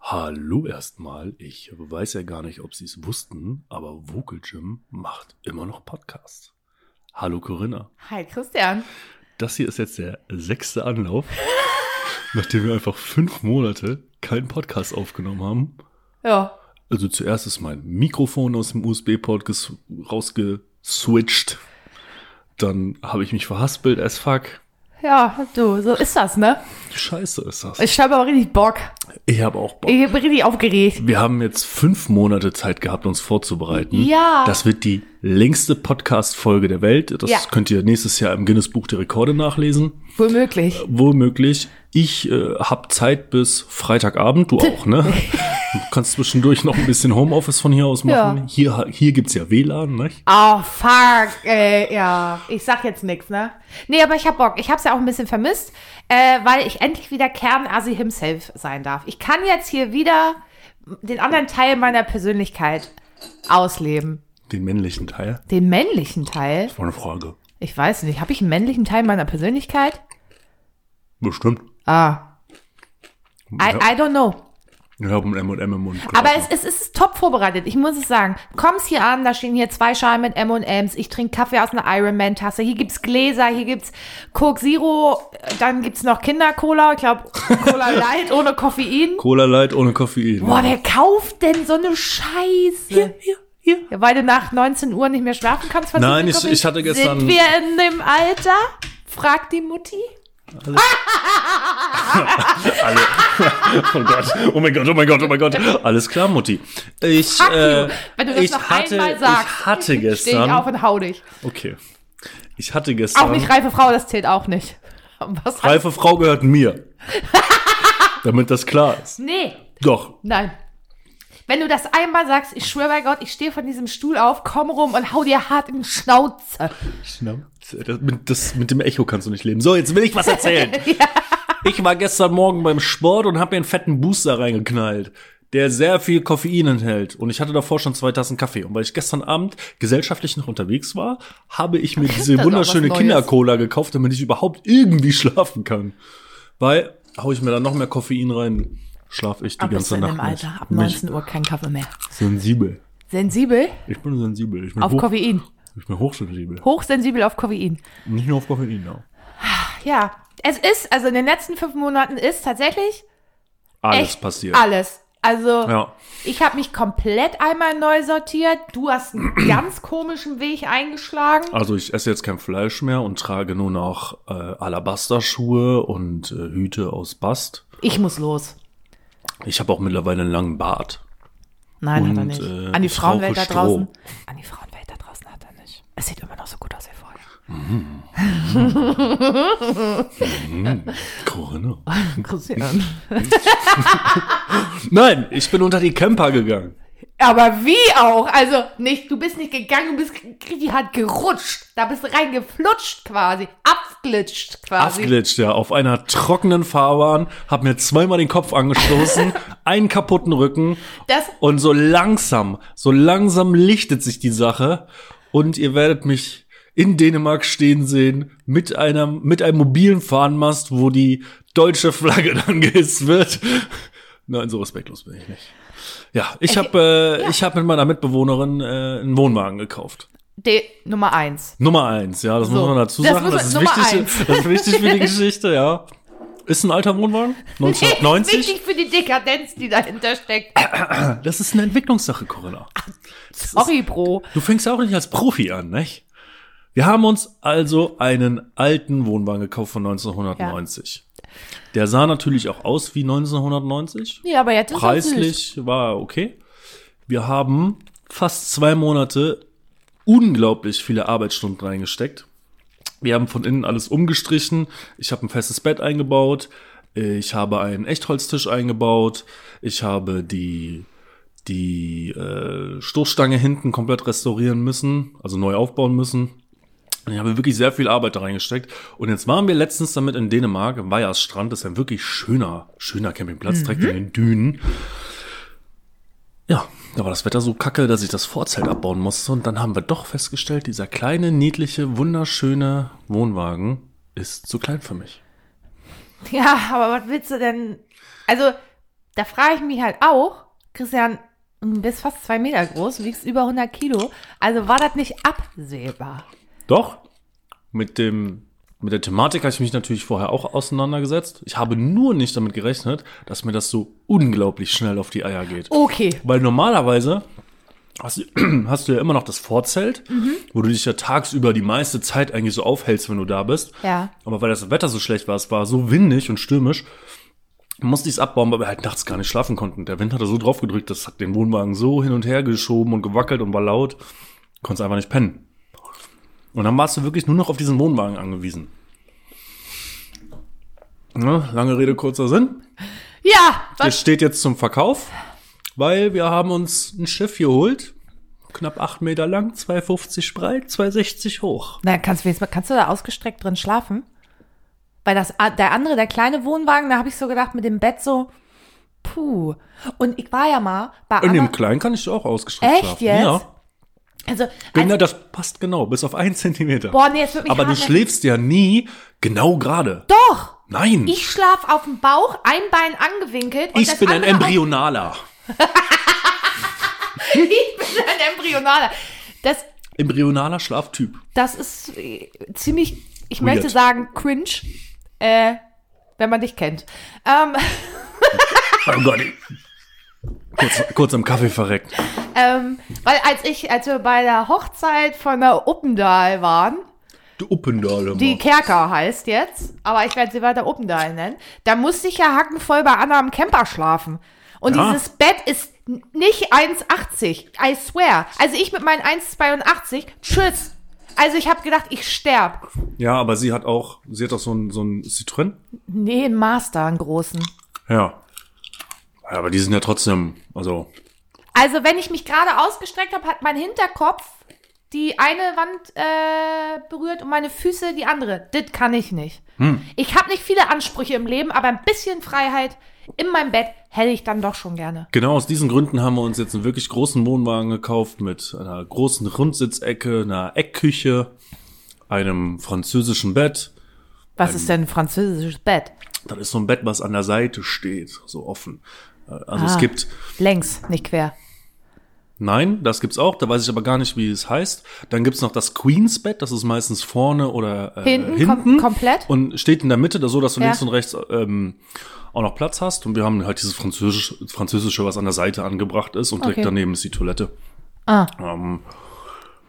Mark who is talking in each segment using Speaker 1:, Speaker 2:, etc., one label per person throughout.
Speaker 1: Hallo erstmal. Ich weiß ja gar nicht, ob Sie es wussten, aber Vocal Gym macht immer noch Podcasts. Hallo Corinna.
Speaker 2: Hi Christian.
Speaker 1: Das hier ist jetzt der sechste Anlauf, nachdem wir einfach fünf Monate keinen Podcast aufgenommen haben.
Speaker 2: Ja.
Speaker 1: Also zuerst ist mein Mikrofon aus dem USB-Port ges- rausgeswitcht. Dann habe ich mich verhaspelt as fuck.
Speaker 2: Ja, du, so ist das, ne?
Speaker 1: Scheiße ist das.
Speaker 2: Ich habe aber richtig Bock.
Speaker 1: Ich habe auch Bock.
Speaker 2: Ich bin richtig aufgeregt.
Speaker 1: Wir haben jetzt fünf Monate Zeit gehabt, uns vorzubereiten.
Speaker 2: Ja.
Speaker 1: Das wird die längste Podcast-Folge der Welt. Das
Speaker 2: Ja.
Speaker 1: könnt ihr nächstes Jahr im Guinness Buch der Rekorde nachlesen.
Speaker 2: Womöglich.
Speaker 1: Wohlmöglich. Ich äh, habe Zeit bis Freitagabend, du auch, ne? Du kannst zwischendurch noch ein bisschen Homeoffice von hier aus machen.
Speaker 2: Ja.
Speaker 1: Hier, hier gibt's ja WLAN, ne?
Speaker 2: Oh, fuck. Äh, ja, ich sag jetzt nix, ne? Nee, aber ich hab Bock. Ich hab's ja auch ein bisschen vermisst, äh, weil ich endlich wieder Kern-Asi himself sein darf. Ich kann jetzt hier wieder den anderen Teil meiner Persönlichkeit ausleben.
Speaker 1: Den männlichen Teil.
Speaker 2: Den männlichen Teil?
Speaker 1: War eine Frage.
Speaker 2: Ich weiß nicht. Habe ich einen männlichen Teil meiner Persönlichkeit?
Speaker 1: Bestimmt.
Speaker 2: Ah. I, I don't know.
Speaker 1: Ich habe ein M&M im Mund.
Speaker 2: Aber es, es, es ist top vorbereitet, ich muss es sagen. Kommst hier an, da stehen hier zwei Schalen mit M&M's, ich trinke Kaffee aus einer Ironman-Tasse, hier gibt's Gläser, hier gibt's Coke Zero, dann gibt's noch Kinder-Cola, ich glaube Cola Light ohne Koffein.
Speaker 1: Cola Light ohne Koffein.
Speaker 2: Boah, wer kauft denn so eine Scheiße?
Speaker 1: hier, hier.
Speaker 2: Ja, weil du nach 19 Uhr nicht mehr schlafen kannst. von
Speaker 1: Nein,
Speaker 2: diesem
Speaker 1: ich-
Speaker 2: Koffein?
Speaker 1: ich hatte gestern-
Speaker 2: Sind wir in dem Alter? Fragt die Mutti.
Speaker 1: Oh Gott, oh mein Gott, oh mein Gott, oh mein Gott. Alles klar, Mutti. Ich,
Speaker 2: Fuck
Speaker 1: äh,
Speaker 2: you. Wenn du das
Speaker 1: ich
Speaker 2: noch
Speaker 1: hatte,
Speaker 2: einmal sagst,
Speaker 1: ich hatte
Speaker 2: Steh ich auf
Speaker 1: gestern.
Speaker 2: und hau dich.
Speaker 1: Okay. Ich hatte
Speaker 2: Auch
Speaker 1: gestern.
Speaker 2: nicht reife Frau, das zählt auch nicht. Was
Speaker 1: reife Frau gehört mir. Damit das klar ist.
Speaker 2: Nee,
Speaker 1: Doch.
Speaker 2: nein. Wenn du das einmal sagst, ich schwöre bei Gott, ich stehe von diesem Stuhl auf, komm rum und hau dir hart in die Schnauze.
Speaker 1: Das mit, das, mit dem Echo kannst du nicht leben. So, jetzt will ich was erzählen. Ich war gestern Morgen beim Sport und habe mir einen fetten Booster reingeknallt, der sehr viel Koffein enthält. Und ich hatte davor schon zwei Tassen Kaffee. Und weil ich gestern Abend gesellschaftlich noch unterwegs war, habe ich mir diese
Speaker 2: Das ist auch
Speaker 1: wunderschöne
Speaker 2: was Neues.
Speaker 1: Kindercola gekauft, damit ich überhaupt irgendwie schlafen kann. Weil, hau ich mir dann noch mehr Koffein rein, schlaf ich die ganze Nacht nicht.
Speaker 2: ab
Speaker 1: Mich
Speaker 2: 19 Uhr kein Kaffee mehr.
Speaker 1: sensibel.
Speaker 2: Sensibel
Speaker 1: Ich bin sensibel. Ich bin,
Speaker 2: auf
Speaker 1: hoch,
Speaker 2: Koffein.
Speaker 1: ich bin hochsensibel.
Speaker 2: Hochsensibel auf Koffein.
Speaker 1: Nicht nur auf Koffein, ja.
Speaker 2: Ja, es ist, also in den letzten fünf Monaten ist tatsächlich
Speaker 1: Alles
Speaker 2: echt
Speaker 1: passiert.
Speaker 2: alles. Also
Speaker 1: Ja.
Speaker 2: ich habe mich komplett einmal neu sortiert. Du hast einen ganz komischen Weg eingeschlagen.
Speaker 1: Also ich esse jetzt kein Fleisch mehr und trage nur noch äh, Alabasterschuhe und äh, Hüte aus Bast.
Speaker 2: Ich muss los.
Speaker 1: Ich habe auch mittlerweile einen langen Bart.
Speaker 2: Nein, hat er
Speaker 1: Und,
Speaker 2: nicht.
Speaker 1: äh,
Speaker 2: An die
Speaker 1: ich
Speaker 2: Frauenwelt da
Speaker 1: rauche
Speaker 2: draußen.
Speaker 1: Stroh.
Speaker 2: An die Frauenwelt da draußen hat er nicht. Es sieht immer noch so gut aus wie vorher.
Speaker 1: Corinna.
Speaker 2: Christian.
Speaker 1: Nein, ich bin unter die Camper gegangen.
Speaker 2: Aber wie auch? Also nicht, du bist nicht gegangen, du bist richtig hart gerutscht. Da bist du reingeflutscht quasi. Abglitscht quasi.
Speaker 1: Abglitscht, ja, auf einer trockenen Fahrbahn, hab mir zweimal den Kopf angestoßen, einen kaputten Rücken
Speaker 2: Das-
Speaker 1: und so langsam, so langsam lichtet sich die Sache und ihr werdet mich in Dänemark stehen sehen mit einer mit einem mobilen Fahnenmast, wo die deutsche Flagge dann gehisst wird. Nein, so respektlos bin ich nicht. Ja, ich habe äh, ich habe mit meiner Mitbewohnerin äh, einen Wohnwagen gekauft.
Speaker 2: De Nummer eins.
Speaker 1: Nummer eins, ja, das
Speaker 2: So.
Speaker 1: muss man dazu
Speaker 2: Das
Speaker 1: sagen.
Speaker 2: muss
Speaker 1: Das,
Speaker 2: man-
Speaker 1: ist
Speaker 2: Nummer
Speaker 1: wichtig,
Speaker 2: eins.
Speaker 1: das ist wichtig für die Geschichte, ja. Ist ein alter Wohnwagen?
Speaker 2: Nee,
Speaker 1: 1990?
Speaker 2: Wichtig für die Dekadenz, die dahinter steckt.
Speaker 1: das ist eine Entwicklungssache, Corinna.
Speaker 2: Sorry, Bro.
Speaker 1: Du fängst ja auch nicht als Profi an, nicht? Wir haben uns also einen alten Wohnwagen gekauft von 1990. Der sah natürlich auch aus wie 1990.
Speaker 2: Ja, aber jetzt ist er süß.
Speaker 1: Preislich war er okay. Wir haben fast zwei Monate unglaublich viele Arbeitsstunden reingesteckt. Wir haben von innen alles umgestrichen. Ich habe ein festes Bett eingebaut. Ich habe einen Echtholztisch eingebaut. Ich habe die, die äh, Stoßstange hinten komplett restaurieren müssen, also neu aufbauen müssen. Und ich habe wirklich sehr viel Arbeit da reingesteckt. Und jetzt waren wir letztens damit in Dänemark, im Weiersstrand. Das ist ein wirklich schöner, schöner Campingplatz, direkt
Speaker 2: Mhm.
Speaker 1: in den Dünen. Ja, da war das Wetter so kacke, dass ich das Vorzelt abbauen musste. Und dann haben wir doch festgestellt, dieser kleine, niedliche, wunderschöne Wohnwagen ist zu klein für mich.
Speaker 2: Ja, aber was willst du denn? Also, Da frage ich mich halt auch, Christian, du bist fast zwei Meter groß, wiegst über 100 Kilo. Also war das nicht absehbar?
Speaker 1: Doch, mit dem. Mit der Thematik habe ich mich natürlich vorher auch auseinandergesetzt. Ich habe nur nicht damit gerechnet, dass mir das so unglaublich schnell auf die Eier geht.
Speaker 2: Okay.
Speaker 1: Weil normalerweise hast, du- hast du ja immer noch das Vorzelt, wo du dich ja tagsüber die meiste Zeit eigentlich so aufhältst, wenn du da bist.
Speaker 2: Ja.
Speaker 1: Aber weil das Wetter so schlecht war, es war so windig und stürmisch, musste ich es abbauen, weil wir halt nachts gar nicht schlafen konnten. Der Wind hat da so drauf gedrückt, das hat den Wohnwagen so hin und her geschoben und gewackelt und war laut. Konntest einfach nicht pennen. Und dann warst du wirklich nur noch auf diesen Wohnwagen angewiesen. Ne, lange Rede, kurzer Sinn.
Speaker 2: Ja,
Speaker 1: Der
Speaker 2: was?
Speaker 1: steht jetzt zum Verkauf, weil wir haben uns ein Schiff geholt. Knapp acht Meter lang, 2,50 breit, 2,60 hoch.
Speaker 2: Na, kannst, du wenigstens- kannst du da ausgestreckt drin schlafen? Weil das, a- der andere, der kleine Wohnwagen, da habe ich so gedacht, mit dem Bett so, puh. Und ich war ja mal bei
Speaker 1: In dem
Speaker 2: Amazon.
Speaker 1: Kleinen kann ich auch ausgeschrieben
Speaker 2: Echt
Speaker 1: schlafen.
Speaker 2: jetzt?
Speaker 1: Ja.
Speaker 2: Also,
Speaker 1: Genau,
Speaker 2: also,
Speaker 1: das passt genau, bis auf einen Zentimeter.
Speaker 2: boah, nee, jetzt wird mich
Speaker 1: Aber du
Speaker 2: hart-
Speaker 1: schläfst ja nie genau gerade.
Speaker 2: Doch!
Speaker 1: Nein, ich,
Speaker 2: Ich schlaf auf dem Bauch, ein Bein angewinkelt. und das
Speaker 1: bin ein
Speaker 2: andere auf-
Speaker 1: Embryonaler.
Speaker 2: Ich bin ein Embryonaler. Das,
Speaker 1: Embryonaler Schlaftyp.
Speaker 2: das ist äh, ziemlich, ich
Speaker 1: Weird.
Speaker 2: möchte sagen, cringe, äh, wenn man dich kennt. Ähm,
Speaker 1: Oh Gott. ich- kurz, kurz am Kaffee verreckt.
Speaker 2: ähm, weil als ich, als wir bei der Hochzeit von der Uppendahl waren,
Speaker 1: Du Uppendaler.
Speaker 2: die
Speaker 1: Mann.
Speaker 2: Kerker heißt jetzt, aber ich werde sie weiter Uppendahl nennen, da musste ich ja hackenvoll bei Anna im Camper schlafen. Und
Speaker 1: Ja.
Speaker 2: dieses Bett ist n- nicht 1,80. I swear. Also ich mit meinen 1,82, tschüss. Also ich habe gedacht, ich sterb.
Speaker 1: Ja, aber sie hat auch, sie hat auch so ein, so ein Citroën.
Speaker 2: Nee, ein Master, einen großen.
Speaker 1: Ja. Ja, Aber die sind ja trotzdem, also,
Speaker 2: Also wenn ich mich gerade ausgestreckt habe, hat mein Hinterkopf die eine Wand äh, berührt und meine Füße die andere. Das kann ich nicht.
Speaker 1: Hm.
Speaker 2: Ich habe nicht viele Ansprüche im Leben, aber ein bisschen Freiheit in meinem Bett hätte ich dann doch schon gerne.
Speaker 1: genau aus diesen Gründen haben wir uns jetzt einen wirklich großen Wohnwagen gekauft mit einer großen Rundsitzecke, einer Eckküche, einem französischen Bett.
Speaker 2: Was ist denn ein französisches Bett?
Speaker 1: Das ist so ein Bett, was an der Seite steht, so offen. Äh, Also
Speaker 2: Ah.
Speaker 1: es gibt,
Speaker 2: Längs, nicht quer.
Speaker 1: nein, das gibt's auch, da weiß ich aber gar nicht, wie es heißt. Dann gibt's noch das Queens Bett, das ist meistens vorne oder äh,
Speaker 2: Hinten,
Speaker 1: hinten,
Speaker 2: kom komplett?
Speaker 1: und steht in der Mitte, da so dass du
Speaker 2: Ja.
Speaker 1: links und rechts ähm, auch noch Platz hast. Und wir haben halt dieses Französisch, Französische, was an der Seite angebracht ist und direkt
Speaker 2: Okay.
Speaker 1: daneben ist die Toilette.
Speaker 2: Ah.
Speaker 1: Ähm,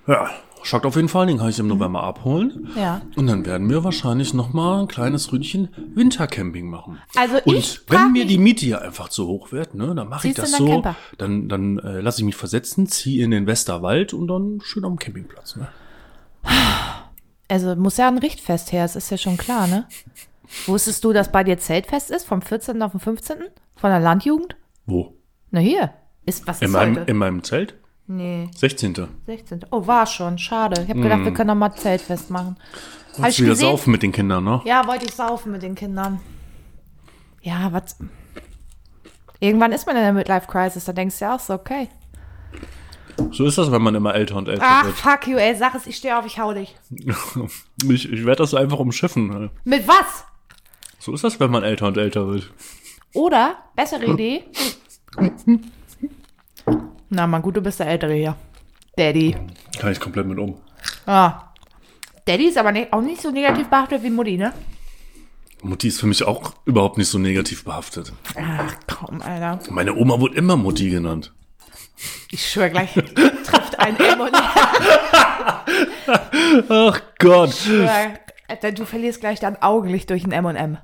Speaker 1: ja, schaut auf jeden Fall, den kann ich im November abholen.
Speaker 2: Mhm. Ja.
Speaker 1: Und dann werden wir wahrscheinlich noch mal ein kleines Ründchen Wintercamping machen.
Speaker 2: Also
Speaker 1: und
Speaker 2: ich frag
Speaker 1: wenn mir
Speaker 2: mich-
Speaker 1: die Miete ja einfach zu hoch wird, ne, dann mache ich
Speaker 2: Ziehst du
Speaker 1: das
Speaker 2: in deinen
Speaker 1: so,
Speaker 2: Camper?
Speaker 1: dann, dann äh, lasse ich mich versetzen, ziehe in den Westerwald und dann schön am Campingplatz. Ne?
Speaker 2: Also muss ja ein Richtfest her, das ist ja schon klar, ne? Wusstest du, dass bei dir Zeltfest ist? Vom 14. auf den 15.? Von der Landjugend?
Speaker 1: Wo?
Speaker 2: Na hier. Ist was
Speaker 1: In
Speaker 2: ist
Speaker 1: meinem,
Speaker 2: heute?
Speaker 1: in meinem Zelt?
Speaker 2: Nee.
Speaker 1: 16.
Speaker 2: 16. Oh, war schon. Schade. Ich habe gedacht, wir können noch mal Zeltfest machen. Hab ich
Speaker 1: Mm. Wieder
Speaker 2: gesehen.
Speaker 1: saufen mit den Kindern, ne?
Speaker 2: Ja, wollte ich saufen mit den Kindern. Ja, was? Irgendwann ist man in der Midlife-Crisis. Da denkst du ja auch so, okay.
Speaker 1: So ist das, wenn man immer älter und älter
Speaker 2: Ach, fuck you, ey. Sag es, ich stehe auf, ich hau dich.
Speaker 1: wird. Ich, ich werde das einfach umschiffen. ne?
Speaker 2: Mit was?
Speaker 1: So ist das, wenn man älter und älter wird.
Speaker 2: Oder, bessere Idee. Na, Mann, gut, du bist der Ältere hier. Daddy.
Speaker 1: Kann ich komplett mit um.
Speaker 2: Ah. Daddy ist aber nicht, auch nicht so negativ behaftet wie Mutti, ne?
Speaker 1: Mutti ist für mich auch überhaupt nicht so negativ behaftet.
Speaker 2: Ach, komm, Alter.
Speaker 1: Meine Oma wurde immer Mutti genannt.
Speaker 2: Ich schwöre gleich, trifft einen immer und
Speaker 1: Ach Gott.
Speaker 2: Äh, Alter, du verlierst gleich dein Augenlicht durch ein M&M.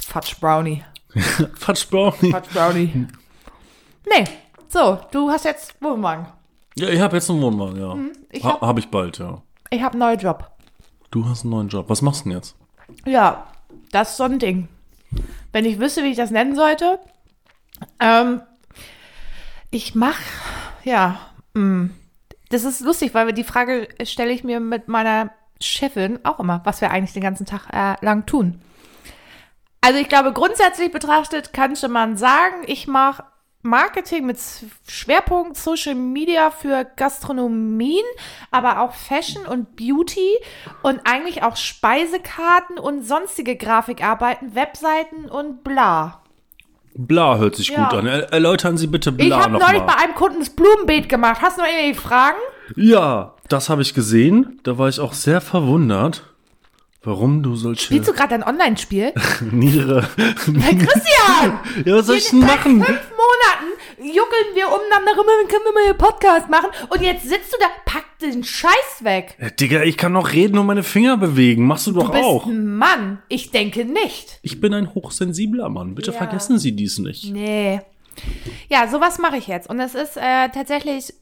Speaker 2: Fudge Brownie.
Speaker 1: Fatsch Brownie.
Speaker 2: Fudge Brownie. nee, so, du hast jetzt Wohnwagen.
Speaker 1: Ja, ich habe jetzt einen Wohnwagen, ja.
Speaker 2: Mhm, ich
Speaker 1: ha
Speaker 2: hab-
Speaker 1: hab ich bald, ja.
Speaker 2: Ich habe einen neuen Job.
Speaker 1: Du hast einen neuen Job. Was machst du denn jetzt?
Speaker 2: Ja, das ist so ein Ding. Wenn ich wüsste, wie ich das nennen sollte. Ähm, ich mach, ja, mm. das ist lustig, weil wir- die Frage stelle ich mir mit meiner Chefin auch immer, was wir eigentlich den ganzen Tag äh, lang tun. Also ich glaube, grundsätzlich betrachtet könnte man sagen, ich mache Marketing mit S- Schwerpunkt Social Media für Gastronomien, aber auch Fashion und Beauty und eigentlich auch Speisekarten und sonstige Grafikarbeiten, Webseiten und bla.
Speaker 1: Bla hört sich
Speaker 2: Ja.
Speaker 1: gut an. Er- Erläutern Sie bitte
Speaker 2: Ich
Speaker 1: Bla
Speaker 2: habe neulich bei
Speaker 1: nochmal.
Speaker 2: einem Kunden das Blumenbeet gemacht. Hast du noch irgendwelche Fragen?
Speaker 1: Ja, das habe ich gesehen. Da war ich auch sehr verwundert, warum du solche
Speaker 2: Spielst du gerade ein Online-Spiel?
Speaker 1: Niere.
Speaker 2: Christian!
Speaker 1: ja, was soll ich denn
Speaker 2: Seit
Speaker 1: machen?
Speaker 2: fünf Monaten juckeln wir umeinander rum, dann können wir mal einen Podcast machen und jetzt sitzt du da, pack den Scheiß weg.
Speaker 1: Ja, Äh, Digga, ich kann noch reden und meine Finger bewegen. Machst du doch
Speaker 2: Du bist
Speaker 1: auch.
Speaker 2: ein Mann. Ich denke nicht.
Speaker 1: Ich bin ein hochsensibler Mann. Bitte
Speaker 2: Ja.
Speaker 1: vergessen Sie dies nicht.
Speaker 2: Nee. Ja, sowas mache ich jetzt. Und es ist äh, tatsächlich.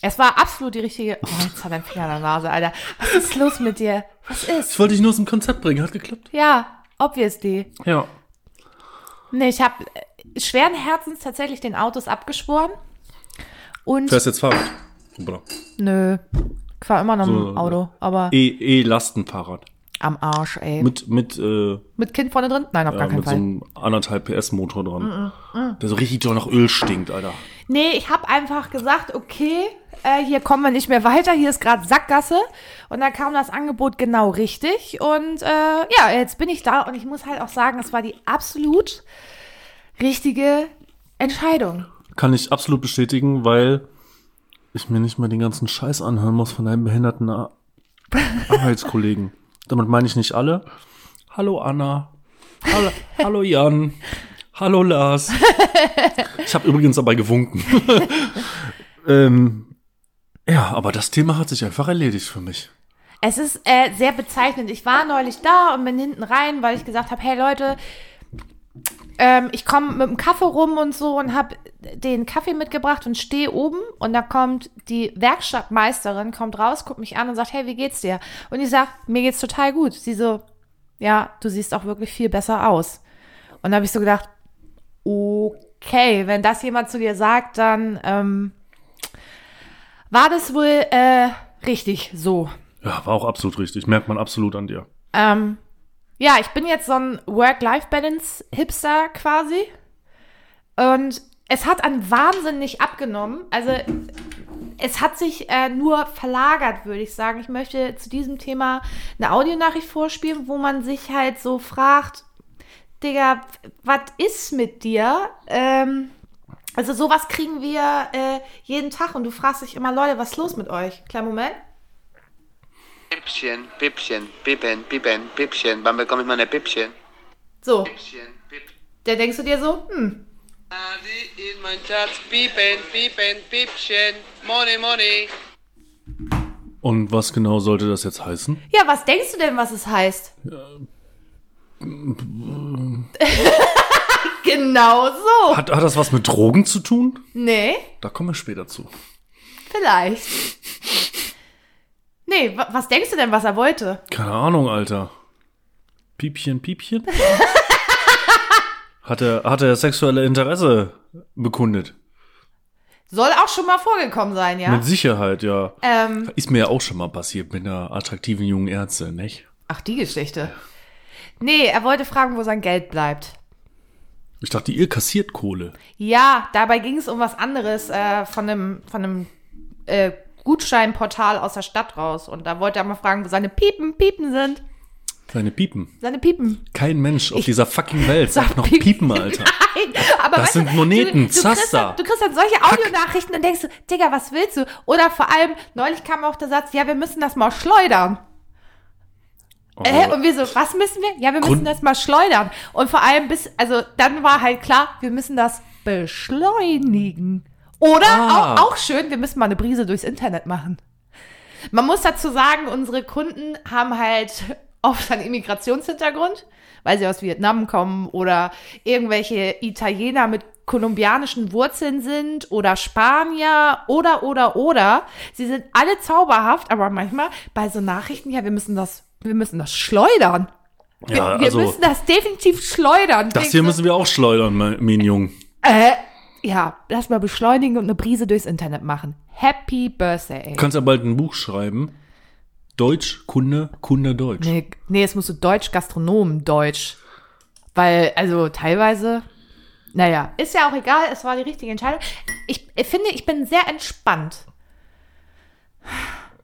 Speaker 2: Es war absolut die richtige. Oh, jetzt hat er einen Finger in der Nase, Alter. Was ist los mit dir? Was ist?
Speaker 1: Ich wollte dich nur zum Konzept bringen. Hat geklappt?
Speaker 2: Ja, obviously.
Speaker 1: Ja.
Speaker 2: Nee, ich habe schweren Herzens tatsächlich den Autos abgeschworen. Und.
Speaker 1: Fährst jetzt Fahrrad? Oder
Speaker 2: Nö. Ich war immer noch
Speaker 1: So,
Speaker 2: im Auto, aber
Speaker 1: E- E-Lastenfahrrad.
Speaker 2: am Arsch, ey. Mit,
Speaker 1: Mit, mit, äh,
Speaker 2: Kind vorne drin? Nein, auf
Speaker 1: ja,
Speaker 2: gar keinen
Speaker 1: mit so
Speaker 2: Fall. Mm,
Speaker 1: einem anderthalb PS Motor dran. Der so richtig doll nach Öl stinkt, Alter.
Speaker 2: Nee, ich habe einfach gesagt, okay, äh, hier kommen wir nicht mehr weiter, hier ist gerade Sackgasse. Und dann kam das Angebot genau richtig. Und äh, ja, jetzt bin ich da und ich muss halt auch sagen, es war die absolut richtige Entscheidung.
Speaker 1: Kann ich absolut bestätigen, weil ich mir nicht mal den ganzen Scheiß anhören muss von einem behinderten Ar Arbeitskollegen. Damit meine ich nicht alle. Hallo Anna. Hallo, hallo Jan. Hallo Lars. Ich habe übrigens dabei gewunken. ähm, ja, aber das Thema hat sich einfach erledigt für mich.
Speaker 2: Es ist äh, sehr bezeichnend. Ich war neulich da und bin hinten rein, weil ich gesagt habe, hey Leute, ähm, ich komme mit dem Kaffee rum und so und habe den Kaffee mitgebracht und stehe oben und da kommt die Werkstattmeisterin, kommt raus, guckt mich an und sagt, hey, wie geht's dir? Und ich sag, mir geht's total gut. Sie so, ja, du siehst auch wirklich viel besser aus. Und da habe ich so gedacht, okay, wenn das jemand zu dir sagt, dann ähm, war das wohl äh, richtig so.
Speaker 1: Ja, war auch absolut richtig. Merkt man absolut an dir.
Speaker 2: Ähm, ja, ich bin jetzt so ein Work-Life-Balance-Hipster quasi. Und es hat an Wahnsinn nicht abgenommen. Also es hat sich äh, nur verlagert, würde ich sagen. Ich möchte zu diesem Thema eine Audionachricht vorspielen, wo man sich halt so fragt, Digga, was ist mit dir? Ähm, also sowas kriegen wir äh, jeden Tag und du fragst dich immer, Leute, was ist los mit euch? Kleinen Moment.
Speaker 3: Pippchen, Pippchen, Pippen, Pippen, Pippchen. Wann bekomme ich meine Pippchen?
Speaker 2: So,
Speaker 3: Pippchen, Pippchen.
Speaker 2: da denkst du dir so, hm,
Speaker 3: Ali in mein Schatz. Pippen, Pippen, Pippchen. Money, money.
Speaker 1: Und was genau sollte das jetzt heißen?
Speaker 2: Ja, was denkst du denn, was es heißt? genau so.
Speaker 1: Hat, hat das was mit Drogen zu tun?
Speaker 2: Nee,
Speaker 1: Da kommen wir später zu.
Speaker 2: vielleicht. Nee, wa was denkst du denn, was er wollte?
Speaker 1: Keine Ahnung, Alter. Piepchen, Piepchen? hat, er, hat er sexuelle Interesse bekundet?
Speaker 2: Soll auch schon mal vorgekommen sein, ja?
Speaker 1: Mit Sicherheit, ja.
Speaker 2: Ähm,
Speaker 1: Ist mir ja auch schon mal passiert mit einer attraktiven jungen Ärztin, nicht?
Speaker 2: ach, die Geschichte. Nee, er wollte fragen, wo sein Geld bleibt.
Speaker 1: Ich dachte, ihr kassiert Kohle.
Speaker 2: Ja, dabei ging es um was anderes äh, von einem, von einem äh, Gutscheinportal aus der Stadt raus. Und da wollte er mal fragen, wo seine Piepen, Piepen sind.
Speaker 1: Seine Piepen.
Speaker 2: Seine Piepen.
Speaker 1: Kein Mensch auf dieser fucking Welt sagt
Speaker 2: Sag
Speaker 1: noch
Speaker 2: Piep.
Speaker 1: Piepen, Alter.
Speaker 2: Nein, aber
Speaker 1: Das
Speaker 2: weißt
Speaker 1: sind
Speaker 2: du,
Speaker 1: Moneten,
Speaker 2: du, du, kriegst
Speaker 1: Zaster.
Speaker 2: dann, du kriegst dann solche Audionachrichten und denkst du, Digga, was willst du? Oder vor allem, neulich kam auch der Satz, ja, wir müssen das mal schleudern. Hä?
Speaker 1: Oh,
Speaker 2: Und wir so, was müssen wir? Ja, wir müssen
Speaker 1: Grund-
Speaker 2: das mal schleudern. Und vor allem bis, also dann war halt klar, wir müssen das beschleunigen. Oder
Speaker 1: Ah.
Speaker 2: auch, auch schön, wir müssen mal eine Brise durchs Internet machen. Man muss dazu sagen, unsere Kunden haben halt oft einen Immigrationshintergrund, weil sie aus Vietnam kommen oder irgendwelche Italiener mit kolumbianischen Wurzeln sind oder Spanier oder oder oder. Sie sind alle zauberhaft, aber manchmal bei so Nachrichten, ja, wir müssen das, wir müssen das schleudern. Wir,
Speaker 1: ja,
Speaker 2: wir
Speaker 1: also,
Speaker 2: müssen das definitiv schleudern.
Speaker 1: das hier müssen wir auch schleudern, mein, mein Jung.
Speaker 2: äh, ja, lass mal beschleunigen und eine Brise durchs Internet machen. Happy Birthday. ey.
Speaker 1: Du kannst ja bald ein Buch schreiben. Deutsch, Kunde, Kunde, Deutsch.
Speaker 2: Nee, nee, jetzt musst du Deutsch, Gastronomen, Deutsch. Weil, also teilweise, naja, ist ja auch egal, es war die richtige Entscheidung. Ich, äh, finde, ich bin sehr entspannt.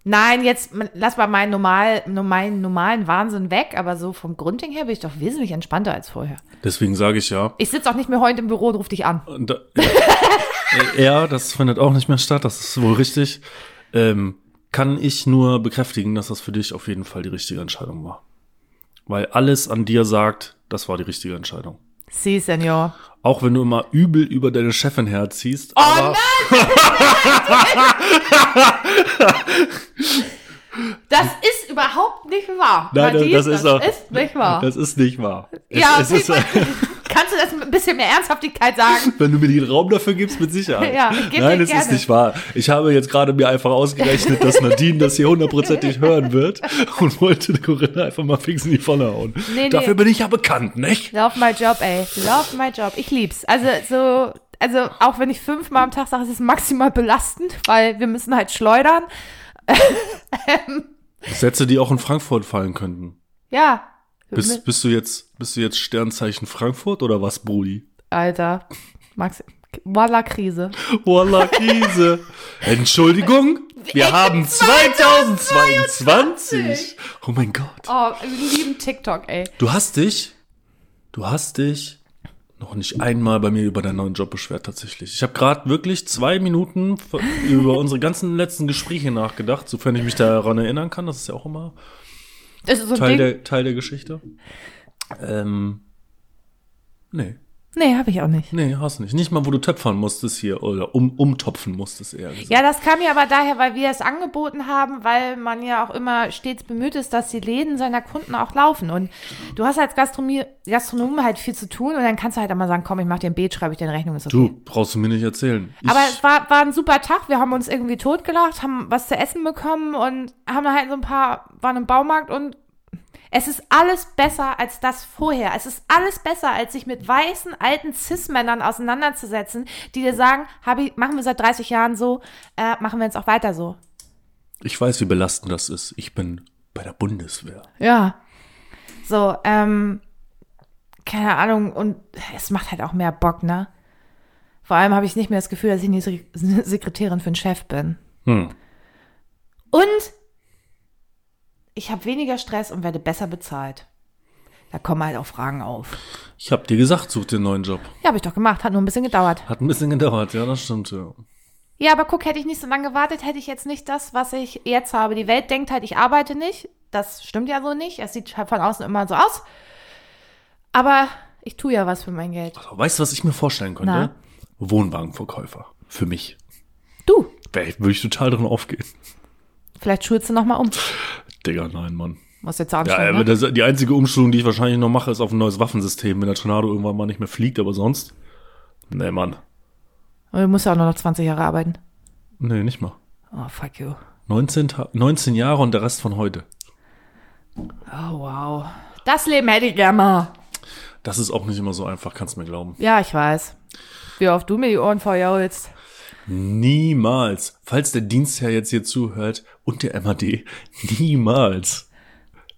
Speaker 2: Nein, jetzt m- lass mal meinen, normal, nur meinen normalen Wahnsinn weg, aber so vom Grundding her bin ich doch wesentlich entspannter als vorher.
Speaker 1: Deswegen sage ich ja.
Speaker 2: Ich sitze auch nicht mehr heute im Büro und ruf dich an.
Speaker 1: Und da, ja. ja, das findet auch nicht mehr statt, das ist wohl richtig. Ähm, kann ich nur bekräftigen, dass das für dich auf jeden Fall die richtige Entscheidung war. Weil alles an dir sagt, das war die richtige Entscheidung.
Speaker 2: Sie, Senor.
Speaker 1: Auch wenn du immer übel über deine Chefin herziehst.
Speaker 2: Oh
Speaker 1: aber
Speaker 2: Das ist überhaupt nicht wahr.
Speaker 1: Nein,
Speaker 2: Nadine,
Speaker 1: das, ist auch,
Speaker 2: ist nicht wahr.
Speaker 1: Das ist nicht wahr.
Speaker 2: ja,
Speaker 1: es, es ist,
Speaker 2: Piepmann, kannst du das mit ein bisschen mehr Ernsthaftigkeit sagen?
Speaker 1: wenn du mir den Raum dafür gibst, mit Sicherheit.
Speaker 2: Ja, ich geb
Speaker 1: Nein,
Speaker 2: dir
Speaker 1: es ist
Speaker 2: gerne.
Speaker 1: nicht wahr. Ich habe jetzt gerade mir einfach ausgerechnet, dass Nadine das hier hundertprozentig hören wird und wollte Corinna einfach mal fix in die Pfanne hauen.
Speaker 2: Nee, nee.
Speaker 1: Dafür bin ich ja bekannt, nicht?
Speaker 2: Love my job, ey. Love my job. Ich lieb's. Also so, also auch wenn ich fünfmal am Tag sage, es ist maximal belastend, weil wir müssen halt schleudern.
Speaker 1: Sätze, die auch in Frankfurt fallen könnten.
Speaker 2: Ja.
Speaker 1: Bist, bist du jetzt, bist du jetzt Sternzeichen Frankfurt oder was, Brudi?
Speaker 2: Alter. Max, Walla Krise.
Speaker 1: Voila, Krise. Entschuldigung, wir haben 2022. Oh mein Gott.
Speaker 2: Oh, lieben TikTok, ey.
Speaker 1: Du hast dich, du hast dich noch nicht einmal bei mir über deinen neuen Job beschwert tatsächlich. Ich habe gerade wirklich zwei Minuten f- über unsere ganzen letzten Gespräche nachgedacht, sofern ich mich daran erinnern kann. Das ist ja auch immer
Speaker 2: Das ist so ein
Speaker 1: Teil
Speaker 2: Ding.
Speaker 1: der, Teil der Geschichte. Ähm, nee,
Speaker 2: Nee, habe ich auch nicht.
Speaker 1: nee, hast du nicht. Nicht mal, wo du töpfern musstest hier oder um, umtopfen musstest eher gesagt.
Speaker 2: Ja, das kam ja aber daher, weil wir es angeboten haben, weil man ja auch immer stets bemüht ist, dass die Läden seiner Kunden auch laufen. Und du hast als Gastronomie, Gastronom halt viel zu tun und dann kannst du halt auch mal sagen, komm, ich mache dir ein Beet, schreibe ich dir eine Rechnung, ist okay.
Speaker 1: Du, brauchst du mir nicht erzählen. Ich,
Speaker 2: Aber es war, war ein super Tag. Wir haben uns irgendwie totgelacht, haben was zu essen bekommen und haben dann halt so ein paar, waren im Baumarkt und es ist alles besser als das vorher. Es ist alles besser, als sich mit weißen, alten Cis-Männern auseinanderzusetzen, die dir sagen, hab ich, machen wir seit 30 Jahren so, äh, machen wir jetzt auch weiter so.
Speaker 1: ich weiß, wie belastend das ist. Ich bin bei der Bundeswehr.
Speaker 2: Ja. So, ähm, keine Ahnung, und es macht halt auch mehr Bock, ne? Vor allem habe ich nicht mehr das Gefühl, dass ich eine Sek- Sekretärin für einen Chef bin.
Speaker 1: Hm.
Speaker 2: Und ich habe weniger Stress und werde besser bezahlt. Da kommen halt auch Fragen auf.
Speaker 1: Ich hab dir gesagt, such dir einen neuen Job.
Speaker 2: Ja, habe ich doch gemacht, hat nur ein bisschen gedauert.
Speaker 1: Hat ein bisschen gedauert, ja, das stimmt, ja.
Speaker 2: Ja, aber guck, hätte ich nicht so lange gewartet, hätte ich jetzt nicht das, was ich jetzt habe. Die Welt denkt halt, ich arbeite nicht. Das stimmt ja so nicht. Es sieht halt von außen immer so aus. Aber ich tue ja was für mein Geld.
Speaker 1: Aber weißt du, was ich mir vorstellen könnte?
Speaker 2: Na?
Speaker 1: Wohnwagenverkäufer. Für mich.
Speaker 2: Du,
Speaker 1: Wär ich- Würde ich total drin aufgehen.
Speaker 2: vielleicht schulst du nochmal um.
Speaker 1: Digga, nein, Mann.
Speaker 2: Muss jetzt
Speaker 1: Ja,
Speaker 2: anstellen,
Speaker 1: aber
Speaker 2: ne?
Speaker 1: das, die einzige Umschulung, die ich wahrscheinlich noch mache, ist auf ein neues Waffensystem, wenn der Tornado irgendwann mal nicht mehr fliegt, aber sonst. Nee, Mann.
Speaker 2: Und du musst ja auch nur noch 20 Jahre arbeiten.
Speaker 1: Nee, nicht mal.
Speaker 2: Oh, fuck you.
Speaker 1: 19, Ta- 19 Jahre und der Rest von heute.
Speaker 2: Oh, wow. Das Leben hätte ich gerne mal.
Speaker 1: Das ist auch nicht immer so einfach, kannst mir glauben.
Speaker 2: Ja, ich weiß. Wie oft du mir die Ohren verjaulst.
Speaker 1: Niemals. Falls der Dienstherr jetzt hier zuhört und der MAD, niemals.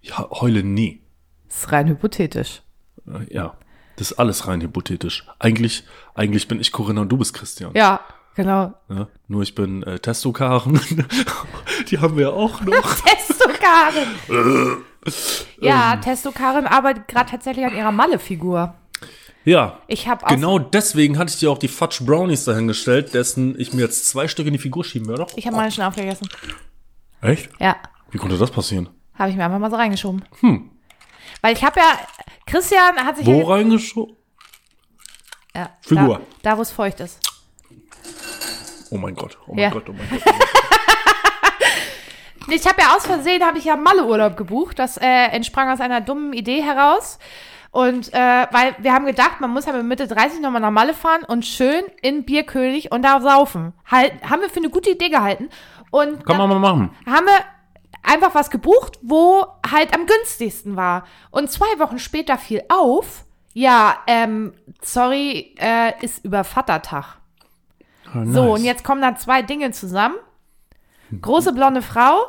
Speaker 1: Ja, heule nie.
Speaker 2: Das ist rein hypothetisch.
Speaker 1: Äh, Ja, das ist alles rein hypothetisch. Eigentlich, eigentlich bin ich Corinna und du bist Christian.
Speaker 2: Ja, genau.
Speaker 1: Ne? Nur ich bin äh, Testokaren. Die haben wir auch noch.
Speaker 2: Testokarin. ja, Testokarin arbeitet gerade tatsächlich an ihrer Malle-Figur.
Speaker 1: Ja.
Speaker 2: Ich habe auch.
Speaker 1: Genau deswegen hatte ich dir auch die Fudge Brownies dahingestellt, dessen ich mir jetzt zwei Stück in die Figur schieben werde.
Speaker 2: Ich habe meine schon aufgegessen.
Speaker 1: Echt?
Speaker 2: Ja,
Speaker 1: Wie konnte das passieren?
Speaker 2: habe ich mir einfach mal so reingeschoben. Hm. Weil ich habe ja. Christian hat sich.
Speaker 1: Wo reingeschoben?
Speaker 2: Ja,
Speaker 1: Figur.
Speaker 2: Da, da wo es feucht ist.
Speaker 1: Oh mein Gott, oh mein
Speaker 2: Ja.
Speaker 1: Gott, oh mein Gott.
Speaker 2: Ich habe ja aus Versehen, habe ich ja Malle-Urlaub gebucht. Das äh, entsprang aus einer dummen Idee heraus. Und äh, weil wir haben gedacht, man muss ja mit Mitte 30 nochmal nach Malle fahren und schön in Bierkönig und da saufen. Halt, haben wir für eine gute Idee gehalten. Und
Speaker 1: Kann man mal machen.
Speaker 2: haben wir einfach was gebucht, wo halt am günstigsten war. Und zwei Wochen später fiel auf, ja, ähm, sorry, äh, ist über Vatertag.
Speaker 1: Ah, nice.
Speaker 2: So, und jetzt kommen da zwei Dinge zusammen. Große blonde Frau,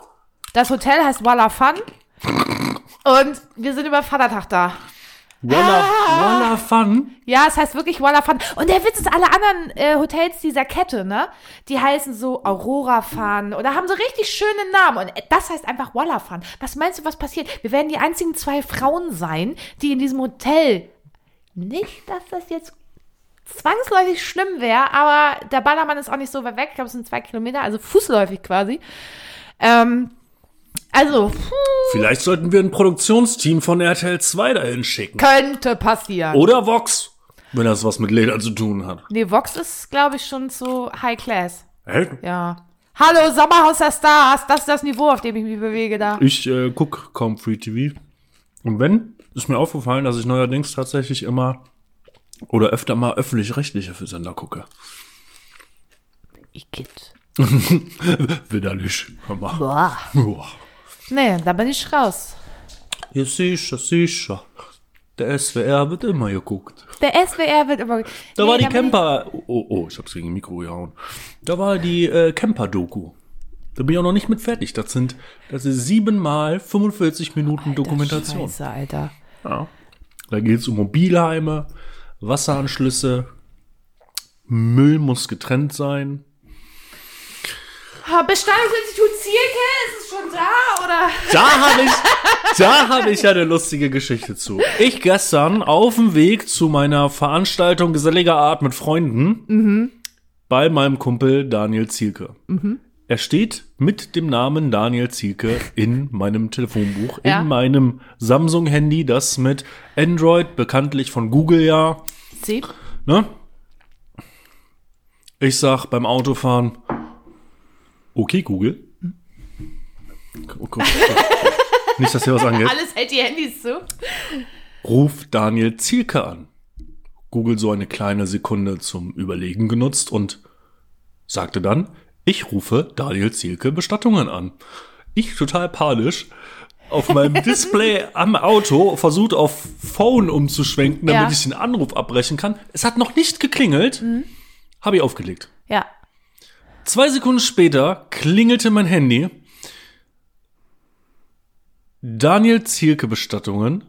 Speaker 2: das Hotel heißt Walla Fun und wir sind über Vatertag da.
Speaker 1: Walla,
Speaker 2: Ah!
Speaker 1: Walla Fun.
Speaker 2: Ja, es heißt wirklich Walla Fun. Und der Witz ist, alle anderen äh, Hotels dieser Kette, ne? Die heißen so Aurora Fun oder haben so richtig schöne Namen. Und das heißt einfach Walla Fun. Was meinst du, was passiert? Wir werden die einzigen zwei Frauen sein, die in diesem Hotel. Nicht, dass das jetzt zwangsläufig schlimm wäre, aber der Ballermann ist auch nicht so weit weg. Ich glaube, es sind zwei Kilometer, also fußläufig quasi. Ähm, also, hm,
Speaker 1: Vielleicht sollten wir ein Produktionsteam von RTL 2 dahin schicken.
Speaker 2: könnte passieren.
Speaker 1: Oder Vox, wenn das was mit Leder zu tun hat.
Speaker 2: Nee, Vox ist, glaube ich, schon zu High Class.
Speaker 1: Hä?
Speaker 2: Ja. Hallo, Sommerhaus der Stars. Das ist das Niveau, auf dem ich mich bewege da.
Speaker 1: Ich äh, guck kaum Free TV. Und wenn, ist mir aufgefallen, dass ich neuerdings tatsächlich immer oder öfter mal öffentlich-rechtliche für Sender gucke.
Speaker 2: Igitt.
Speaker 1: Widerlich. Hör mal.
Speaker 2: Boah.
Speaker 1: Boah.
Speaker 2: Nee, da bin ich raus.
Speaker 1: Ja, sicher, sicher. Der SWR wird immer geguckt.
Speaker 2: Der SWR wird immer...
Speaker 1: Da
Speaker 2: nee,
Speaker 1: war die
Speaker 2: bin
Speaker 1: Camper. Oh, oh, oh, ich hab's gegen den Mikro gehauen. Da war die äh, Camper-Doku. Da bin ich auch noch nicht mit fertig. Das sind, das ist siebenmal 45 Minuten
Speaker 2: ich-
Speaker 1: Dokumentation.
Speaker 2: Scheiße, Alter.
Speaker 1: Ja. Da geht's um Mobilheime, Wasseranschlüsse, Müll muss getrennt sein.
Speaker 2: Ah, Bestandungsinstitut Zierke, ist es schon da, oder?
Speaker 1: Da habe ich, da habe ich ja eine lustige Geschichte zu. Ich gestern auf dem Weg zu meiner Veranstaltung geselliger Art mit Freunden bei meinem Kumpel Daniel Zielke. Er steht mit dem Namen Daniel Zielke in meinem Telefonbuch,
Speaker 2: Ja.
Speaker 1: in meinem Samsung-Handy, das mit Android bekanntlich von Google ja
Speaker 2: Sie?
Speaker 1: Ne? Ich sag beim Autofahren, okay, Google. Oh Gott, Nicht, dass hier was angeht.
Speaker 2: Alles hält die Handys zu.
Speaker 1: Ruf Daniel Zielke an. Google so eine kleine Sekunde zum Überlegen genutzt und sagte dann, ich rufe Daniel Zielke Bestattungen an. Ich total panisch auf meinem Display am Auto versucht auf Phone umzuschwenken, damit
Speaker 2: Ja.
Speaker 1: ich den Anruf abbrechen kann. Es hat noch nicht geklingelt. Habe ich aufgelegt.
Speaker 2: Ja.
Speaker 1: Zwei Sekunden später klingelte mein Handy. Daniel Zielke Bestattungen.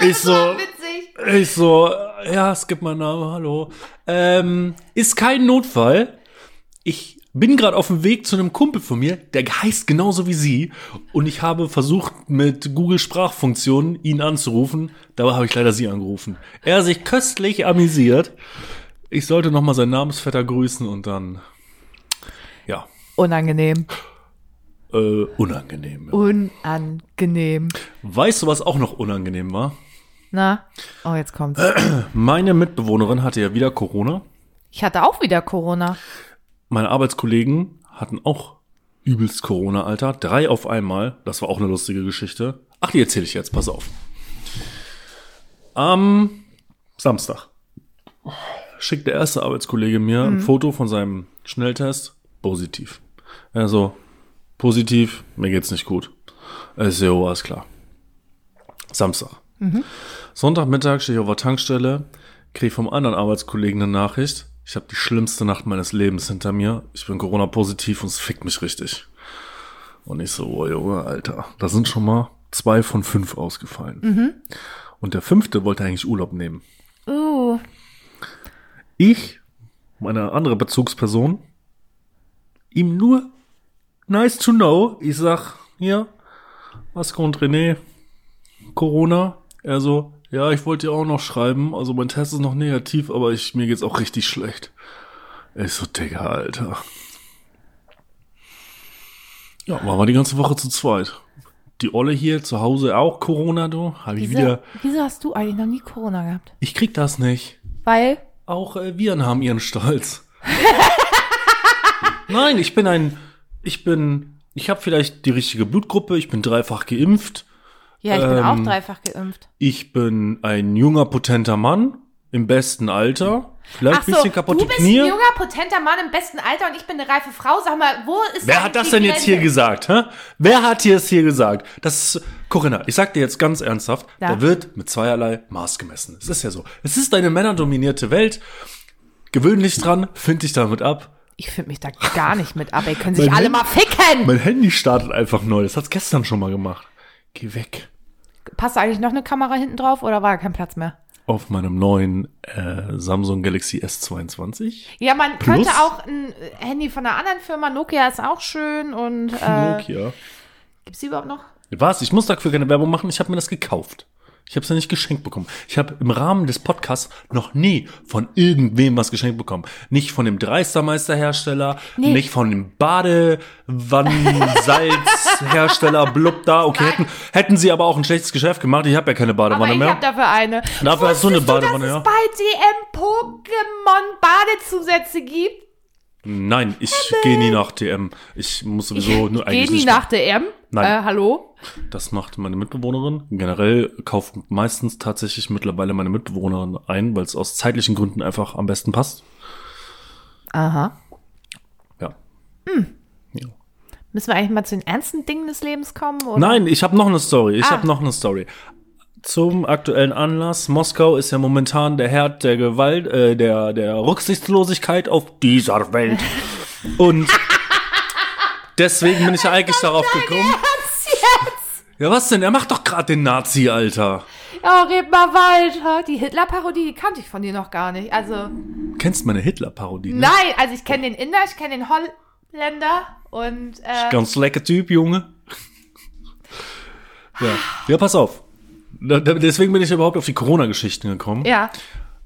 Speaker 1: ich so,
Speaker 2: Witzig.
Speaker 1: ich so, ja, es gibt meinen Namen, hallo. Ähm, ist kein Notfall. Ich bin gerade auf dem Weg zu einem Kumpel von mir, der heißt genauso wie sie. Und ich habe versucht, mit Google Sprachfunktionen ihn anzurufen. Dabei habe ich leider sie angerufen. Er hat sich köstlich amüsiert. Ich sollte nochmal seinen Namensvetter grüßen und dann, ja,
Speaker 2: Unangenehm.
Speaker 1: äh, unangenehm.
Speaker 2: Unangenehm.
Speaker 1: Weißt du, was auch noch unangenehm war?
Speaker 2: Na? Oh, jetzt kommt's.
Speaker 1: Meine Mitbewohnerin hatte ja wieder Corona.
Speaker 2: Ich hatte auch wieder Corona.
Speaker 1: meine Arbeitskollegen hatten auch übelst Corona, Alter. Drei auf einmal. Das war auch eine lustige Geschichte. Ach, die erzähle ich jetzt. Pass auf. Am Samstag schickt der erste Arbeitskollege mir ein Foto von seinem Schnelltest. Positiv. Also, positiv, mir geht's nicht gut. Ist ja alles klar. Samstag. Sonntagmittag stehe ich auf der Tankstelle, kriege vom anderen Arbeitskollegen eine Nachricht. Ich habe die schlimmste Nacht meines Lebens hinter mir. Ich bin Corona-positiv und es fickt mich richtig. Und ich so, oh Junge, Alter. Da sind schon mal zwei von fünf ausgefallen. Und der fünfte wollte eigentlich Urlaub nehmen.
Speaker 2: Uh.
Speaker 1: Ich, meine andere Bezugsperson, ihm nur nice to know. Ich sag, hier, was kommt René? Corona? Er so, ja, ich wollte dir auch noch schreiben. Also mein Test ist noch negativ, aber ich, mir geht's auch richtig schlecht. Ich so, Digga, Alter. Ja, waren wir die ganze Woche zu zweit. Die Olle hier zu Hause auch Corona, du? Hab ich
Speaker 2: Wieso,
Speaker 1: wieder.
Speaker 2: wieso hast du eigentlich noch nie Corona gehabt?
Speaker 1: Ich krieg das nicht.
Speaker 2: Weil
Speaker 1: Auch äh, Viren haben ihren Stolz. Nein, ich bin ein, ich bin, ich habe vielleicht die richtige Blutgruppe, ich bin dreifach geimpft,
Speaker 2: Ja, ich bin
Speaker 1: Ähm,
Speaker 2: auch dreifach geimpft.
Speaker 1: ich bin ein junger, potenter Mann im besten Alter, vielleicht ein bisschen kaputte
Speaker 2: du bist
Speaker 1: Knie.
Speaker 2: ein junger, potenter Mann im besten Alter und ich bin eine reife Frau. Sag mal, wo ist
Speaker 1: Wer
Speaker 2: eigentlich
Speaker 1: hat das
Speaker 2: die
Speaker 1: denn jetzt hier
Speaker 2: Grenze?
Speaker 1: gesagt? Hä? Wer hat hier es hier gesagt? Das ist, Corinna, ich sag dir jetzt ganz ernsthaft,
Speaker 2: Ja.
Speaker 1: da wird mit zweierlei Maß gemessen. Es ist ja so. Es ist eine männerdominierte Welt. Gewöhn dich dran, find dich damit ab.
Speaker 2: Ich finde mich da gar nicht mit ab. Ey, können sich
Speaker 1: Mein
Speaker 2: alle
Speaker 1: Handy-
Speaker 2: mal ficken.
Speaker 1: Mein Handy startet einfach neu. Das hat's gestern schon mal gemacht. Geh weg.
Speaker 2: Passt eigentlich noch eine Kamera hinten drauf oder war kein Platz mehr?
Speaker 1: Auf meinem neuen äh, Samsung Galaxy S22.
Speaker 2: Ja, man
Speaker 1: Plus?
Speaker 2: könnte auch ein äh, Handy von einer anderen Firma, Nokia ist auch schön und äh,
Speaker 1: Nokia.
Speaker 2: gibt's die überhaupt noch?
Speaker 1: Was? Ich muss dafür keine Werbung machen. Ich habe mir das gekauft. Ich habe es ja nicht geschenkt bekommen. Ich habe im Rahmen des Podcasts noch nie von irgendwem was geschenkt bekommen. Nicht von dem Dreistermeisterhersteller,
Speaker 2: Nee.
Speaker 1: nicht von dem Badewannensalzhersteller, blub da. Okay, hätten, hätten sie aber auch ein schlechtes Geschäft gemacht. Ich habe ja keine
Speaker 2: Aber
Speaker 1: Badewanne
Speaker 2: ich
Speaker 1: mehr.
Speaker 2: habe dafür eine.
Speaker 1: Dafür hast du eine
Speaker 2: Wusstest
Speaker 1: Badewanne,
Speaker 2: dass
Speaker 1: ja.
Speaker 2: es bei DM Pokémon Badezusätze gibt?
Speaker 1: Nein, ich gehe nie nach DM. Ich muss sowieso nur
Speaker 2: Geh
Speaker 1: eigentlich
Speaker 2: nie
Speaker 1: nicht.
Speaker 2: nach DM.
Speaker 1: Nein.
Speaker 2: Äh, hallo?
Speaker 1: Das macht meine Mitbewohnerin. Generell kauft meistens tatsächlich mittlerweile meine Mitbewohnerin ein, weil es aus zeitlichen Gründen einfach am besten passt.
Speaker 2: Aha.
Speaker 1: Ja. ja.
Speaker 2: Müssen wir eigentlich mal zu den ernsten Dingen des Lebens kommen? Oder?
Speaker 1: Nein, ich habe noch eine Story. Ich
Speaker 2: Ah.
Speaker 1: hab habe noch eine Story. Zum aktuellen Anlass. Moskau ist ja momentan der Herd der Gewalt, äh, der, der Rücksichtslosigkeit auf dieser Welt. Und deswegen bin ich ja eigentlich darauf gekommen. Ja, was denn? Er macht doch gerade den Nazi, Alter.
Speaker 2: Oh, red mal weiter. Die Hitler-Parodie, die kannte ich von dir noch gar nicht. Also,
Speaker 1: Kennst meine Hitler-Parodie? ne?
Speaker 2: nein, also ich kenne den Inder, ich kenne den Holländer und äh,
Speaker 1: Ganz lecker Typ, Junge. ja. ja, pass auf. Da- da- Deswegen bin ich überhaupt auf die Corona-Geschichten gekommen.
Speaker 2: ja.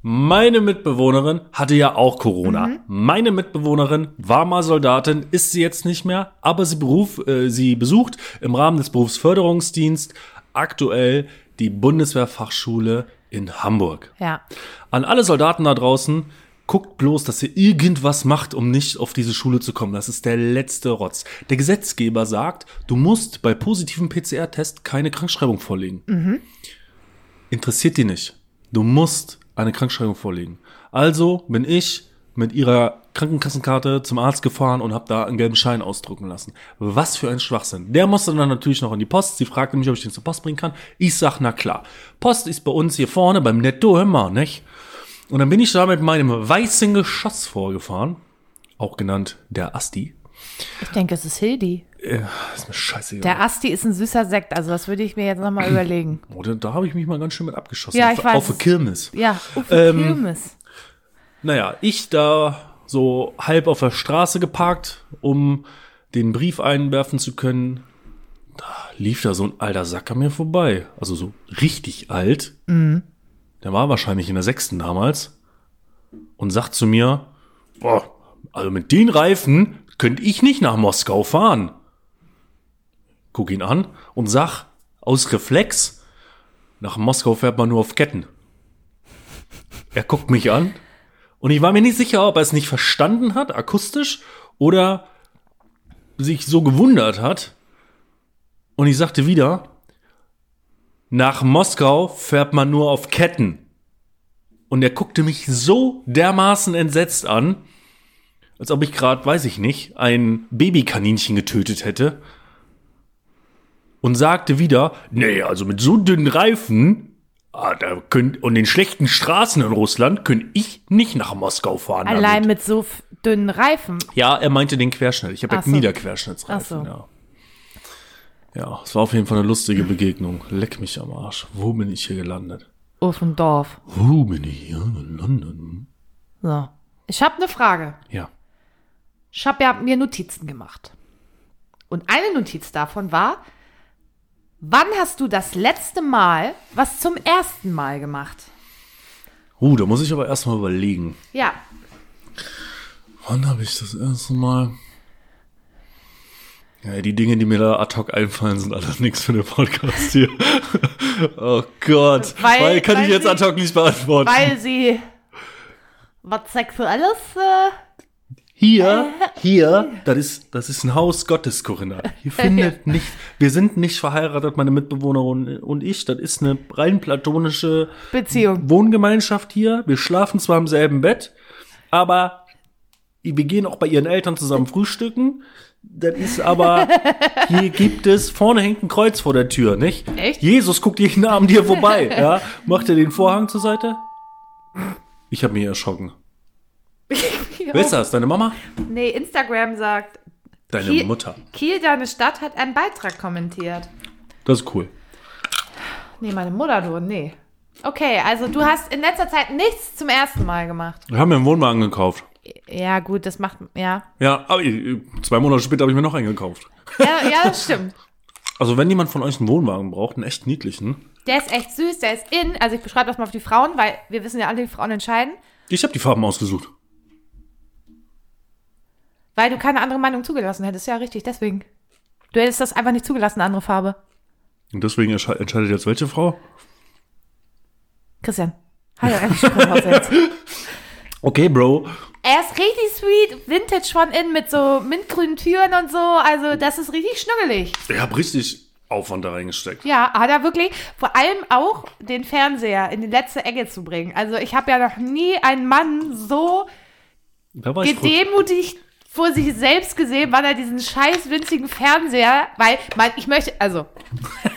Speaker 1: Meine Mitbewohnerin hatte ja auch Corona. Meine Mitbewohnerin war mal Soldatin, ist sie jetzt nicht mehr, aber sie, beruf, äh, sie besucht im Rahmen des Berufsförderungsdienst aktuell die Bundeswehrfachschule in Hamburg.
Speaker 2: Ja.
Speaker 1: An alle Soldaten da draußen, guckt bloß, dass ihr irgendwas macht, um nicht auf diese Schule zu kommen. Das ist der letzte Rotz. Der Gesetzgeber sagt, du musst bei positivem PCR-Test keine Krankschreibung vorlegen. Interessiert die nicht. Du musst eine Krankschreibung vorlegen. Also bin ich mit ihrer Krankenkassenkarte zum Arzt gefahren und habe da einen gelben Schein ausdrucken lassen. Was für ein Schwachsinn. Der musste dann natürlich noch in die Post. Sie fragte mich, ob ich den zur Post bringen kann. Ich sag, na klar. Post ist bei uns hier vorne beim Netto, hör mal, nicht? Und dann bin ich da mit meinem weißen Geschoss vorgefahren, auch genannt der Asti.
Speaker 2: Ich denke, es ist Hildi.
Speaker 1: Ist mir scheißegal.
Speaker 2: Der Asti ist ein süßer Sekt, also das würde ich mir jetzt nochmal überlegen.
Speaker 1: oh, da da habe ich mich mal ganz schön mit abgeschossen.
Speaker 2: Ja,
Speaker 1: Auf-
Speaker 2: ich weiß.
Speaker 1: Auf der Kirmes.
Speaker 2: Ja, Uwe
Speaker 1: Ähm,
Speaker 2: Kirmes.
Speaker 1: Naja, ich da so halb auf der Straße geparkt, um den Brief einwerfen zu können. Da lief da so ein alter Sack an mir vorbei. Also so richtig alt. Der war wahrscheinlich in der sechsten damals. Und sagt zu mir, "Boah, also mit den Reifen könnte ich nicht nach Moskau fahren. Guck ihn an und sag aus Reflex, nach Moskau fährt man nur auf Ketten. Er guckt mich an und ich war mir nicht sicher, ob er es nicht verstanden hat, akustisch, oder sich so gewundert hat. Und ich sagte wieder, nach Moskau fährt man nur auf Ketten. Und er guckte mich so dermaßen entsetzt an, als ob ich gerade, weiß ich nicht, ein Babykaninchen getötet hätte. Und sagte wieder, nee, also mit so dünnen Reifen Ah, da könnt, und den schlechten Straßen in Russland können ich nicht nach Moskau fahren. damit.
Speaker 2: Allein mit so f- dünnen Reifen.
Speaker 1: Ja, er meinte den Querschnitt. Ich habe
Speaker 2: Ach
Speaker 1: ja
Speaker 2: so.
Speaker 1: Niederquerschnittsreifen.
Speaker 2: Ach so.
Speaker 1: Ja. ja, es war auf jeden Fall eine lustige Begegnung. Leck mich am Arsch. Wo bin ich hier gelandet?
Speaker 2: Uffendorf.
Speaker 1: Wo bin ich hier gelandet?
Speaker 2: So. Ich habe eine Frage.
Speaker 1: Ja.
Speaker 2: Ich habe ja mir Notizen gemacht. Und eine Notiz davon war, wann hast du das letzte Mal was zum ersten Mal gemacht?
Speaker 1: Uh, da muss ich aber erstmal überlegen.
Speaker 2: Ja,
Speaker 1: Wann habe ich das erste Mal? Ja, die Dinge, die mir da ad hoc einfallen, sind alles nichts für den Podcast hier. oh Gott.
Speaker 2: Weil-
Speaker 1: Weil, kann
Speaker 2: weil
Speaker 1: ich jetzt
Speaker 2: sie-
Speaker 1: ad hoc nicht beantworten.
Speaker 2: weil sie was Sexuelles. Äh,
Speaker 1: Hier, hier, das ist, das ist ein Haus Gottes, Corinna. Hier findet nicht, wir sind nicht verheiratet, meine Mitbewohnerin und ich. Das ist eine rein platonische
Speaker 2: Beziehung.
Speaker 1: Wohngemeinschaft hier. Wir schlafen zwar im selben Bett, aber wir gehen auch bei ihren Eltern zusammen frühstücken. Das ist aber, hier gibt es, vorne hängt ein Kreuz vor der Tür, nicht?
Speaker 2: Echt?
Speaker 1: Jesus guckt jeden Abend hier vorbei, ja? Macht er den Vorhang zur Seite? Ich habe mich erschrocken. Wer ist das? Deine Mama?
Speaker 2: Nee, Instagram sagt,
Speaker 1: Deine
Speaker 2: Kiel-
Speaker 1: Mutter.
Speaker 2: Kiel, deine Stadt, hat einen Beitrag kommentiert.
Speaker 1: Das ist cool.
Speaker 2: Nee, meine Mutter nur, nee. Okay, also du hast in letzter Zeit nichts zum ersten Mal gemacht.
Speaker 1: Wir haben mir einen Wohnwagen gekauft.
Speaker 2: Ja, gut, das macht, ja.
Speaker 1: Ja, aber ich- zwei Monate später habe ich mir noch einen gekauft.
Speaker 2: Ja, ja das stimmt.
Speaker 1: Also wenn jemand von euch einen Wohnwagen braucht, einen echt niedlichen.
Speaker 2: Der ist echt süß, der ist in. Also ich beschreibe das mal auf die Frauen, weil wir wissen ja alle, die Frauen entscheiden.
Speaker 1: Ich habe die Farben ausgesucht.
Speaker 2: Weil du keine andere Meinung zugelassen hättest. Ja, richtig, deswegen. Du hättest das einfach nicht zugelassen, eine andere Farbe.
Speaker 1: Und deswegen ersche- entscheidet jetzt welche Frau?
Speaker 2: Christian. Hat er einfach schon raus jetzt.
Speaker 1: Okay, Bro.
Speaker 2: Er ist richtig sweet, vintage von innen mit so mintgrünen Türen und so. Also, das ist richtig schnuggelig.
Speaker 1: Ich habe richtig Aufwand da reingesteckt.
Speaker 2: Ja, hat er wirklich vor allem auch den Fernseher in die letzte Ecke zu bringen. Also, ich habe ja noch nie einen Mann so
Speaker 1: Da war ich kurz-
Speaker 2: gedemütigt vor sich selbst gesehen, wann er diesen scheiß winzigen Fernseher, weil man, ich möchte, also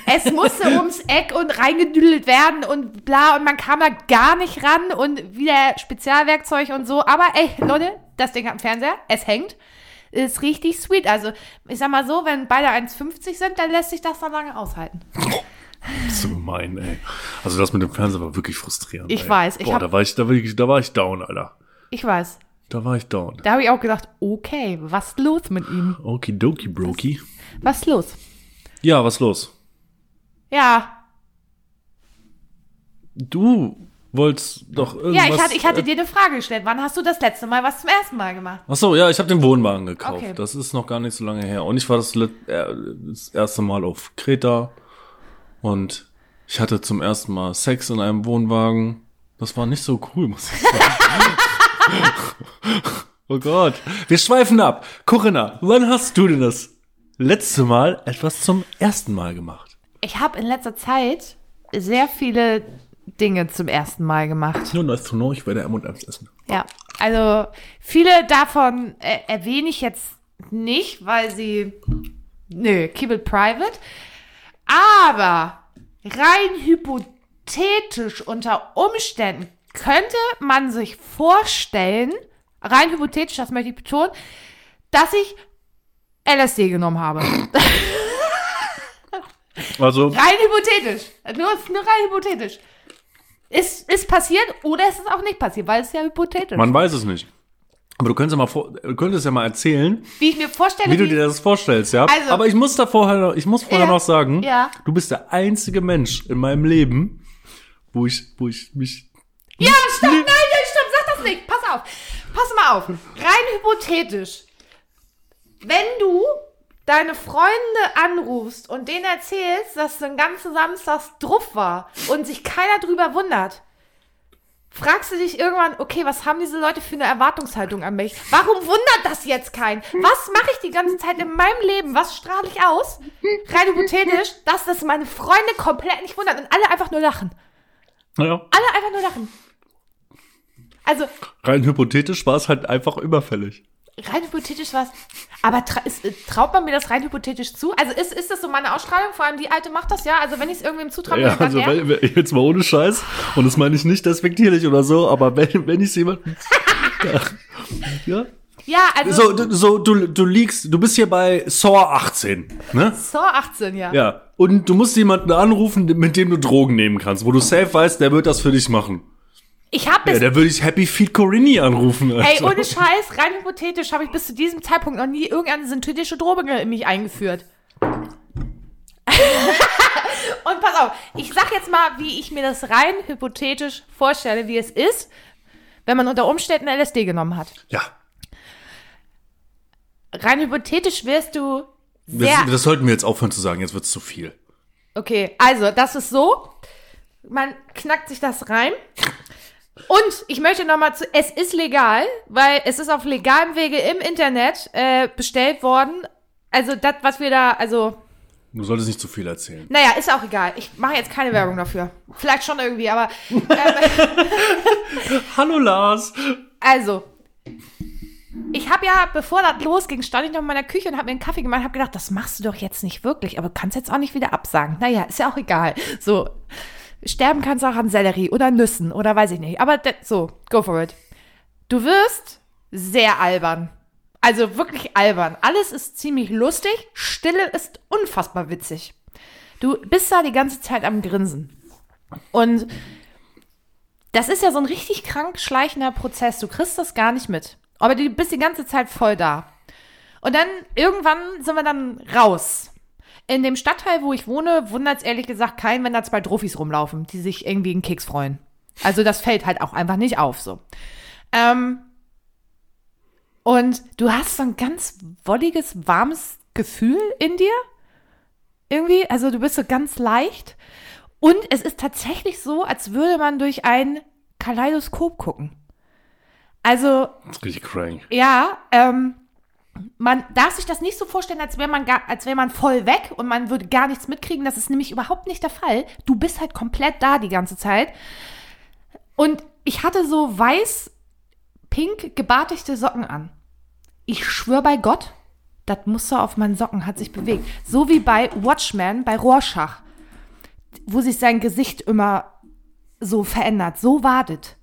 Speaker 2: es musste ums Eck und reingedüdelt werden und bla und man kam da gar nicht ran und wieder Spezialwerkzeug und so, aber ey, Leute, das Ding hat einen Fernseher, es hängt, ist richtig sweet, also ich sag mal so, wenn beide 1,50 sind, dann lässt sich das noch lange aushalten.
Speaker 1: zu gemein, ey. Also das mit dem Fernseher war wirklich frustrierend.
Speaker 2: Ich
Speaker 1: ey.
Speaker 2: weiß, ich
Speaker 1: Boah,
Speaker 2: hab-
Speaker 1: da war ich, da war ich, da war ich down, Alter.
Speaker 2: Ich weiß,
Speaker 1: Da war ich down.
Speaker 2: da habe ich auch gedacht, okay, was ist los mit ihm?
Speaker 1: Okidoki, Brokey.
Speaker 2: Was ist los?
Speaker 1: Ja, was los?
Speaker 2: Ja,
Speaker 1: Du wolltest doch irgendwas.
Speaker 2: Ja, ich hatte, ich hatte
Speaker 1: äh,
Speaker 2: dir eine Frage gestellt. Wann hast du das letzte Mal was zum ersten Mal gemacht?
Speaker 1: Ach so, ja, ich habe den Wohnwagen gekauft.
Speaker 2: Okay.
Speaker 1: Das ist noch gar nicht so lange her. Und ich war das, let- äh, das erste Mal auf Kreta und ich hatte zum ersten Mal Sex in einem Wohnwagen. Das war nicht so cool, muss ich sagen. oh Gott. Wir schweifen ab. Corinna, wann hast du denn das letzte Mal etwas zum ersten Mal gemacht?
Speaker 2: Ich habe in letzter Zeit sehr viele Dinge zum ersten Mal gemacht.
Speaker 1: Nur neues Tournoi, ich werde M&M's essen.
Speaker 2: Ja, also viele davon äh, erwähne ich jetzt nicht, weil sie, nö, keep it private. Aber rein hypothetisch unter Umständen könnte man sich vorstellen, rein hypothetisch, das möchte ich betonen, dass ich LSD genommen habe.
Speaker 1: Also,
Speaker 2: Rein hypothetisch. Nur, nur rein hypothetisch. Ist, ist passiert oder ist es auch nicht passiert, weil es ja hypothetisch.
Speaker 1: man weiß es nicht. Aber du könntest ja mal, vor, du könntest ja mal erzählen,
Speaker 2: wie ich mir vorstelle,
Speaker 1: Wie du
Speaker 2: wie-
Speaker 1: dir das vorstellst, ja.
Speaker 2: Also-
Speaker 1: Aber ich muss da vorher, noch- ich muss vorher
Speaker 2: Ja,
Speaker 1: noch sagen,
Speaker 2: ja.
Speaker 1: du bist der einzige Mensch in meinem Leben, wo ich, wo ich mich.
Speaker 2: Ja, stopp, nein, nein, stopp, sag das nicht. Pass auf. Pass mal auf. Rein hypothetisch. Wenn du deine Freunde anrufst und denen erzählst, dass du den ganzen Samstag drauf war und sich keiner drüber wundert, fragst du dich irgendwann, okay, was haben diese Leute für eine Erwartungshaltung an mich? Warum wundert das jetzt keinen? Was mache ich die ganze Zeit in meinem Leben? Was strahle ich aus? Rein hypothetisch, dass das meine Freunde komplett nicht wundert und alle einfach nur lachen.
Speaker 1: Naja,
Speaker 2: Alle einfach nur lachen. Also,
Speaker 1: rein hypothetisch war es halt einfach überfällig.
Speaker 2: rein hypothetisch was. Aber tra ist, äh, traut man mir das rein hypothetisch zu? Also, ist, ist das so meine Ausstrahlung? Vor allem die Alte macht das ja. Also, wenn ich es irgendwem zutraue,
Speaker 1: Ja,
Speaker 2: ja,
Speaker 1: also
Speaker 2: ja.
Speaker 1: wenn, wenn- jetzt mal ohne Scheiß, und das meine ich nicht despektierlich oder so, aber wenn, wenn ich jemanden. ja.
Speaker 2: ja, also.
Speaker 1: So, du- so du, du liegst, du bist hier bei Saw 18, ne?
Speaker 2: so 18, ja.
Speaker 1: Ja. Und du musst jemanden anrufen, mit dem du Drogen nehmen kannst, wo du safe weißt, der wird das für dich machen.
Speaker 2: Ich habe
Speaker 1: Ja,
Speaker 2: bis.
Speaker 1: da würde ich Happy Feet Corini anrufen. also.
Speaker 2: ey,
Speaker 1: Alter.
Speaker 2: ohne Scheiß, rein hypothetisch habe ich bis zu diesem Zeitpunkt noch nie irgendeine synthetische Droge in mich eingeführt. Und pass auf, ich sag jetzt mal, wie ich mir das rein hypothetisch vorstelle, wie es ist, wenn man unter Umständen LSD genommen hat.
Speaker 1: Ja,
Speaker 2: rein hypothetisch wirst du
Speaker 1: das,
Speaker 2: sehr.
Speaker 1: das sollten wir jetzt aufhören zu sagen, jetzt wird's zu viel.
Speaker 2: Okay, also das ist so. Man knackt sich das rein. Und ich möchte nochmal zu, es ist legal, weil es ist auf legalem Wege im Internet äh, bestellt worden. Also das, was wir da, also,
Speaker 1: Du solltest nicht zu viel erzählen.
Speaker 2: naja, ist auch egal. Ich mache jetzt keine Werbung dafür. Vielleicht schon irgendwie, aber
Speaker 1: Hallo Lars.
Speaker 2: Also, ich habe ja, bevor das losging, stand ich noch in meiner Küche und habe mir einen Kaffee gemacht und habe gedacht, das machst du doch jetzt nicht wirklich, aber du kannst jetzt auch nicht wieder absagen. Naja, ist ja auch egal. So, sterben kannst du auch an Sellerie oder Nüssen oder weiß ich nicht. Aber de- so, go for it. Du wirst sehr albern. Also wirklich albern. Alles ist ziemlich lustig, Stille ist unfassbar witzig. Du bist da die ganze Zeit am Grinsen. Und das ist ja so ein richtig krank schleichender Prozess. Du kriegst das gar nicht mit. Aber du bist die ganze Zeit voll da. Und dann irgendwann sind wir dann raus. In dem Stadtteil, wo ich wohne, wundert es ehrlich gesagt keinen, wenn da zwei Trophys rumlaufen, die sich irgendwie einen Keks freuen. Also das fällt halt auch einfach nicht auf so. Ähm, und du hast so ein ganz wolliges, warmes Gefühl in dir. Irgendwie, also du bist so ganz leicht. Und es ist tatsächlich so, als würde man durch ein Kaleidoskop gucken. Also,
Speaker 1: Das ist richtig crank.
Speaker 2: ja, ähm, man darf sich das nicht so vorstellen, als wäre man, gar- als wäre man voll weg und man würde gar nichts mitkriegen. Das ist nämlich überhaupt nicht der Fall. Du bist halt komplett da die ganze Zeit. Und ich hatte so weiß-pink gebartigte Socken an. Ich schwöre bei Gott, das Muster auf meinen Socken hat sich bewegt. So wie bei Watchmen, bei Rorschach, wo sich sein Gesicht immer so verändert. So wartet.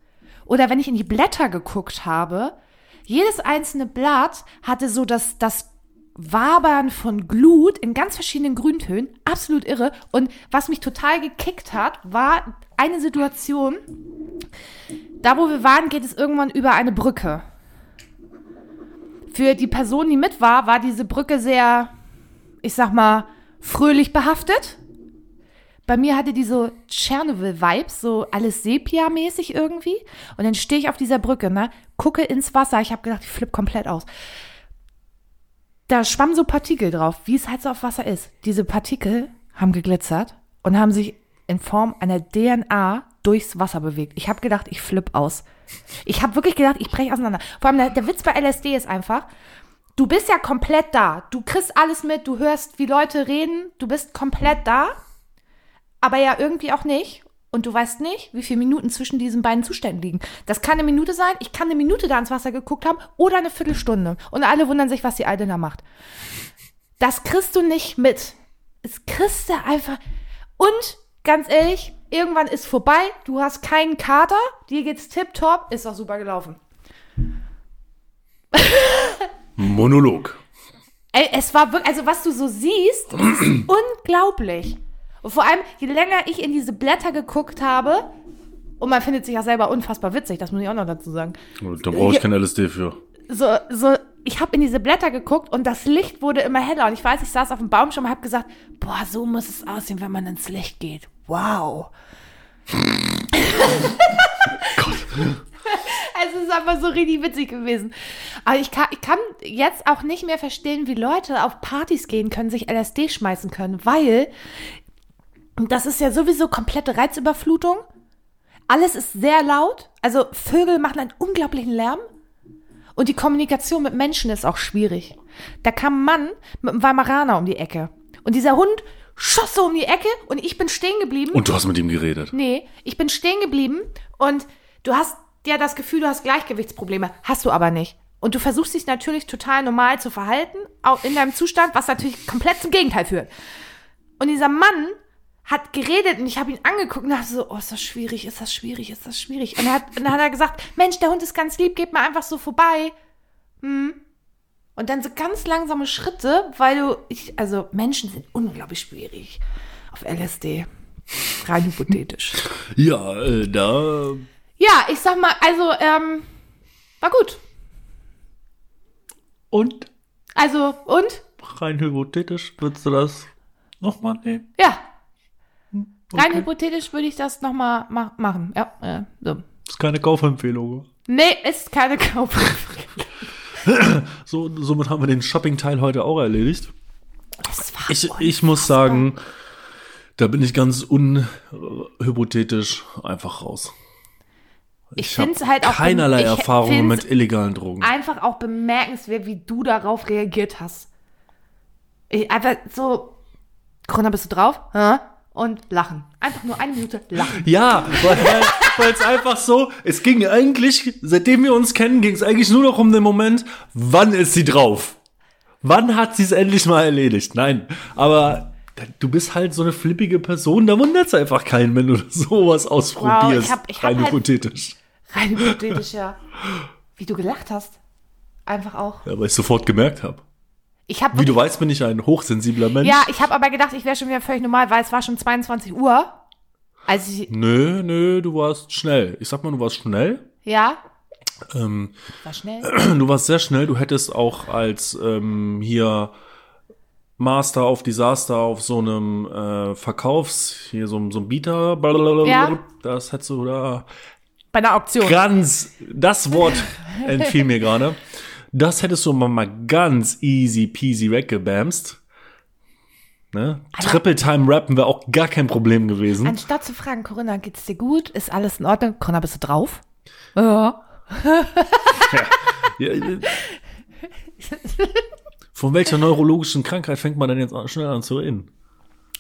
Speaker 2: Oder wenn ich in die Blätter geguckt habe, jedes einzelne Blatt hatte so das, das Wabern von Glut in ganz verschiedenen Grüntönen. Absolut irre. Und was mich total gekickt hat, war eine Situation, da wo wir waren, geht es irgendwann über eine Brücke. Für die Person, die mit war, war diese Brücke sehr, ich sag mal, fröhlich behaftet. Bei mir hatte die so Tschernobyl-Vibes, so alles Sepia-mäßig irgendwie. Und dann stehe ich auf dieser Brücke, ne? gucke ins Wasser. Ich habe gedacht, ich flippe komplett aus. Da schwammen so Partikel drauf, wie es halt so auf Wasser ist. Diese Partikel haben geglitzert und haben sich in Form einer DNA durchs Wasser bewegt. Ich habe gedacht, ich flippe aus. Ich habe wirklich gedacht, ich breche auseinander. Vor allem der, der Witz bei LSD ist einfach, du bist ja komplett da. Du kriegst alles mit, du hörst, wie Leute reden, du bist komplett da aber ja irgendwie auch nicht. Und du weißt nicht, wie viele Minuten zwischen diesen beiden Zuständen liegen. Das kann eine Minute sein, ich kann eine Minute da ins Wasser geguckt haben oder eine Viertelstunde. Und alle wundern sich, was die Alte da macht. Das kriegst du nicht mit. Das kriegst du einfach. Und ganz ehrlich, irgendwann ist vorbei, du hast keinen Kater, dir geht's tipptopp, ist auch super gelaufen.
Speaker 1: Monolog.
Speaker 2: Ey, es war wirklich, also was du so siehst, ist unglaublich. Und vor allem, je länger ich in diese Blätter geguckt habe, und man findet sich ja selber unfassbar witzig, das muss ich auch noch dazu sagen.
Speaker 1: Da brauche ich kein LSD für.
Speaker 2: So, so, ich habe in diese Blätter geguckt und das Licht wurde immer heller. Und ich weiß, ich saß auf dem Baumstamm und habe gesagt, boah, so muss es aussehen, wenn man ins Licht geht. Wow. Also es ist einfach so richtig witzig gewesen. Aber ich kann, ich kann jetzt auch nicht mehr verstehen, wie Leute auf Partys gehen können, sich LSD schmeißen können, weil das ist ja sowieso komplette Reizüberflutung. Alles ist sehr laut. Also Vögel machen einen unglaublichen Lärm. Und die Kommunikation mit Menschen ist auch schwierig. Da kam ein Mann mit einem Weimaraner um die Ecke. Und dieser Hund schoss so um die Ecke und ich bin stehen geblieben.
Speaker 1: Und du hast mit ihm geredet.
Speaker 2: Nee, ich bin stehen geblieben und du hast ja das Gefühl, du hast Gleichgewichtsprobleme. Hast du aber nicht. Und du versuchst dich natürlich total normal zu verhalten, auch in deinem Zustand, was natürlich komplett zum Gegenteil führt. Und dieser Mann hat geredet und ich habe ihn angeguckt und dachte so, oh, ist das schwierig, ist das schwierig, ist das schwierig. Und, er hat, und dann hat er gesagt, Mensch, der Hund ist ganz lieb, geht mal einfach so vorbei. Hm. Und dann so ganz langsame Schritte, weil du, ich, also Menschen sind unglaublich schwierig auf LSD. Rein hypothetisch.
Speaker 1: Ja, äh, da
Speaker 2: Ja, ich sag mal, also, ähm, war gut.
Speaker 1: Und
Speaker 2: Also, und?
Speaker 1: rein hypothetisch würdest du das nochmal nehmen?
Speaker 2: Ja. Rein hypothetisch würde ich das nochmal ma machen. Ja, äh, so.
Speaker 1: ist keine Kaufempfehlung.
Speaker 2: Nee, ist keine Kauf.
Speaker 1: So, somit haben wir den Shopping-Teil heute auch erledigt.
Speaker 2: Das war
Speaker 1: Ich, ich muss sagen, da bin ich ganz unhypothetisch einfach raus.
Speaker 2: ich
Speaker 1: hab
Speaker 2: find's halt auch
Speaker 1: keinerlei
Speaker 2: ich
Speaker 1: Erfahrungen
Speaker 2: find's
Speaker 1: mit illegalen Drogen.
Speaker 2: Einfach auch bemerkenswert, wie du darauf reagiert hast. Ich, einfach so, Corona, bist du drauf? Hä? Und lachen. Einfach nur eine Minute lachen.
Speaker 1: Ja, weil es einfach so, es ging eigentlich, seitdem wir uns kennen, ging es eigentlich nur noch um den Moment, wann ist sie drauf? Wann hat sie es endlich mal erledigt? Nein, aber da- du bist halt so eine flippige Person, da wundert es einfach keinen, wenn du sowas ausprobierst.
Speaker 2: Wow, ich hab- ich hab
Speaker 1: rein
Speaker 2: halt-
Speaker 1: hypothetisch.
Speaker 2: Rein hypothetisch, ja. Wie du gelacht hast. Einfach auch.
Speaker 1: Ja, weil ich sofort gemerkt habe.
Speaker 2: Ich habe
Speaker 1: Wie du weißt, bin ich ein hochsensibler Mensch.
Speaker 2: Ja, ich habe aber gedacht, ich wäre schon wieder völlig normal, weil es war schon 22 Uhr. Also, ich,
Speaker 1: Nö, nö, du warst schnell. Ich sag mal, du warst schnell.
Speaker 2: ja,
Speaker 1: Ähm,
Speaker 2: war schnell.
Speaker 1: du warst sehr schnell. Du hättest auch als ähm, hier Master auf Disaster auf so einem äh, Verkaufs, hier so, einem- so einem Bieter, blablabla,
Speaker 2: Ja.
Speaker 1: das hättest du da
Speaker 2: Bei einer Auktion.
Speaker 1: ganz, das Wort entfiel mir gerade. Das hättest du mal, mal ganz easy peasy weggebamst. Ne? Triple Time Rappen wäre auch gar kein Problem gewesen.
Speaker 2: Anstatt zu fragen, Corinna, geht's dir gut? Ist alles in Ordnung? Corinna, bist du drauf? Ja.
Speaker 1: Ja, äh, Von welcher neurologischen Krankheit fängt man denn jetzt an- schnell an zu reden?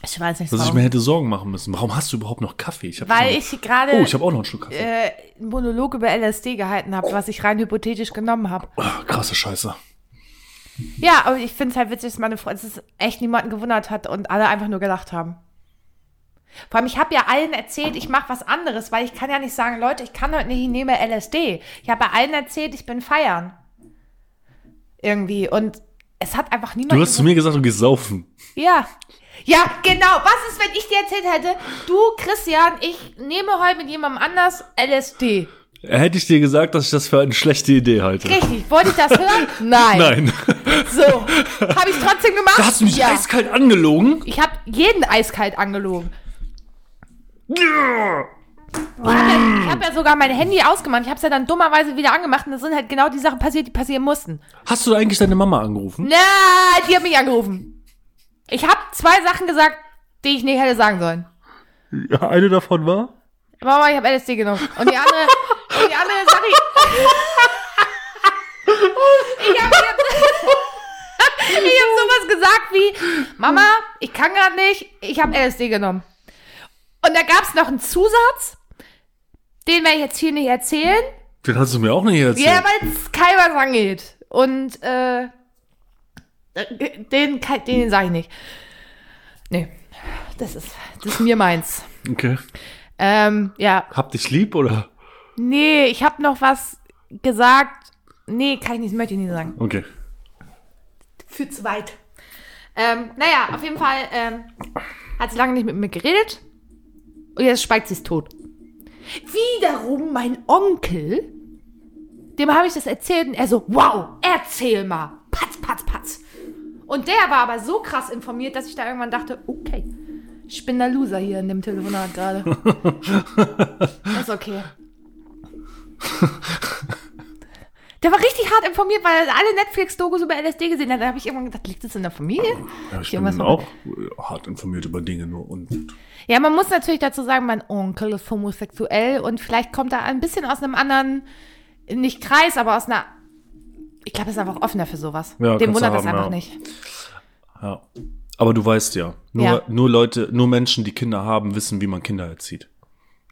Speaker 2: Ich weiß nicht,
Speaker 1: Dass ich
Speaker 2: warum.
Speaker 1: mir hätte Sorgen machen müssen. Warum hast du überhaupt noch Kaffee? Ich hab
Speaker 2: Weil
Speaker 1: schon-
Speaker 2: ich gerade
Speaker 1: Oh, ich habe auch noch einen Schluck Kaffee.
Speaker 2: äh, einen Monolog über LSD gehalten habe, was ich rein hypothetisch genommen habe.
Speaker 1: Ah, krasse Scheiße.
Speaker 2: Ja, aber ich finde es halt witzig, dass meine Freundin es echt niemanden gewundert hat und alle einfach nur gelacht haben. Vor allem, ich habe ja allen erzählt, ich mache was anderes, weil ich kann ja nicht sagen, Leute, ich kann heute nicht, ich nehme LSD. Ich habe allen erzählt, ich bin feiern. Irgendwie. Und es hat einfach niemand
Speaker 1: Du hast zu mir gesagt, du gehst saufen.
Speaker 2: ja. Ja, genau. Was ist, wenn ich dir erzählt hätte, du, Christian, ich nehme heute mit jemandem anders LSD.
Speaker 1: Hätte ich dir gesagt, dass ich das für eine schlechte Idee halte.
Speaker 2: Richtig. Wollte ich das hören? Nein.
Speaker 1: Nein.
Speaker 2: So. Habe ich trotzdem gemacht?
Speaker 1: Da hast du mich
Speaker 2: ja.
Speaker 1: eiskalt angelogen.
Speaker 2: Ich habe jeden eiskalt angelogen. Ich habe ja sogar mein Handy ausgemacht. Ich habe es ja dann dummerweise wieder angemacht. Und da sind halt genau die Sachen passiert, die passieren mussten.
Speaker 1: Hast du eigentlich deine Mama angerufen?
Speaker 2: Na, die hat mich angerufen. Ich habe zwei Sachen gesagt, die ich nicht hätte sagen sollen.
Speaker 1: Ja, eine davon war?
Speaker 2: Mama, ich habe LSD genommen. Und die andere, und die andere Sache. Ich, ich habe ich hab, ich hab sowas gesagt wie, Mama, ich kann gerade nicht, ich habe LSD genommen. Und da gab es noch einen Zusatz, den werde ich jetzt hier nicht erzählen,
Speaker 1: Den hast du mir auch nicht erzählt.
Speaker 2: ja, weil es keinem was angeht. Und äh, den, kann- den sage ich nicht. Nee, das ist, das ist mir meins.
Speaker 1: okay.
Speaker 2: Ähm, ja,
Speaker 1: Hab dich lieb, oder?
Speaker 2: Nee, ich habe noch was gesagt. Nee, kann ich nicht, möchte ich nicht sagen.
Speaker 1: Okay.
Speaker 2: Fühlt zu weit. Ähm, naja, auf jeden Fall ähm, hat sie lange nicht mit mir geredet. Und jetzt schweigt sie es tot. Wiederum mein Onkel, dem habe ich das erzählt und er so, wow, erzähl mal. Patz, patz, patz. Und der war aber so krass informiert, dass ich da irgendwann dachte, okay, ich bin der Loser hier in dem Telefonat gerade. Ist okay. Der war richtig hart informiert, weil er alle Netflix-Dokus über LSD gesehen hat. Da habe ich irgendwann gedacht, liegt das in der Familie?
Speaker 1: Ja, ich
Speaker 2: Irgendwas
Speaker 1: bin auch äh, hart informiert über Dinge nur und.
Speaker 2: Ja, man muss natürlich dazu sagen, mein Onkel ist homosexuell und vielleicht kommt er ein bisschen aus einem anderen, nicht Kreis, aber aus einer. Ich glaube, er ist einfach offener für sowas.
Speaker 1: Ja,
Speaker 2: Dem
Speaker 1: kannst du
Speaker 2: wundert das
Speaker 1: haben, ja.
Speaker 2: einfach nicht.
Speaker 1: Ja. Aber du weißt ja nur,
Speaker 2: Ja.
Speaker 1: nur Leute, nur Menschen, die Kinder haben, wissen, wie man Kinder erzieht.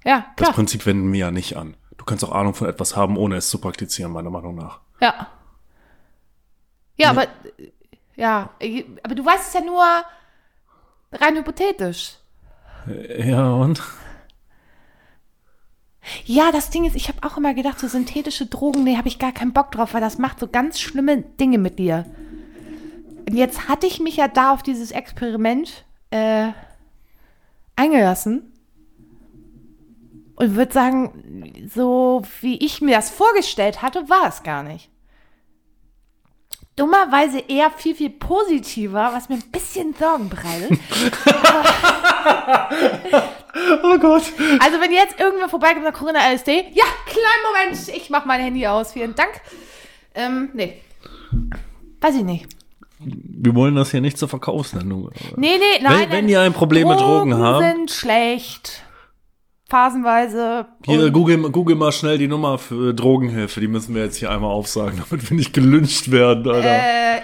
Speaker 2: Ja,
Speaker 1: Das
Speaker 2: klar.
Speaker 1: Prinzip wenden wir ja nicht an. Du kannst auch Ahnung von etwas haben, ohne es zu praktizieren, meiner Meinung nach.
Speaker 2: Ja. Ja,
Speaker 1: Mhm.
Speaker 2: aber. Ja, aber du weißt es ja nur rein hypothetisch.
Speaker 1: Ja, und?
Speaker 2: Ja, das Ding ist, ich habe auch immer gedacht, so synthetische Drogen, nee, habe ich gar keinen Bock drauf, weil das macht so ganz schlimme Dinge mit dir. Und jetzt hatte ich mich ja da auf dieses Experiment äh, eingelassen und würde sagen, so wie ich mir das vorgestellt hatte, war es gar nicht. Dummerweise eher viel, viel positiver, was mir ein bisschen Sorgen bereitet.
Speaker 1: Oh Gott.
Speaker 2: Also, wenn jetzt irgendwer vorbeikommt und sagt, Corinna LSD, ja, kleinen Moment, ich mach mein Handy aus, vielen Dank. Ähm, nee. Weiß ich nicht.
Speaker 1: Wir wollen das hier nicht zur Verkaufssendung.
Speaker 2: Nee, nee, nein.
Speaker 1: wenn, wenn
Speaker 2: nein.
Speaker 1: ihr ein Problem mit Drogen habt,
Speaker 2: sind schlecht. Phasenweise.
Speaker 1: hier,
Speaker 2: Und-
Speaker 1: google, google mal schnell die Nummer für Drogenhilfe. Die müssen wir jetzt hier einmal aufsagen, damit wir nicht gelünscht werden, Alter.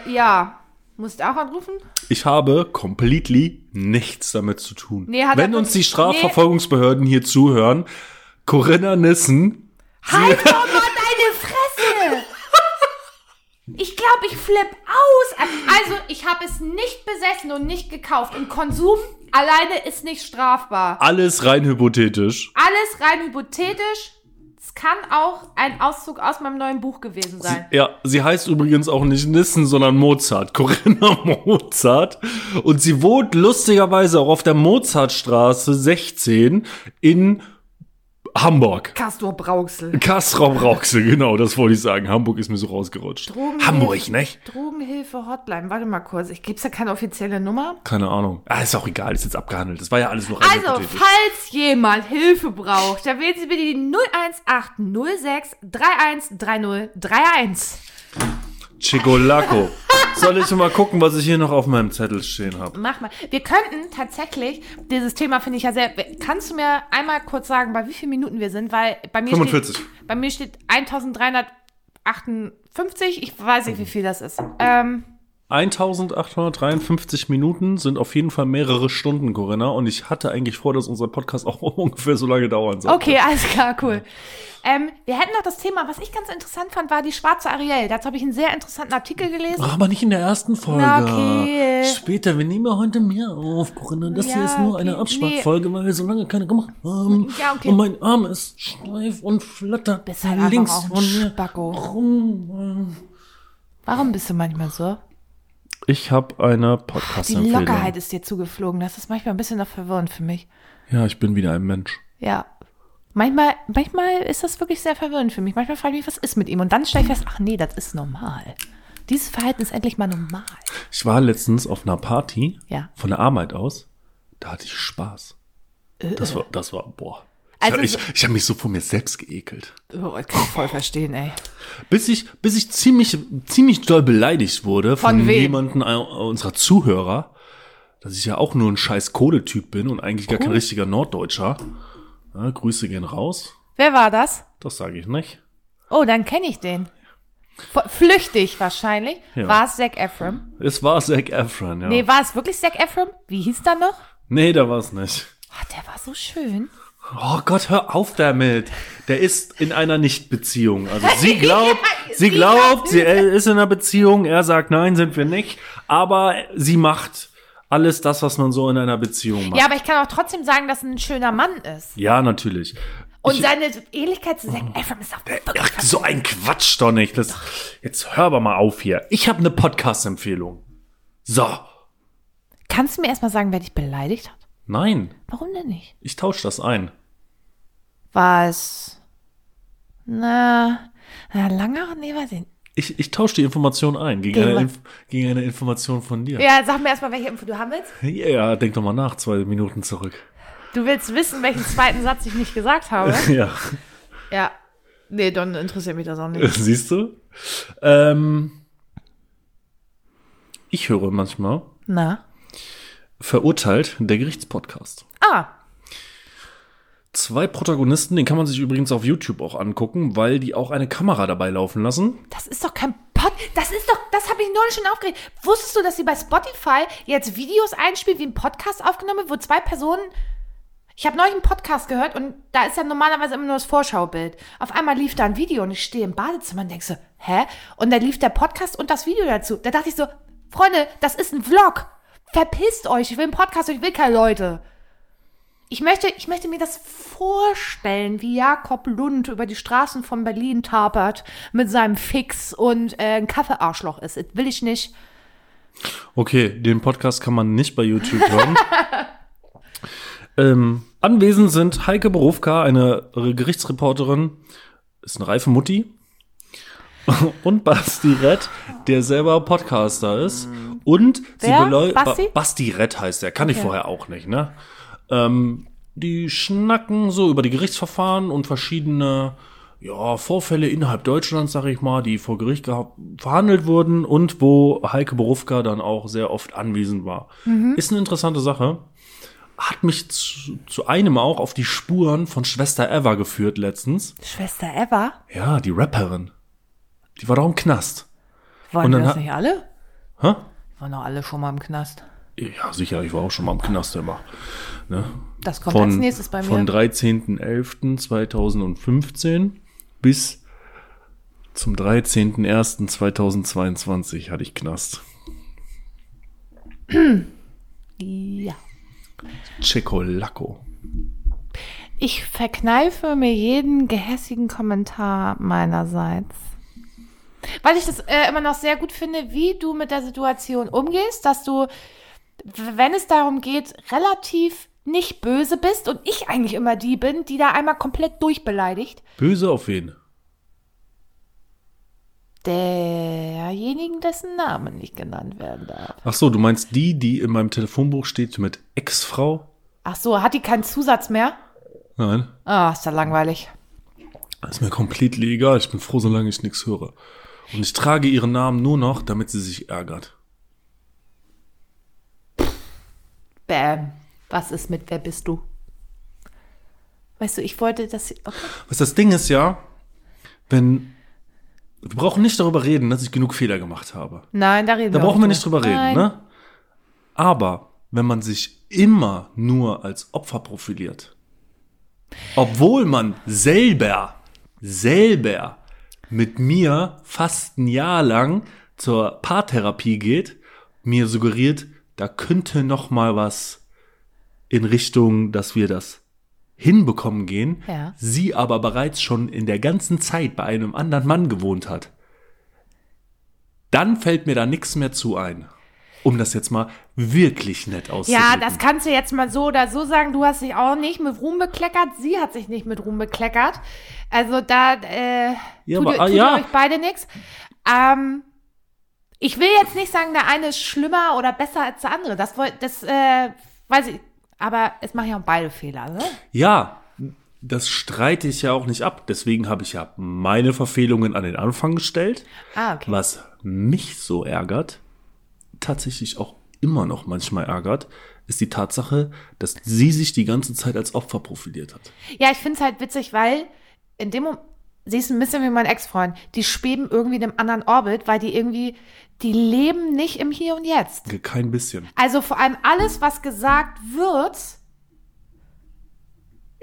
Speaker 2: äh, ja. Musst auch anrufen?
Speaker 1: Ich habe completely nichts damit zu tun.
Speaker 2: Nee, hat er-
Speaker 1: Wenn uns die Strafverfolgungsbehörden hier zuhören, Corinna Nissen,
Speaker 2: Halt doch mal deine Fresse! Ich glaube, ich flipp aus. Also, ich habe es nicht besessen und nicht gekauft. Und Konsum alleine ist nicht strafbar.
Speaker 1: alles rein hypothetisch.
Speaker 2: Alles rein hypothetisch. Es kann auch ein Auszug aus meinem neuen Buch gewesen sein.
Speaker 1: Ja, sie heißt übrigens auch nicht Nissen, sondern Mozart. Corinna Mozart. Und sie wohnt lustigerweise auch auf der Mozartstraße 16 in Hamburg.
Speaker 2: Castor Brauxel.
Speaker 1: Kastrop-Rauxel, genau, das wollte ich sagen. Hamburg ist mir so rausgerutscht.
Speaker 2: Drogenhilfe-
Speaker 1: Hamburg, nicht?
Speaker 2: Drogenhilfe Hotline. Warte mal kurz. Ich gebe ja keine offizielle Nummer.
Speaker 1: Keine Ahnung. Ah, ist auch egal, ist jetzt abgehandelt. Das war ja alles nur rein
Speaker 2: Also,
Speaker 1: hypothetisch.
Speaker 2: falls jemand Hilfe braucht, dann wählen Sie bitte die 018 06 31 30 31.
Speaker 1: Chigolaco. Soll ich mal gucken, was ich hier noch auf meinem Zettel stehen habe?
Speaker 2: Mach mal. Wir könnten tatsächlich, dieses Thema finde ich ja sehr. Kannst du mir einmal kurz sagen, bei wie vielen Minuten wir sind? Weil bei mir
Speaker 1: 45.
Speaker 2: steht. Bei mir steht 1358. Ich weiß nicht, wie viel das ist. Ähm,
Speaker 1: 1853 Minuten sind auf jeden Fall mehrere Stunden, Corinna. Und ich hatte eigentlich vor, dass unser Podcast auch ungefähr so lange dauern soll.
Speaker 2: Okay, alles klar, cool. Ähm, wir hätten noch das Thema, was ich ganz interessant fand, war die schwarze Ariel. Dazu habe ich einen sehr interessanten Artikel gelesen.
Speaker 1: Aber nicht in der ersten Folge.
Speaker 2: Na, okay.
Speaker 1: Später, wir nehmen ja heute mehr auf, Corinna. Das
Speaker 2: Ja,
Speaker 1: hier ist nur
Speaker 2: okay,
Speaker 1: eine Absparfolge, weil wir so lange keine gemacht haben.
Speaker 2: Ja, okay.
Speaker 1: Und mein Arm ist steif und flattert
Speaker 2: Bist halt einfach
Speaker 1: links
Speaker 2: auch ein
Speaker 1: von mir
Speaker 2: Spacko.
Speaker 1: rum.
Speaker 2: Warum bist du manchmal so?
Speaker 1: Ich habe eine
Speaker 2: Die
Speaker 1: Podcast-Empfehlung.
Speaker 2: Lockerheit ist dir zugeflogen. Das ist manchmal ein bisschen noch verwirrend für mich.
Speaker 1: Ja, ich bin wieder ein Mensch.
Speaker 2: Ja. Manchmal, manchmal ist das wirklich sehr verwirrend für mich. Manchmal frage ich mich, was ist mit ihm? Und dann stelle ich fest, ach nee, das ist normal. Dieses Verhalten ist endlich mal normal.
Speaker 1: Ich war letztens auf einer Party
Speaker 2: Ja.
Speaker 1: von der Arbeit aus. Da hatte ich Spaß. Das war, das war, boah.
Speaker 2: Äh. Also
Speaker 1: ich
Speaker 2: so-
Speaker 1: ich, ich habe mich so vor mir selbst geekelt.
Speaker 2: Oh, das kann ich voll verstehen, ey.
Speaker 1: Bis ich, bis ich ziemlich, ziemlich doll beleidigt wurde von,
Speaker 2: Von wem?
Speaker 1: jemandem äh, unserer Zuhörer, dass ich ja auch nur ein scheiß Kohletyp bin und eigentlich gar kein richtiger Norddeutscher. Ja, Grüße gehen raus.
Speaker 2: Wer war das?
Speaker 1: Das sage ich nicht.
Speaker 2: Oh, dann kenne ich den. F- Flüchtig wahrscheinlich.
Speaker 1: Ja.
Speaker 2: War es Zac Efron?
Speaker 1: Es war Zac Efron, ja. Nee,
Speaker 2: Nee, war es wirklich Zac Efron? Wie hieß der noch?
Speaker 1: nee da war es nicht.
Speaker 2: Ah, der war so schön.
Speaker 1: Oh Gott, hör auf damit. Der ist in einer Nicht-Beziehung. Also sie glaubt, sie
Speaker 2: sie
Speaker 1: glaubt,
Speaker 2: glaubt.
Speaker 1: sie ist in einer Beziehung. Er sagt, nein, sind wir nicht. Aber sie macht alles das, was man so in einer Beziehung macht.
Speaker 2: Ja, aber ich kann auch trotzdem sagen, dass er ein schöner Mann ist.
Speaker 1: Ja, natürlich.
Speaker 2: Und
Speaker 1: Ich-
Speaker 2: seine Ähnlichkeit zu Zac Efron ist auch wirklich
Speaker 1: Ach, so ein Quatsch doch nicht. Das, jetzt hör aber mal auf hier. Ich habe eine Podcast-Empfehlung. So.
Speaker 2: Kannst du mir erstmal sagen, wer dich beleidigt hat?
Speaker 1: Nein,
Speaker 2: Warum denn nicht?
Speaker 1: ich tausche das ein.
Speaker 2: Was? Na, na langer? Nee, weiß ich nicht.
Speaker 1: Ich, ich tausche die Information ein gegen
Speaker 2: Gegen
Speaker 1: eine,
Speaker 2: was?
Speaker 1: Inf gegen eine Information von dir.
Speaker 2: Ja, sag mir erstmal, welche Info du haben willst.
Speaker 1: Ja. denk doch mal nach, zwei Minuten zurück.
Speaker 2: Du willst wissen, welchen zweiten Satz ich nicht gesagt habe.
Speaker 1: Ja.
Speaker 2: ja. Nee, dann interessiert mich das auch nicht.
Speaker 1: Siehst du? Ähm, ich höre manchmal
Speaker 2: Na?
Speaker 1: verurteilt der Gerichtspodcast.
Speaker 2: Ah,
Speaker 1: Zwei Protagonisten, den kann man sich übrigens auf YouTube auch angucken, weil die auch eine Kamera dabei laufen lassen.
Speaker 2: Das ist doch kein Pod. Das ist doch, das habe ich neulich schon aufgeregt. Wusstest du, dass sie bei Spotify jetzt Videos einspielt, wie ein Podcast aufgenommen, wird, wo zwei Personen. Ich habe neulich einen Podcast gehört und da ist ja normalerweise immer nur das Vorschaubild. Auf einmal lief da ein Video und ich stehe im Badezimmer und denke so, hä? Und dann lief der Podcast und das Video dazu. Da dachte ich so, Freunde, das ist ein Vlog. Verpisst euch, ich will einen Podcast, ich will keine Leute. Ich möchte, ich möchte mir das vorstellen, wie Jakob Lund über die Straßen von Berlin tapert mit seinem Fix und äh, ein Kaffeearschloch ist. Das will ich nicht.
Speaker 1: Okay, den Podcast kann man nicht bei YouTube hören. ähm, anwesend sind Heike Berufka, eine Re- Gerichtsreporterin, ist eine reife Mutti. Und Basti Rett, der selber Podcaster ist. Und
Speaker 2: Wer?
Speaker 1: beleu- Ba-
Speaker 2: Basti?
Speaker 1: Basti Rett heißt er, kann ich
Speaker 2: Okay.
Speaker 1: vorher auch nicht, ne? Ähm, die schnacken so über die Gerichtsverfahren und verschiedene ja, Vorfälle innerhalb Deutschlands, sag ich mal, die vor Gericht geha- verhandelt wurden und wo Heike Borufka dann auch sehr oft anwesend war.
Speaker 2: Mhm.
Speaker 1: Ist eine interessante Sache. Hat mich zu, zu einem auch auf die Spuren von Schwester Eva geführt letztens.
Speaker 2: Schwester Eva?
Speaker 1: Ja, die Rapperin. Die war doch im Knast. Und
Speaker 2: Waren
Speaker 1: dann
Speaker 2: wir das
Speaker 1: ha-
Speaker 2: nicht alle?
Speaker 1: Hä?
Speaker 2: Waren doch alle schon mal im Knast.
Speaker 1: Ja, sicher, ich war auch schon mal im Knast immer. Ne?
Speaker 2: Das kommt als nächstes bei mir.
Speaker 1: Von 13.11.2015 bis zum 13.01.2022 hatte ich Knast.
Speaker 2: ja.
Speaker 1: Chekolako.
Speaker 2: Ich verkneife mir jeden gehässigen Kommentar meinerseits. Weil ich das äh, immer noch sehr gut finde, wie du mit der Situation umgehst, dass du, w- wenn es darum geht, relativ nicht böse bist und ich eigentlich immer die bin, die da einmal komplett durchbeleidigt.
Speaker 1: Böse auf wen?
Speaker 2: Derjenigen, dessen Name nicht genannt werden darf.
Speaker 1: Ach so, du meinst die, die in meinem Telefonbuch steht mit Ex-Frau?
Speaker 2: Ach so, hat die keinen Zusatz mehr?
Speaker 1: Nein,
Speaker 2: Ah, ist ja langweilig.
Speaker 1: das ist mir komplett egal. Ich bin froh, solange ich nichts höre. Und ich trage ihren Namen nur noch, damit sie sich ärgert.
Speaker 2: Bäm. Was ist mit Wer bist du? Weißt du, ich wollte das. Okay.
Speaker 1: Was das Ding ist ja, wenn wir brauchen nicht darüber reden, dass ich genug Fehler gemacht habe.
Speaker 2: Nein, da reden
Speaker 1: Da
Speaker 2: wir auch
Speaker 1: brauchen wir nicht drüber reden,
Speaker 2: Genau, Nein.
Speaker 1: ne? Aber wenn man sich immer nur als Opfer profiliert, obwohl man selber, selber mit mir fast ein Jahr lang zur Paartherapie geht, mir suggeriert, da könnte noch mal was in Richtung, dass wir das hinbekommen gehen,
Speaker 2: Ja.
Speaker 1: sie aber bereits schon in der ganzen Zeit bei einem anderen Mann gewohnt hat dann fällt mir da nichts mehr zu ein. Um das jetzt mal wirklich nett
Speaker 2: Ja,
Speaker 1: auszudrücken.
Speaker 2: das kannst du jetzt mal so oder so sagen. Du hast dich auch nicht mit Ruhm bekleckert. Sie hat sich nicht mit Ruhm bekleckert. Also da äh,
Speaker 1: Ja,
Speaker 2: tut,
Speaker 1: aber-
Speaker 2: ihr-
Speaker 1: ah,
Speaker 2: tut
Speaker 1: ja.
Speaker 2: ihr euch beide nichts. Ähm, ich will jetzt nicht sagen, der eine ist schlimmer oder besser als der andere. Das, woll- das äh, weiß ich. Aber es machen ja auch beide Fehler. Ne?
Speaker 1: Ja, das streite ich ja auch nicht ab. Deswegen habe ich ja meine Verfehlungen an den Anfang gestellt.
Speaker 2: Ah, okay.
Speaker 1: Was mich so ärgert, tatsächlich auch immer noch manchmal ärgert, ist die Tatsache, dass sie sich die ganze Zeit als Opfer profiliert hat.
Speaker 2: Ja, ich finde es halt witzig, weil in dem Moment, sie ist ein bisschen wie mein Ex-Freund, die schweben irgendwie in einem anderen Orbit, weil die irgendwie, die leben nicht im Hier und Jetzt.
Speaker 1: Kein bisschen.
Speaker 2: Also vor allem alles, was gesagt wird,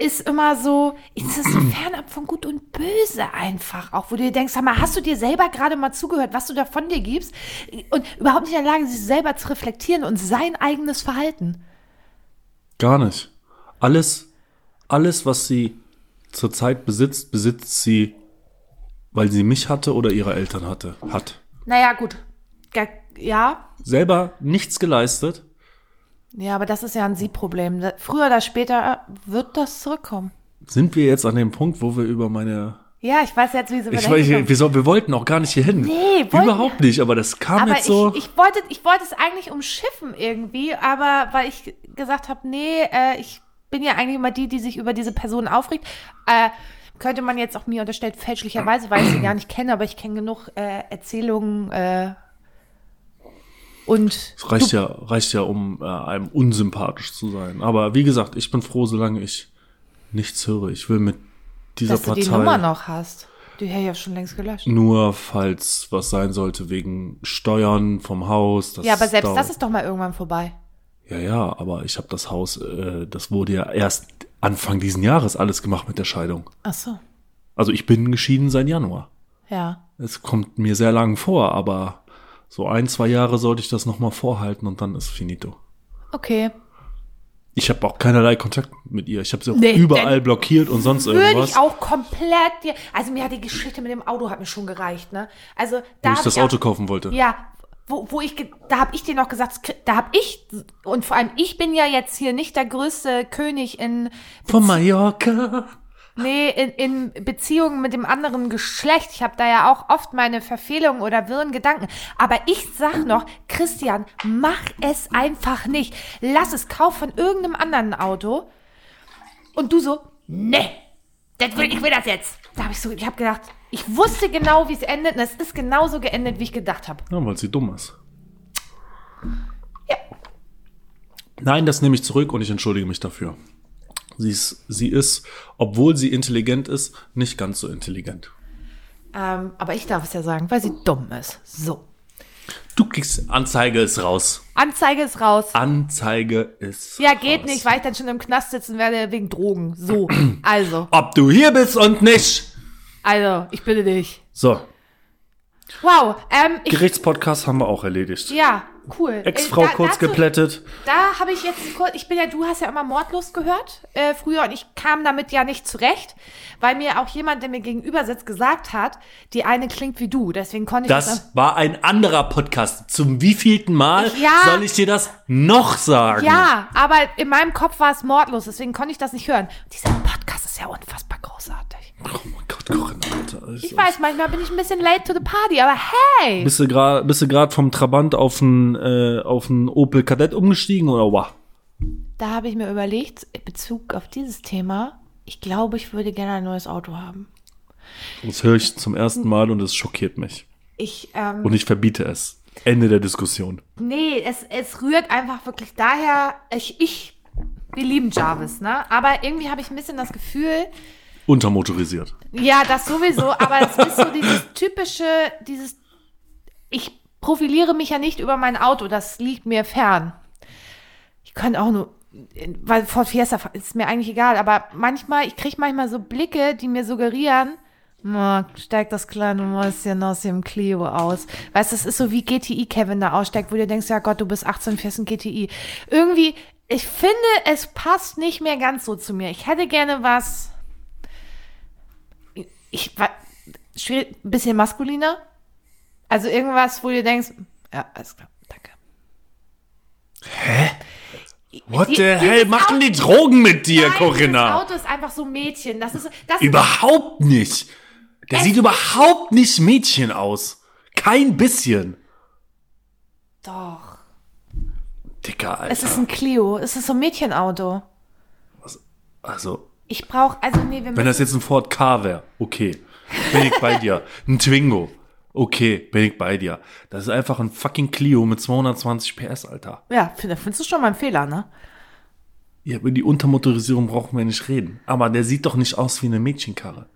Speaker 2: ist immer so, ist es so fernab von Gut und Böse einfach auch, wo du dir denkst, sag mal, hast du dir selber gerade mal zugehört, was du da von dir gibst und überhaupt nicht in der Lage, sich selber zu reflektieren und sein eigenes Verhalten.
Speaker 1: Gar nicht. Alles, alles, was sie zurzeit besitzt, besitzt sie, weil sie mich hatte oder ihre Eltern hatte, hat.
Speaker 2: Naja, gut. Ge- Ja,
Speaker 1: Selber nichts geleistet.
Speaker 2: Ja, aber das ist ja ein Sie-Problem. Da- Früher oder später wird das zurückkommen.
Speaker 1: Sind wir jetzt an dem Punkt, wo wir über meine.
Speaker 2: Ja, ich weiß jetzt, wie sie
Speaker 1: Ich
Speaker 2: wieder
Speaker 1: weiß,
Speaker 2: hinkommen.
Speaker 1: wir, soll, wir wollten auch gar nicht hier hin.
Speaker 2: Nee, wollten-
Speaker 1: Überhaupt nicht, aber das kam
Speaker 2: Aber
Speaker 1: jetzt so.
Speaker 2: ich, ich, wollte, ich wollte es eigentlich umschiffen irgendwie, aber weil ich gesagt habe, nee, äh, ich bin ja eigentlich immer die, die sich über diese Person aufregt. Äh, könnte man jetzt auch mir unterstellt, fälschlicherweise, weil ich sie gar nicht kenne, aber ich kenne genug äh, Erzählungen äh, und
Speaker 1: das reicht ja, reicht ja, um äh, einem unsympathisch zu sein. Aber wie gesagt, ich bin froh, solange ich nichts höre. Ich will mit dieser
Speaker 2: dass du
Speaker 1: Partei.
Speaker 2: die Nummer noch hast. Die hätte ich ja schon längst gelöscht.
Speaker 1: Nur falls was sein sollte wegen Steuern vom Haus. Das
Speaker 2: ja, aber selbst
Speaker 1: dauert-
Speaker 2: das ist doch mal irgendwann vorbei.
Speaker 1: Ja, ja, aber ich habe das Haus, äh, das wurde ja erst Anfang diesen Jahres alles gemacht mit der Scheidung.
Speaker 2: Ach so,
Speaker 1: Also ich bin geschieden seit Januar.
Speaker 2: ja.
Speaker 1: Es kommt mir sehr lang vor, aber so ein, zwei Jahre sollte ich das nochmal vorhalten und dann ist finito.
Speaker 2: Okay.
Speaker 1: Ich habe auch keinerlei Kontakt mit ihr. Ich habe sie auch
Speaker 2: Nee,
Speaker 1: überall
Speaker 2: dann
Speaker 1: blockiert und sonst
Speaker 2: Würde
Speaker 1: irgendwas.
Speaker 2: ich auch komplett dir. Also mir hat die Geschichte mit dem Auto hat mir schon gereicht, ne? Also da
Speaker 1: wo ich
Speaker 2: hab
Speaker 1: das
Speaker 2: auch-
Speaker 1: Auto kaufen wollte.
Speaker 2: Ja, wo, wo ich ge- da habe ich dir noch gesagt, das krie- da habe ich und vor allem ich bin ja jetzt hier nicht der größte König in
Speaker 1: Von Mallorca.
Speaker 2: nee, in, in Beziehungen mit dem anderen Geschlecht. Ich habe da ja auch oft meine Verfehlungen oder wirren Gedanken. Aber ich sag noch, Christian, mach es einfach nicht. Lass es, kauf von irgendeinem anderen ein Auto. Und du so, nee, das will, ich will das jetzt. Da habe ich so, ich habe gedacht, ich wusste genau, wie es endet und es ist genauso geendet, wie ich gedacht habe.
Speaker 1: Ja, weil sie dumm ist. Nein, das nehme ich zurück und ich entschuldige mich dafür. Sie ist, sie ist, obwohl sie intelligent ist, nicht ganz so intelligent.
Speaker 2: Ähm, aber ich darf es ja sagen, weil sie
Speaker 1: Oh.
Speaker 2: dumm ist. So.
Speaker 1: Du kriegst Anzeige ist raus.
Speaker 2: Anzeige ist raus.
Speaker 1: Anzeige ist
Speaker 2: Ja, geht
Speaker 1: raus.
Speaker 2: nicht, weil ich dann schon im Knast sitzen werde wegen Drogen. So. Also,
Speaker 1: Ob du hier bist und nicht.
Speaker 2: also, ich bitte dich.
Speaker 1: So,
Speaker 2: Wow, ähm, ich,
Speaker 1: Gerichtspodcast haben wir auch erledigt.
Speaker 2: ja, cool.
Speaker 1: Ex-Frau
Speaker 2: Äh, da-
Speaker 1: kurz
Speaker 2: dazu-
Speaker 1: geplättet.
Speaker 2: Da habe ich jetzt kurz, ich bin ja, du hast ja immer Mordlust gehört äh, früher und ich kam damit ja nicht zurecht, weil mir auch jemand, der mir gegenüber sitzt, gesagt hat, die eine klingt wie du. Deswegen konnte ich
Speaker 1: Das war ein anderer Podcast. Zum wievielten Mal
Speaker 2: Ja.
Speaker 1: soll ich dir das noch sagen?
Speaker 2: Ja, aber in meinem Kopf war es mordlos, deswegen konnte ich das nicht hören. Dieser Podcast ist ja unfassbar großartig.
Speaker 1: Oh mein Gott, Corinna, Alter.
Speaker 2: Ich weiß, manchmal bin ich ein bisschen late to the party, aber hey!
Speaker 1: Bist du gerade bist du grad vom Trabant auf einen äh, auf einen Opel Kadett umgestiegen oder wow?
Speaker 2: Da habe ich mir überlegt, in Bezug auf dieses Thema, ich glaube, ich würde gerne ein neues Auto haben.
Speaker 1: Das höre ich zum ersten Mal und es schockiert mich
Speaker 2: Ich, ähm,
Speaker 1: und ich verbiete es. Ende der Diskussion.
Speaker 2: Nee, es, es rührt einfach wirklich daher, ich, ich, wir lieben Jarvis, ne? Aber irgendwie habe ich ein bisschen das Gefühl,
Speaker 1: Untermotorisiert.
Speaker 2: ja, das sowieso, aber es ist so dieses typische, dieses, ich profiliere mich ja nicht über mein Auto, das liegt mir fern. Ich könnte auch nur, weil Ford Fiesta ist mir eigentlich egal, aber manchmal, ich kriege manchmal so Blicke, die mir suggerieren, "Ma, steigt das kleine Mäuschen aus dem Clio aus. Weißt du, das ist so wie GTI Kevin da aussteigt, wo du denkst, ja Gott, du bist 18, fährst ein GTI. Irgendwie, ich finde, es passt nicht mehr ganz so zu mir. Ich hätte gerne was, ich war schwierig, ein bisschen maskuliner. Also irgendwas, wo du denkst, ja, alles klar, danke.
Speaker 1: What
Speaker 2: Die-
Speaker 1: the
Speaker 2: dieses
Speaker 1: hell machen die Drogen mit dir,
Speaker 2: Nein, Das
Speaker 1: Corinna?
Speaker 2: Auto ist einfach so Mädchen. Das ist, das ist
Speaker 1: Überhaupt nicht. Der sieht überhaupt nicht Mädchen aus. Kein bisschen.
Speaker 2: doch.
Speaker 1: Dicker, Alter.
Speaker 2: Es ist ein Clio. Es ist so ein Mädchenauto.
Speaker 1: also,
Speaker 2: Ich brauche, also nee, wir
Speaker 1: wenn
Speaker 2: müssen,
Speaker 1: das jetzt ein Ford K wäre, okay. Bin ich bei dir. Ein Twingo. Okay, bin ich bei dir. Das ist einfach ein fucking Clio mit 220 PS, Alter.
Speaker 2: ja, find- findest du schon mal einen Fehler, ne?
Speaker 1: Ja, über die Untermotorisierung brauchen wir nicht reden. Aber der sieht doch nicht aus wie eine Mädchenkarre.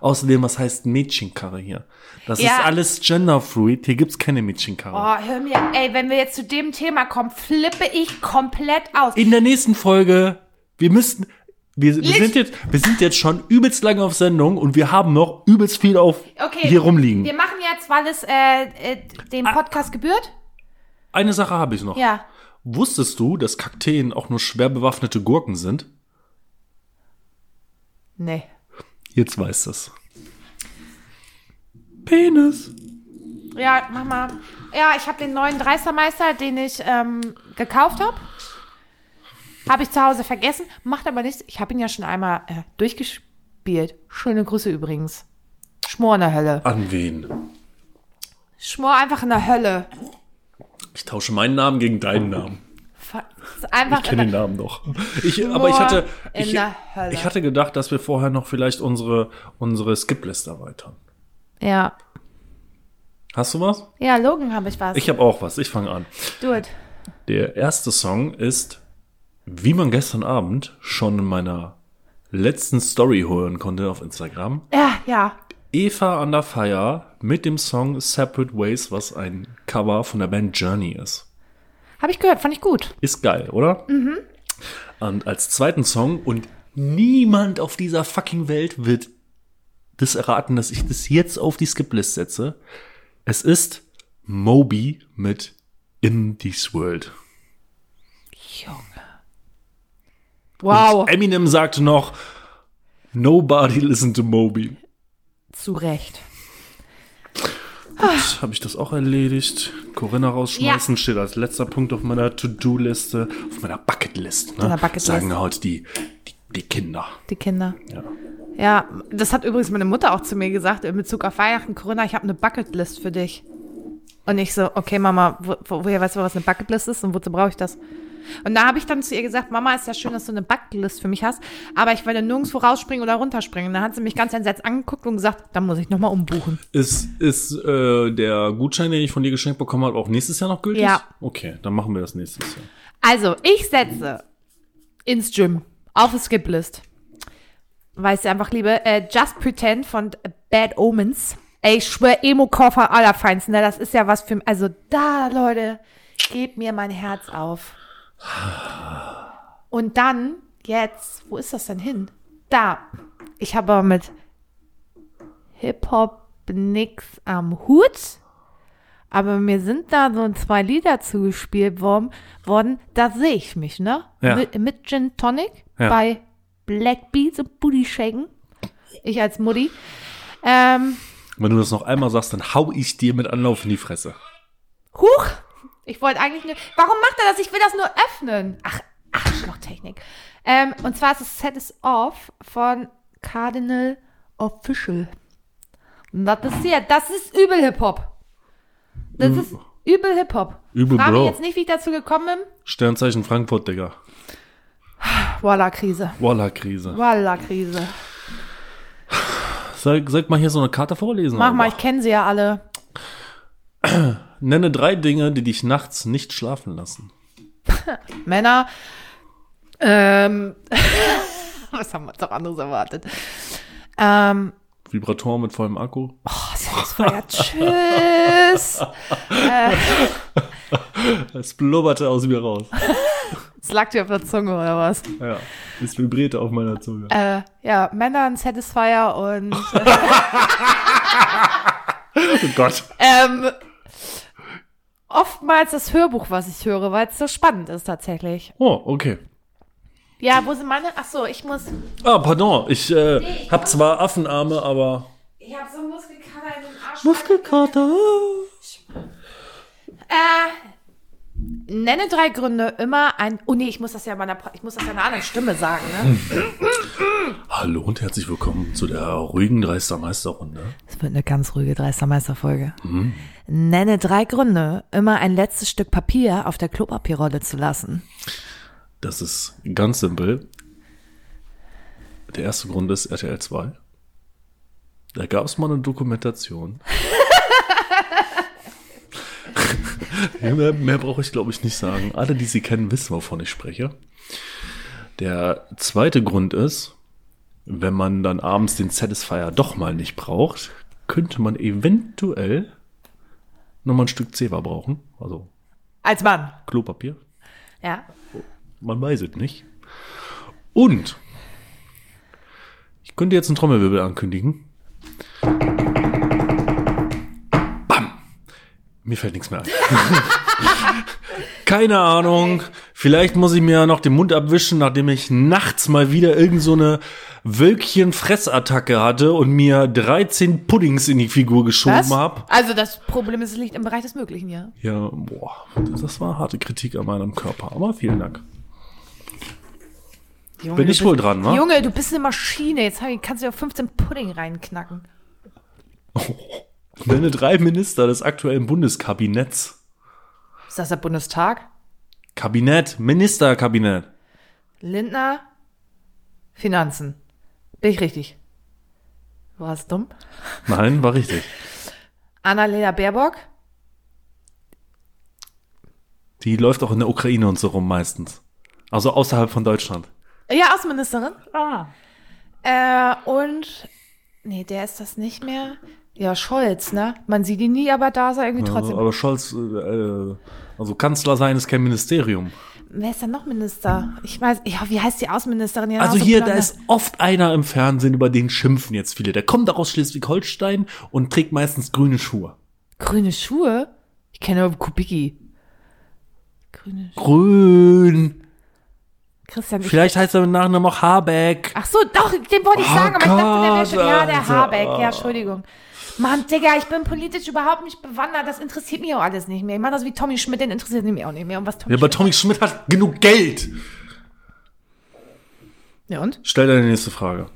Speaker 1: Außerdem, was heißt Mädchenkarre hier? Das
Speaker 2: Ja.
Speaker 1: ist alles genderfluid. Hier gibt's keine Mädchenkarre.
Speaker 2: Oh, hör mir, ey, wenn wir jetzt zu dem Thema kommen, flippe ich komplett aus.
Speaker 1: In der nächsten Folge, wir müssten, wir, wir
Speaker 2: Licht-
Speaker 1: sind jetzt, wir sind jetzt schon übelst lange auf Sendung und wir haben noch übelst viel auf
Speaker 2: Okay.
Speaker 1: hier rumliegen. Ah.
Speaker 2: Wir machen jetzt, weil es äh, äh, dem Podcast gebührt.
Speaker 1: Eine Sache habe ich noch.
Speaker 2: Ja.
Speaker 1: Wusstest du, dass Kakteen auch nur schwer bewaffnete Gurken sind?
Speaker 2: Nee.
Speaker 1: Jetzt weißt du's. Penis.
Speaker 2: Ja, mach mal. Ja, ich habe den neuen Dreistermeister, den ich ähm, gekauft habe. Habe ich zu Hause vergessen, macht aber nichts. Ich habe ihn ja schon einmal äh, durchgespielt. Schöne Grüße übrigens. Schmor in der Hölle.
Speaker 1: An wen?
Speaker 2: Schmor einfach in der Hölle.
Speaker 1: Ich tausche meinen Namen gegen deinen Namen.
Speaker 2: Ver- ist Einfach
Speaker 1: Ich kenne
Speaker 2: in
Speaker 1: den
Speaker 2: der,
Speaker 1: Namen doch. Ich, aber ich hatte,
Speaker 2: in
Speaker 1: ich,
Speaker 2: der Hölle.
Speaker 1: ich hatte gedacht, dass wir vorher noch vielleicht unsere, unsere Skip-List erweitern.
Speaker 2: ja.
Speaker 1: Hast du was?
Speaker 2: ja, Logan habe ich was.
Speaker 1: Ich habe auch was. Ich fange an.
Speaker 2: Do it.
Speaker 1: Der erste Song ist, wie man gestern Abend schon in meiner letzten Story hören konnte auf Instagram,
Speaker 2: Ja, ja.
Speaker 1: Eva Under Fire mit dem Song Separate Ways, was ein Cover von der Band Journey ist.
Speaker 2: Habe ich gehört, fand ich gut.
Speaker 1: Ist geil, oder? Mhm. Und als zweiten Song und niemand auf dieser fucking Welt wird das erraten, dass ich das jetzt auf die Skip-List setze. Es ist Moby mit In This World.
Speaker 2: Junge.
Speaker 1: Und
Speaker 2: Wow.
Speaker 1: Eminem sagte noch, Nobody listen to Moby.
Speaker 2: Zu Recht.
Speaker 1: Habe ich das auch erledigt? Corinna rausschmeißen steht als letzter Punkt auf meiner To-Do-Liste, auf meiner Bucket-List. Ne?
Speaker 2: Deiner Bucketlist.
Speaker 1: Sagen halt die, die, die Kinder.
Speaker 2: Die Kinder.
Speaker 1: Ja.
Speaker 2: Ja, das hat übrigens meine Mutter auch zu mir gesagt in Bezug auf Weihnachten, Corinna, ich habe eine Bucketlist für dich. Und ich so, okay, Mama, wo, wo- woher weißt du, was eine Bucketlist ist und wozu brauche ich das? Und da habe ich dann zu ihr gesagt, Mama, ist ja schön, dass du eine Bucketlist für mich hast, aber ich werde nirgendwo rausspringen oder runterspringen. Und dann hat sie mich ganz entsetzt angeguckt und gesagt, dann muss ich nochmal umbuchen.
Speaker 1: Ist, ist äh, der Gutschein, den ich von dir geschenkt bekommen habe, auch nächstes Jahr noch gültig?
Speaker 2: Ja.
Speaker 1: Okay, dann machen wir das nächstes Jahr.
Speaker 2: Also, ich setze ins Gym auf die Skip-List. Weißt du einfach, Liebe, äh, Just Pretend von Bad Omens. Ey, ich schwör, Emo-Koffer allerfeinsten, ne? Das ist ja was für... Also da, Leute, gebt mir mein Herz auf. Und dann, jetzt, wo ist das denn hin? Da. Ich habe aber mit Hip-Hop bin nix am Hut. Aber mir sind da so zwei Lieder zugespielt worden, worden da sehe ich mich, ne?
Speaker 1: Ja.
Speaker 2: Mit, mit Gin Tonic
Speaker 1: Ja.
Speaker 2: bei Black Beats und Booty Shaken. Ich als Mutti. Ähm,
Speaker 1: Wenn du das noch einmal sagst, dann hau ich dir mit Anlauf in die Fresse.
Speaker 2: Huch! Ich wollte eigentlich nur. Warum macht er das? Ich will das nur öffnen. Ach, Arschlochtechnik. Ähm, und zwar ist es Set is Off von Cardinal Official. Und das ist hier. Das ist übel Hip-Hop. Das ist übel Hip-Hop.
Speaker 1: Übel
Speaker 2: Frag mich
Speaker 1: Bro.
Speaker 2: jetzt nicht, wie ich dazu gekommen bin.
Speaker 1: Sternzeichen Frankfurt, Digga.
Speaker 2: Walla-Krise.
Speaker 1: Walla-Krise.
Speaker 2: Walla-Krise.
Speaker 1: Oh, Sag, sag mal hier so eine Karte vorlesen.
Speaker 2: Mach
Speaker 1: Alter.
Speaker 2: mal, ich kenne sie ja alle.
Speaker 1: Nenne drei Dinge, die dich nachts nicht schlafen lassen.
Speaker 2: Männer. Ähm. Was haben wir uns doch anderes erwartet? Ähm.
Speaker 1: Vibrator mit vollem Akku.
Speaker 2: Oh, das war ja tschüss.
Speaker 1: Es blubberte aus mir raus.
Speaker 2: Es lag dir auf der Zunge oder was?
Speaker 1: Ja, es vibrierte auf meiner Zunge.
Speaker 2: Äh, ja, Männer und Satisfier und
Speaker 1: Oh Gott.
Speaker 2: ähm, oftmals das Hörbuch, was ich höre, weil es so spannend ist tatsächlich.
Speaker 1: Oh, okay.
Speaker 2: Ja, wo sind meine? Ach so, ich muss.
Speaker 1: Ah, pardon. Ich äh, hab zwar Affenarme, aber.
Speaker 2: Ich habe so einen Muskelkater in den Arsch.
Speaker 1: Muskelkater.
Speaker 2: Äh, nenne drei Gründe immer ein. Oh nee, ich muss das ja meiner, ich muss das ja einer anderen Stimme sagen. Ne?
Speaker 1: Hallo und herzlich willkommen zu der ruhigen Dreistermeisterrunde.
Speaker 2: Es wird eine ganz ruhige Dreistermeisterfolge.
Speaker 1: Mhm.
Speaker 2: Nenne drei Gründe, immer ein letztes Stück Papier auf der Klopapierrolle zu lassen.
Speaker 1: Das ist ganz simpel. Der erste Grund ist RTL 2. Da gab es mal eine Dokumentation. Ja, mehr mehr brauche ich, glaube ich, nicht sagen. Alle, die sie kennen, wissen, wovon ich spreche. Der zweite Grund ist, wenn man dann abends den Satisfier doch mal nicht braucht, könnte man eventuell nochmal ein Stück Zewa brauchen. Also
Speaker 2: Als Mann.
Speaker 1: Klopapier.
Speaker 2: Ja.
Speaker 1: Man weiß es nicht. Und ich könnte jetzt einen Trommelwirbel ankündigen. Bam! Mir fällt nichts mehr ein. Keine Ahnung. Vielleicht muss ich mir noch den Mund abwischen, nachdem ich nachts mal wieder irgend so eine Wölkchen-Fressattacke hatte und mir 13 Puddings in die Figur geschoben habe.
Speaker 2: Also das Problem ist, es liegt im Bereich des Möglichen, ja.
Speaker 1: Ja, boah, das war harte Kritik an meinem Körper. Aber vielen Dank.
Speaker 2: Junge,
Speaker 1: Bin
Speaker 2: du
Speaker 1: ich
Speaker 2: bist-
Speaker 1: wohl dran, wa?
Speaker 2: Junge, du bist eine Maschine. Jetzt hab ich- kannst du ja 15 Pudding reinknacken.
Speaker 1: Nenne drei Minister des aktuellen Bundeskabinetts.
Speaker 2: Ist das der Bundestag?
Speaker 1: Kabinett, Ministerkabinett.
Speaker 2: Lindner? Finanzen. Bin ich richtig? Warst dumm?
Speaker 1: Nein, war richtig.
Speaker 2: Annalena Baerbock?
Speaker 1: Die läuft auch in der Ukraine und so rum meistens. Also außerhalb von Deutschland.
Speaker 2: Ja, Außenministerin. Ah. Äh, und. Nee, der ist das nicht mehr. Ja, Scholz, ne? Man sieht ihn nie, aber da ist er irgendwie
Speaker 1: Also,
Speaker 2: trotzdem.
Speaker 1: aber Scholz, äh, äh, also Kanzler sein ist kein Ministerium.
Speaker 2: Wer ist denn noch Minister? Ich weiß, ja, wie heißt die Außenministerin? Ja,
Speaker 1: Also
Speaker 2: so ne?
Speaker 1: hier, da
Speaker 2: blonde.
Speaker 1: ist oft einer im Fernsehen, über den schimpfen jetzt viele. Der kommt auch aus Schleswig-Holstein und trägt meistens grüne Schuhe.
Speaker 2: Grüne Schuhe? Ich kenne nur Kubicki. Grüne Schuhe.
Speaker 1: Grün.
Speaker 2: Christian, ich,
Speaker 1: Vielleicht heißt er mit Nachnamen auch Habeck.
Speaker 2: Ach so, doch, den wollte ich
Speaker 1: Oh
Speaker 2: sagen, aber ich dachte, der wäre
Speaker 1: Gott, also, ah.
Speaker 2: schon. Ja, der
Speaker 1: Alter.
Speaker 2: Habeck. Ja, Entschuldigung. Mann, Digga, ich bin politisch überhaupt nicht bewandert. Das interessiert mich auch alles nicht mehr. Ich mache das wie Tommy Schmidt, den interessiert mich auch nicht mehr. Und was Tommy
Speaker 1: Ja, aber Tommy Schmidt hat genug Geld.
Speaker 2: Schmidt. Ja, und?
Speaker 1: Stell deine nächste Frage.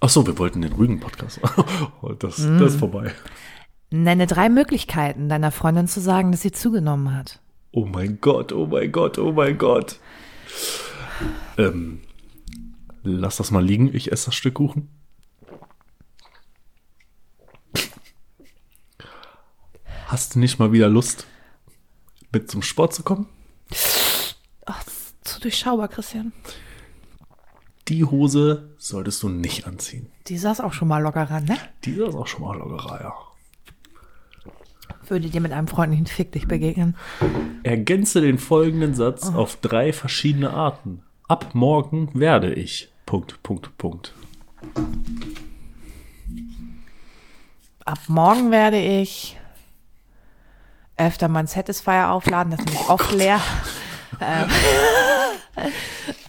Speaker 1: Ach so, wir wollten den Rügen-Podcast. Oh, das, das ist vorbei.
Speaker 2: Nenne drei Möglichkeiten, deiner Freundin zu sagen, dass sie zugenommen hat.
Speaker 1: Oh mein Gott, oh mein Gott, oh mein Gott. Ähm, lass das mal liegen, ich esse das Stück Kuchen. Hast du nicht mal wieder Lust, mit zum Sport zu kommen?
Speaker 2: Ach, das ist zu durchschaubar, Christian.
Speaker 1: Die Hose solltest du nicht anziehen.
Speaker 2: Die saß auch schon mal locker ran, ne?
Speaker 1: Dieser ist auch schon mal lockerer, ja.
Speaker 2: Würde dir mit einem freundlichen Fick dich begegnen.
Speaker 1: Ergänze den folgenden Satz auf drei verschiedene Arten. Ab morgen werde ich. Punkt, Punkt, Punkt.
Speaker 2: ab morgen werde ich öfter mein Satisfier aufladen, das ist nämlich oft leer. Ähm,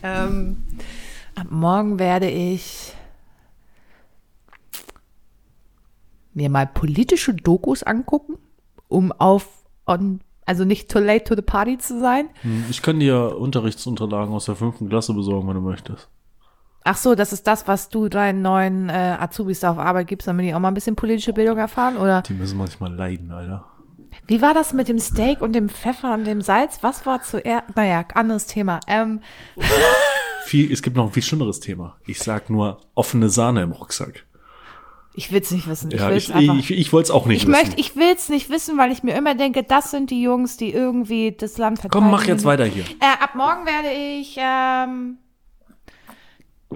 Speaker 2: ähm, ab morgen werde ich mir mal politische Dokus angucken, um auf on, also nicht too late to the party zu sein.
Speaker 1: Hm, Ich kann dir Unterrichtsunterlagen aus der fünften Klasse besorgen, wenn du möchtest.
Speaker 2: Ach so, das ist das, was du deinen neuen äh, Azubis da auf Arbeit gibst, damit die auch mal ein bisschen politische Bildung erfahren, oder?
Speaker 1: Die müssen manchmal leiden, Alter.
Speaker 2: Wie war das mit dem Steak und dem Pfeffer und dem Salz? Was war zuerst? Naja, anderes Thema. Ähm,
Speaker 1: Viel, es gibt noch ein viel schlimmeres Thema. Ich sag nur offene Sahne im Rucksack.
Speaker 2: ich will's nicht wissen. Ich
Speaker 1: Ja,
Speaker 2: will's
Speaker 1: ich,
Speaker 2: einfach.
Speaker 1: ich, ich, ich wollte es auch nicht
Speaker 2: Ich
Speaker 1: wissen.
Speaker 2: möchte, ich will's nicht wissen, weil ich mir immer denke, das sind die Jungs, die irgendwie das Land verteidigen.
Speaker 1: Komm, mach jetzt weiter hier.
Speaker 2: Äh, ab morgen werde ich ähm,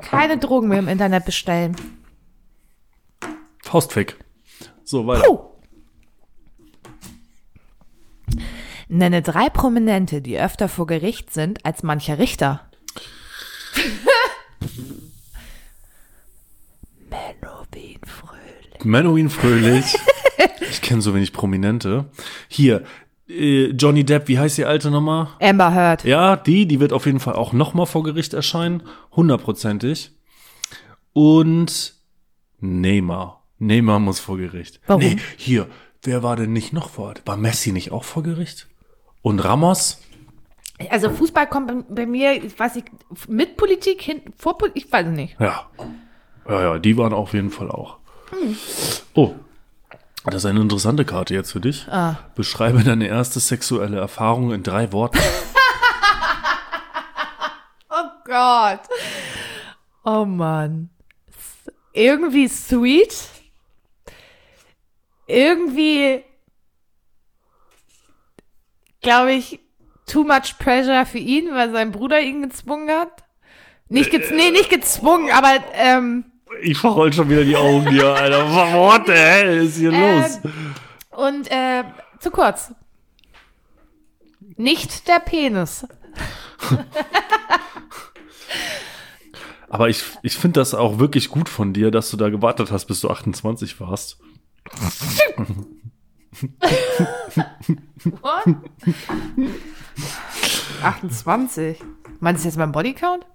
Speaker 2: keine Drogen mehr im Internet bestellen.
Speaker 1: Faustfick. So, weiter.
Speaker 2: Puh. Nenne drei Prominente, die öfter vor Gericht sind als mancher Richter. Menowin Fröhlich.
Speaker 1: Menowin Fröhlich. ich kenne so wenig Prominente. Hier, äh, Johnny Depp, wie heißt die alte nochmal?
Speaker 2: Amber Heard.
Speaker 1: Ja, die, die wird auf jeden Fall auch nochmal vor Gericht erscheinen. Hundertprozentig. Und Neymar. Neymar muss vor Gericht.
Speaker 2: Warum?
Speaker 1: hier, wer war denn nicht noch vor Ort? War Messi nicht auch vor Gericht? Und Ramos?
Speaker 2: Also Fußball kommt bei, bei mir, ich weiß nicht, mit Politik hin, vor Politik, ich weiß es nicht.
Speaker 1: Ja. Ja, ja, die waren auf jeden Fall auch. Oh. Das ist eine interessante Karte jetzt für dich. Beschreibe deine erste sexuelle Erfahrung in drei Worten.
Speaker 2: Oh Gott. Oh Mann. S- Irgendwie sweet. Irgendwie, glaube ich, too much pressure für ihn, weil sein Bruder ihn gezwungen hat. Nicht gez nee, nicht gezwungen, aber ähm,
Speaker 1: Ich verroll schon wieder die Augen hier, Alter. What the hell ist hier los?
Speaker 2: und äh, zu kurz. Nicht der Penis.
Speaker 1: Aber ich, ich finde das auch wirklich gut von dir, dass du da gewartet hast, bis du 28 warst.
Speaker 2: What? 28. Meinst du jetzt mein Bodycount?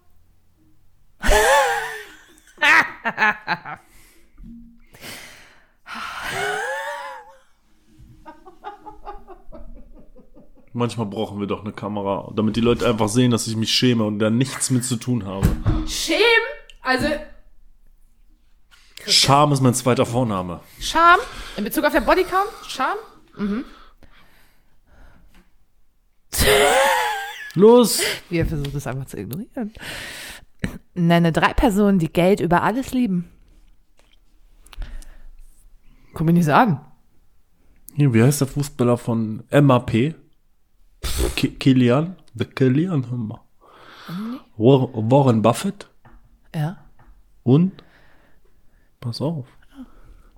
Speaker 1: Manchmal brauchen wir doch eine Kamera, damit die Leute einfach sehen, dass ich mich schäme und da nichts mit zu tun habe.
Speaker 2: Schäm? Also
Speaker 1: Scham ist mein zweiter Vorname.
Speaker 2: Scham? In Bezug auf den Bodycount? Scham?
Speaker 1: Los!
Speaker 2: Wir versuchen es einfach zu ignorieren. Nenne drei Personen, die Geld über alles lieben. Guck mich nicht so an.
Speaker 1: Hier, wie heißt der Fußballer von MAP? Ki- Kilian? The Kilian Hummer. War- Warren Buffett
Speaker 2: Ja.
Speaker 1: und, pass auf,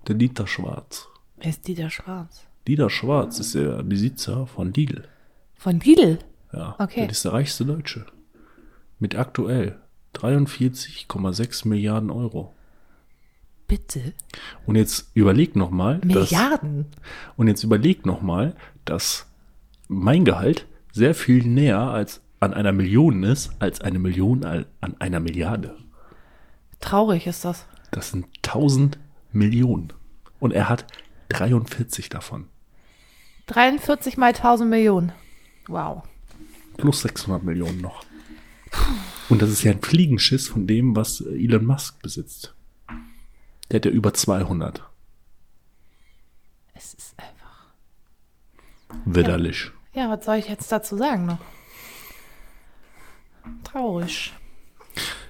Speaker 1: der Dieter Schwarz.
Speaker 2: Wer ist Dieter Schwarz?
Speaker 1: Dieter Schwarz ist der Besitzer von Lidl.
Speaker 2: Von Lidl.
Speaker 1: Ja,
Speaker 2: Okay.
Speaker 1: das ist der reichste Deutsche. Mit aktuell 43,6 Milliarden Euro.
Speaker 2: Bitte.
Speaker 1: Und jetzt überleg nochmal,
Speaker 2: Milliarden.
Speaker 1: und jetzt überleg noch mal, dass mein Gehalt sehr viel näher als an einer Million ist, als eine Million al- an einer Milliarde.
Speaker 2: Traurig ist das.
Speaker 1: Das sind 1000 Millionen. Und er hat 43 davon.
Speaker 2: 43 mal 1000 Millionen. Wow.
Speaker 1: Plus 600 Millionen noch. Und das ist ja ein Fliegenschiss von dem, was äh, Elon Musk besitzt. Der hat ja über 200.
Speaker 2: Es ist einfach.
Speaker 1: Widerlich.
Speaker 2: Ja, was soll ich jetzt dazu sagen noch? Traurig.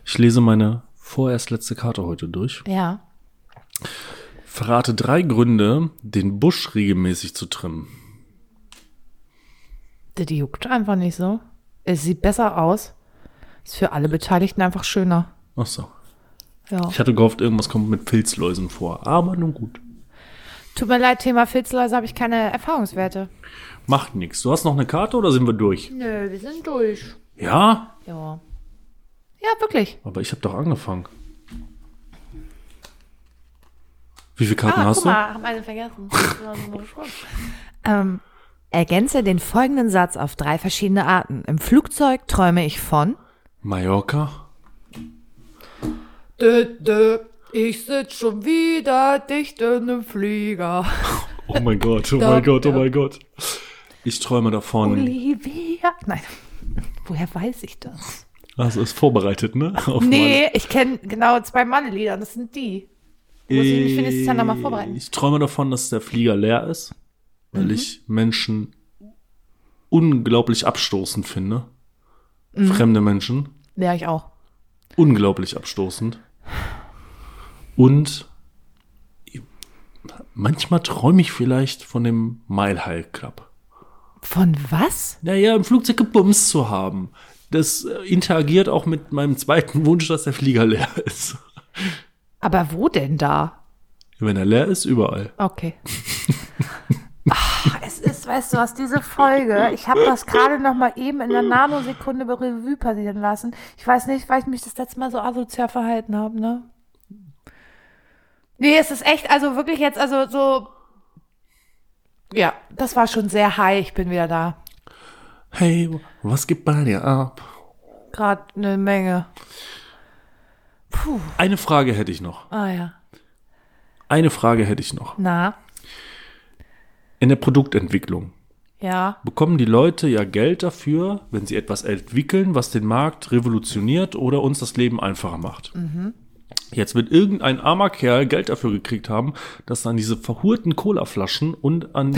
Speaker 1: Ich lese meine vorerst letzte Karte heute durch.
Speaker 2: Ja.
Speaker 1: Verrate drei Gründe, den Busch regelmäßig zu trimmen.
Speaker 2: Das juckt einfach nicht so. Es sieht besser aus. Ist für alle Beteiligten einfach schöner.
Speaker 1: Ach so.
Speaker 2: Ja.
Speaker 1: Ich hatte gehofft, irgendwas kommt mit Filzläusen vor. Aber nun gut.
Speaker 2: Tut mir leid, Thema Filzläuse habe ich keine Erfahrungswerte.
Speaker 1: Macht nichts. Du hast noch eine Karte oder sind wir durch?
Speaker 2: Nö, wir sind durch.
Speaker 1: Ja,
Speaker 2: Ja. Ja, wirklich.
Speaker 1: aber ich habe doch angefangen. Wie viele Karten
Speaker 2: Ah,
Speaker 1: hast
Speaker 2: guck
Speaker 1: du?
Speaker 2: mal, haben alle vergessen.
Speaker 4: Ähm, ergänze den folgenden Satz auf drei verschiedene Arten. Im Flugzeug träume ich von.
Speaker 1: Mallorca?
Speaker 4: Dö, dö, ich sitz schon wieder dicht in einem Flieger.
Speaker 1: Oh mein Gott, oh mein Gott, oh mein Gott. Ich träume davon.
Speaker 4: Olivia. Nein. Woher weiß ich das?
Speaker 1: Also ist vorbereitet, ne? Auf
Speaker 2: nee, ich kenne genau zwei Mann-Lieder, das sind die.
Speaker 1: meine-
Speaker 2: muss ich mich für nächstes Jahr noch
Speaker 1: Äh.
Speaker 2: mal vorbereiten. Mhm.
Speaker 1: Ich träume davon, dass der Flieger leer ist, weil ich Menschen unglaublich abstoßend finde.
Speaker 2: Mhm.
Speaker 1: Fremde Menschen.
Speaker 2: Ja, ich auch.
Speaker 1: unglaublich abstoßend. Und manchmal träume ich vielleicht von dem Mile High Club.
Speaker 4: Von was?
Speaker 1: Naja, im Flugzeug gebumst zu haben. Das äh, interagiert auch mit meinem zweiten Wunsch, dass der Flieger leer ist.
Speaker 2: Aber wo denn da?
Speaker 1: Wenn er leer ist, überall.
Speaker 2: Okay. Ach, es ist, weißt du was, diese Folge, ich habe das gerade noch mal eben in einer Nanosekunde bei Revue passieren lassen. Ich weiß nicht, weil ich mich das letzte Mal so asozial verhalten habe, ne? Nee, es ist echt, also wirklich jetzt, also so. Ja, das war schon sehr high, ich bin wieder da.
Speaker 1: Hey, was gibt bei dir ab?
Speaker 2: Gerade eine ne Menge.
Speaker 1: Eine Frage hätte ich noch.
Speaker 2: Ah ja.
Speaker 1: Eine Frage hätte ich noch.
Speaker 2: Na,
Speaker 1: In der Produktentwicklung
Speaker 2: ja.
Speaker 1: bekommen die Leute ja Geld dafür, wenn sie etwas entwickeln, was den Markt revolutioniert oder uns das Leben einfacher macht. Jetzt wird irgendein armer Kerl Geld dafür gekriegt haben, dass er an diese verhurten Colaflaschen und an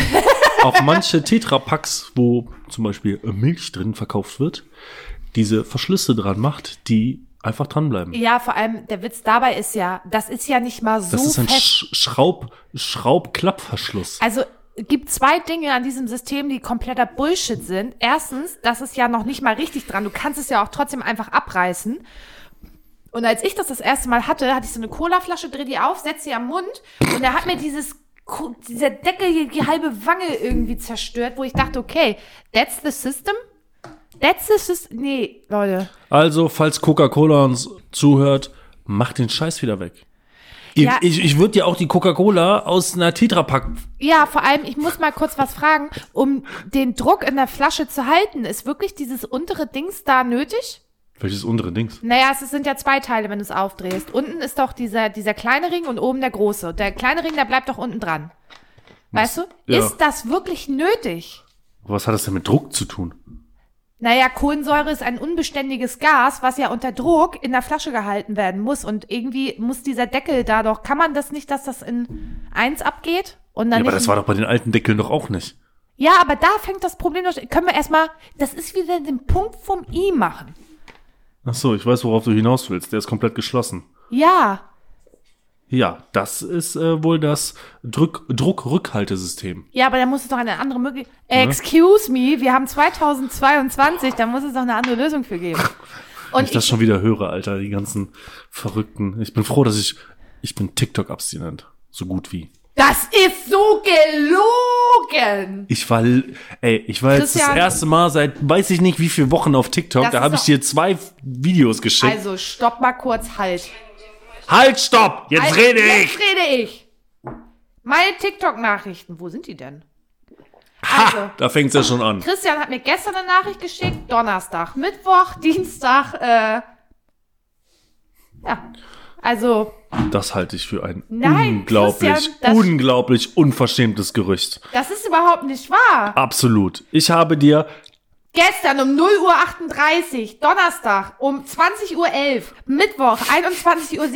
Speaker 1: auch manche Tetrapacks, wo zum Beispiel äh, Milch drin verkauft wird, diese Verschlüsse dran macht, die einfach dranbleiben.
Speaker 2: Ja, vor allem der Witz dabei ist ja, das ist ja nicht mal so
Speaker 1: das ist ein
Speaker 2: fest.
Speaker 1: Sch Schraub Schraubklappverschluss.
Speaker 2: Also gibt zwei Dinge an diesem System, die kompletter Bullshit sind. Erstens, das ist ja noch nicht mal richtig dran. Du kannst es ja auch trotzdem einfach abreißen. Und als ich das das erste Mal hatte, hatte ich so eine Colaflasche, dreh die auf, setz sie am Mund und er hat mir dieses Ko- dieser Deckel hier die halbe Wange irgendwie zerstört, wo ich dachte, okay, that's the system? That's the system? Nee, Leute.
Speaker 1: Also, falls Coca-Cola uns zuhört, macht den Scheiß wieder weg. Ihr-
Speaker 2: Ja.
Speaker 1: Ich, ich würde ja auch die Coca-Cola aus einer Tetrapack.
Speaker 2: Ja, vor allem, ich muss mal kurz was fragen. Um den Druck in der Flasche zu halten, ist wirklich dieses untere Dings da nötig?
Speaker 1: Welches untere Dings?
Speaker 2: Naja, es sind ja zwei Teile, wenn du es aufdrehst. Unten ist doch dieser, dieser kleine Ring und oben der große. Der kleine Ring, der bleibt doch unten dran. Weißt du?
Speaker 1: Ja.
Speaker 2: Ist das wirklich nötig?
Speaker 1: Was hat das denn mit Druck zu tun?
Speaker 2: Naja, Kohlensäure ist ein unbeständiges Gas, was ja unter Druck in der Flasche gehalten werden muss. Und irgendwie muss dieser Deckel da doch. Kann man das nicht, dass das in eins abgeht? Und dann
Speaker 1: ja, aber
Speaker 2: nicht
Speaker 1: das
Speaker 2: in-
Speaker 1: war doch bei den alten Deckeln doch auch nicht.
Speaker 2: Ja, aber da fängt das Problem doch. Können wir erstmal, das ist wieder den Punkt vom I machen.
Speaker 1: Ach so, ich weiß, worauf du hinaus willst. Der ist komplett geschlossen.
Speaker 2: Ja,
Speaker 1: Ja, das ist äh, wohl das Druck Druckrückhaltesystem.
Speaker 2: ja, aber da muss es doch eine andere Möglichkeit. Excuse me, wir haben 2022, da muss es doch eine andere Lösung für geben.
Speaker 1: Wenn
Speaker 2: Und
Speaker 1: ich das schon wieder höre, Alter, die ganzen Verrückten. Ich bin froh, dass ich ich bin TikTok-abstinent, so gut wie.
Speaker 2: das ist so gelogen.
Speaker 1: Ich war, l- ey, ich war jetzt das
Speaker 2: Christian.
Speaker 1: erste Mal seit weiß ich nicht wie viel Wochen auf TikTok.
Speaker 2: Das
Speaker 1: da
Speaker 2: ist
Speaker 1: habe ich
Speaker 2: doch-
Speaker 1: dir zwei F- Videos geschickt.
Speaker 2: Also stopp mal kurz, halt.
Speaker 1: halt, stopp! Jetzt
Speaker 2: Halt,
Speaker 1: rede ich!
Speaker 2: Jetzt rede ich. Meine TikTok-Nachrichten, wo sind die denn? Also,
Speaker 1: Da fängt's ja schon an.
Speaker 2: Christian hat mir gestern eine Nachricht geschickt, Donnerstag, Mittwoch, Dienstag, äh, ja, also,
Speaker 1: Das halte ich für ein
Speaker 2: Nein,
Speaker 1: unglaublich,
Speaker 2: Christian, das-
Speaker 1: unglaublich unverschämtes Gerücht.
Speaker 2: das ist überhaupt nicht wahr.
Speaker 1: Absolut. Ich habe dir,
Speaker 2: Gestern um 0.38 Uhr, Donnerstag um 20.11 Uhr, Mittwoch 21.37 Uhr,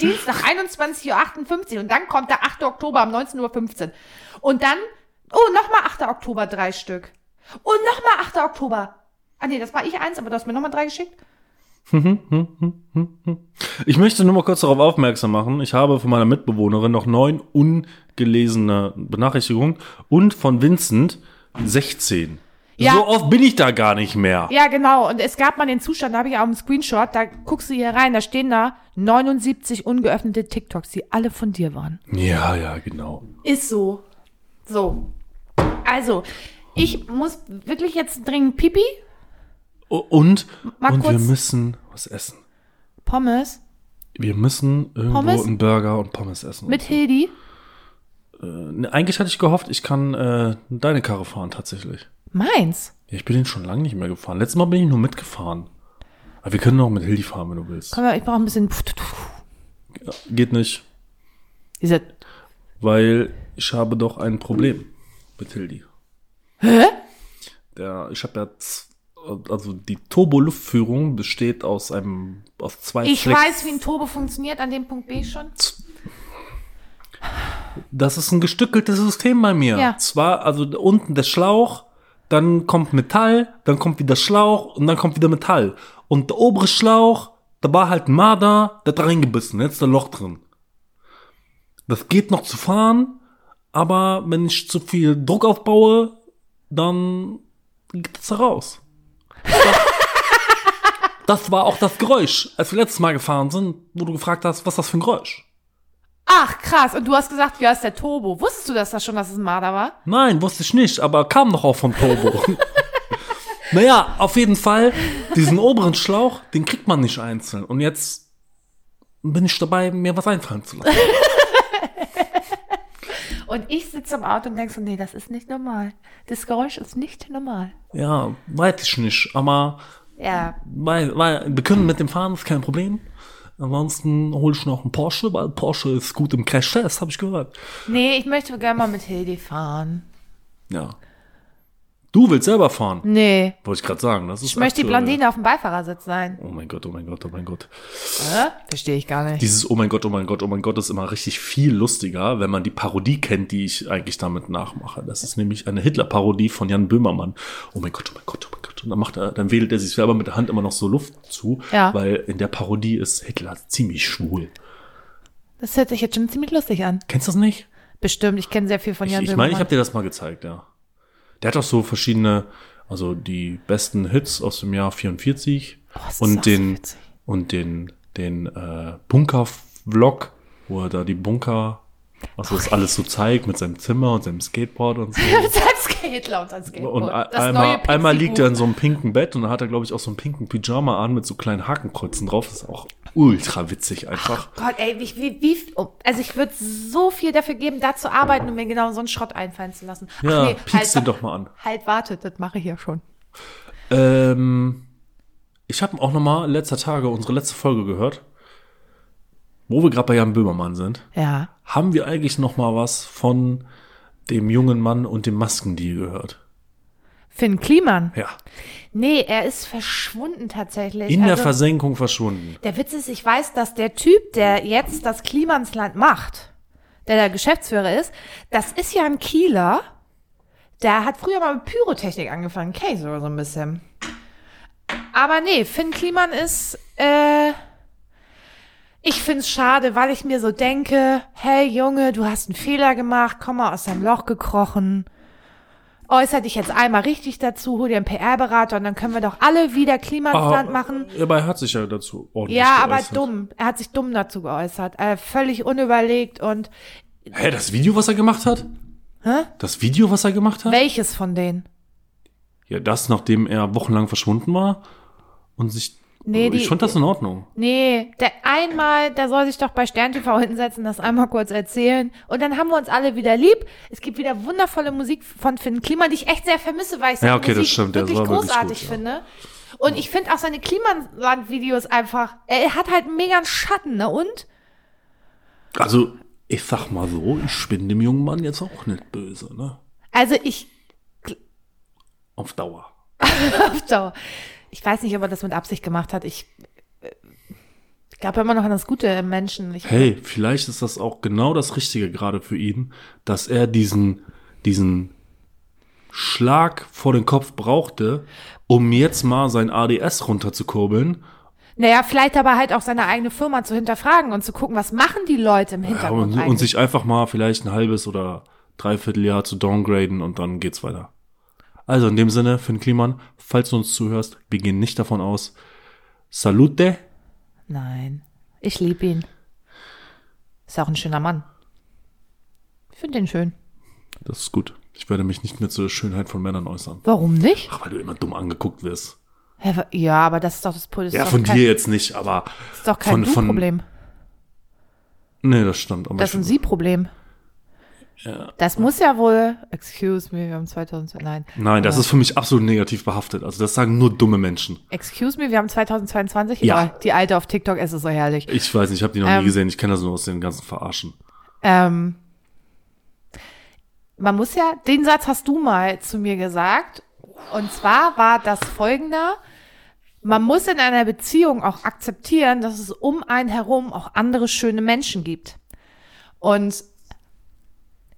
Speaker 2: Dienstag 21.58 Uhr und dann kommt der 8. Oktober um 19.15 Uhr. Und dann, oh, nochmal 8. Oktober, drei Stück. Und nochmal 8. Oktober. Ah nee, das war ich eins, aber du hast mir nochmal drei geschickt.
Speaker 1: ich möchte nur mal kurz darauf aufmerksam machen, ich habe von meiner Mitbewohnerin noch neun ungelesene Benachrichtigungen und von Vincent 16.
Speaker 2: Ja.
Speaker 1: So oft bin ich da gar nicht mehr.
Speaker 2: Ja, genau. Und es gab mal den Zustand, da habe ich auch einen Screenshot, da guckst du hier rein, da stehen da 79 ungeöffnete TikToks, die alle von dir waren.
Speaker 1: Ja, ja, genau.
Speaker 2: Ist so. So. Also, ich muss wirklich jetzt dringend Pipi,
Speaker 1: O- Und,
Speaker 2: Mal
Speaker 1: und wir
Speaker 2: kurz-
Speaker 1: müssen was essen.
Speaker 2: Pommes.
Speaker 1: Wir müssen irgendwo
Speaker 2: Pommes?
Speaker 1: einen Burger und Pommes essen.
Speaker 2: Mit Hildi?
Speaker 1: Ne, Eigentlich hatte ich gehofft, ich kann äh, deine Karre fahren tatsächlich.
Speaker 4: Meins.
Speaker 1: Ja, ich bin den schon lange nicht mehr gefahren. Letztes Mal bin ich nur mitgefahren. Aber wir können auch mit Hildi fahren, wenn du willst.
Speaker 4: Komm, ich brauche ein bisschen.
Speaker 1: Geht nicht,
Speaker 4: Diese.
Speaker 1: weil ich habe doch ein Problem mit Hildi. Hä? Der, ich habe ja, z- also die Turboluftführung besteht aus einem, aus zwei
Speaker 2: Ich
Speaker 1: Flex-
Speaker 2: weiß, wie ein Turbo funktioniert, an dem Punkt B schon.
Speaker 1: Das ist ein gestückeltes System bei mir.
Speaker 2: Ja.
Speaker 1: Zwar, also da unten der Schlauch, dann kommt Metall, dann kommt wieder Schlauch und dann kommt wieder Metall. Und der obere Schlauch, da war halt ein Marder, der hat reingebissen, jetzt ist da Loch drin. Das geht noch zu fahren, aber wenn ich zu viel Druck aufbaue, dann geht es da raus. Das, das war auch das Geräusch, als wir letztes Mal gefahren sind, wo du gefragt hast, was ist das für ein Geräusch?
Speaker 2: Ach, krass. Und du hast gesagt, ja, ist der Turbo. Wusstest du das da schon, dass es ein Marder war?
Speaker 1: Nein, wusste ich nicht, aber kam doch auch vom Turbo. naja, auf jeden Fall, diesen oberen Schlauch, den kriegt man nicht einzeln. Und jetzt bin ich dabei, mir was einfallen zu lassen.
Speaker 2: Und ich sitze im Auto und denke so, nee, das ist nicht normal. Das Geräusch ist nicht normal.
Speaker 1: Ja, weiß ich nicht, aber
Speaker 2: Ja,
Speaker 1: weil, weil, wir können mit dem fahren, ist kein Problem. Ansonsten hole ich noch einen Porsche, weil Porsche ist gut im Crash-Test, habe ich gehört.
Speaker 2: Nee, ich möchte gerne mal mit Hildi fahren.
Speaker 1: Ja. Du willst selber fahren,
Speaker 2: Nee.
Speaker 1: wollte ich gerade sagen. Das ist
Speaker 2: Ich möchte die
Speaker 1: aktuell.
Speaker 2: Blondine auf dem Beifahrersitz sein.
Speaker 1: Oh mein Gott, oh mein Gott, oh mein Gott.
Speaker 4: Verstehe ich gar nicht.
Speaker 1: Dieses Oh mein Gott, oh mein Gott, oh mein Gott ist immer richtig viel lustiger, wenn man die Parodie kennt, die ich eigentlich damit nachmache. Das ist nämlich eine Hitler-Parodie von Jan Böhmermann. Oh mein Gott, oh mein Gott, oh mein Gott. Und dann macht er, dann wählt er sich selber mit der Hand immer noch so Luft zu,
Speaker 2: Ja.
Speaker 1: weil in der Parodie ist Hitler ziemlich schwul.
Speaker 2: Das hört sich jetzt schon ziemlich lustig an.
Speaker 1: Kennst du das nicht?
Speaker 2: Bestimmt, ich kenne sehr viel von
Speaker 1: Ich
Speaker 2: Jan
Speaker 1: meine, ich, mein, ich
Speaker 2: Böhmermann.
Speaker 1: habe dir das mal gezeigt, ja. Der hat auch so verschiedene, also die besten Hits aus dem Jahr 44
Speaker 2: das Oh, ist auch
Speaker 1: und
Speaker 2: so
Speaker 1: den
Speaker 2: witzig.
Speaker 1: und den den äh, Bunker Vlog, wo er da die Bunker was
Speaker 2: Oh.
Speaker 1: das alles so zeigt mit seinem Zimmer und seinem Skateboard und so.
Speaker 2: Als Hitler und als Skateboard.
Speaker 1: Und
Speaker 2: das neue
Speaker 1: einmal,
Speaker 2: Pixie
Speaker 1: einmal liegt
Speaker 2: Buch.
Speaker 1: er in so einem pinken Bett und dann hat er, glaube ich, auch so einen pinken Pyjama an mit so kleinen Hakenkreuzen drauf. Das ist auch ultra witzig einfach.
Speaker 2: Gott, ey, wie, wie, wie, oh, also ich würde so viel dafür geben, da zu arbeiten, um mir genau so einen Schrott einfallen zu lassen. Ach
Speaker 1: ja,
Speaker 2: nee,
Speaker 1: piekst
Speaker 2: halt,
Speaker 1: den doch mal an.
Speaker 2: Halt, wartet, das mache ich ja schon.
Speaker 1: Ähm, ich habe auch noch mal letzter Tage unsere letzte Folge gehört, wo wir gerade bei Jan Böhmermann sind.
Speaker 4: Ja.
Speaker 1: Haben wir eigentlich noch mal was von dem jungen Mann und dem Maskendeal gehört?
Speaker 4: Finn Kliman.
Speaker 1: Ja,
Speaker 2: Nee, er ist verschwunden tatsächlich.
Speaker 1: in der
Speaker 2: also,
Speaker 1: Versenkung verschwunden.
Speaker 2: Der Witz ist, ich weiß, dass der Typ, der jetzt das Klimansland macht, der der Geschäftsführer ist, das ist ja ein Kieler. Der hat früher mal mit Pyrotechnik angefangen, Käse oder so ein bisschen. Aber nee, Finn Kliman ist, äh, ich find's schade, weil ich mir so denke, hey Junge, du hast einen Fehler gemacht, komm mal aus deinem Loch gekrochen. Äußer dich jetzt einmal richtig dazu, hol dir einen PR-Berater und dann können wir doch alle wieder Klimansland
Speaker 1: Oh.
Speaker 2: machen.
Speaker 1: Ja, aber er hat sich ja dazu ordentlich
Speaker 2: Ja, aber
Speaker 1: geäußert.
Speaker 2: dumm. Er hat sich dumm dazu geäußert. Äh, völlig unüberlegt und
Speaker 1: Hä, das Video, was er gemacht hat? Hä? Das Video, was er gemacht hat?
Speaker 2: welches von denen?
Speaker 1: Ja, das, nachdem er wochenlang verschwunden war und sich. Also,
Speaker 2: Nee,
Speaker 1: ich
Speaker 2: die-
Speaker 1: fand das in Ordnung.
Speaker 2: Nee, der einmal, der soll sich doch bei Stern TV hinsetzen, das einmal kurz erzählen. Und dann haben wir uns alle wieder lieb. Es gibt wieder wundervolle Musik von Finn Kliman, die ich echt sehr vermisse, weil ich seine
Speaker 1: Ja, okay, das
Speaker 2: Musik
Speaker 1: stimmt. Der
Speaker 2: wirklich
Speaker 1: war wirklich
Speaker 2: großartig
Speaker 1: gut, ja.
Speaker 2: finde. Und ich finde auch seine Klimansland-Videos einfach, er hat halt mega einen Schatten, ne? Und?
Speaker 1: Also, ich sag mal so, ich bin dem jungen Mann jetzt auch nicht böse, ne?
Speaker 2: Also ich,
Speaker 1: Auf Dauer.
Speaker 2: So. Ich weiß nicht, ob er das mit Absicht gemacht hat. Ich, äh, ich glaube immer noch an das Gute im Menschen. Ich,
Speaker 1: Hey, vielleicht ist das auch genau das Richtige gerade für ihn, dass er diesen, diesen Schlag vor den Kopf brauchte, um jetzt mal sein ADS runterzukurbeln.
Speaker 2: Naja, vielleicht aber halt auch seine eigene Firma zu hinterfragen und zu gucken, was machen die Leute im
Speaker 1: Ja,
Speaker 2: Hintergrund
Speaker 1: und, und
Speaker 2: eigentlich.
Speaker 1: sich einfach mal vielleicht ein halbes oder dreiviertel Jahr zu downgraden und dann geht's weiter. Also in dem Sinne, Finn Kliman, falls du uns zuhörst, wir gehen nicht davon aus. Salute.
Speaker 4: Nein. Ich liebe ihn. Ist auch ein schöner Mann. Ich finde den schön.
Speaker 1: Das ist gut. Ich werde mich nicht mehr zur Schönheit von Männern äußern.
Speaker 4: Warum nicht?
Speaker 1: Ach, weil du immer dumm angeguckt wirst.
Speaker 4: Hä, wa- Ja, aber das ist doch das Problem.
Speaker 1: Ja, von dir jetzt nicht, aber
Speaker 4: ist doch kein
Speaker 1: von, von,
Speaker 4: Du-Problem.
Speaker 1: Nee, das stimmt. Aber
Speaker 2: Das ist ein
Speaker 1: ich,
Speaker 2: Sie-Problem. Das muss ja wohl. Excuse me, wir haben 2000. Nein.
Speaker 1: nein, das ist für mich absolut negativ behaftet. Also das sagen nur dumme Menschen.
Speaker 2: Excuse me, wir haben 2022.
Speaker 1: Ja.
Speaker 2: Ja. Die alte auf TikTok, es ist so herrlich.
Speaker 1: Ich weiß nicht, ich habe die noch
Speaker 2: Ähm.
Speaker 1: nie gesehen. Ich kenne das nur aus den ganzen Verarschen.
Speaker 2: Ähm, man muss ja, den Satz hast du mal zu mir gesagt. Und zwar war das folgender. Man muss in einer Beziehung auch akzeptieren, dass es um einen herum auch andere schöne Menschen gibt. Und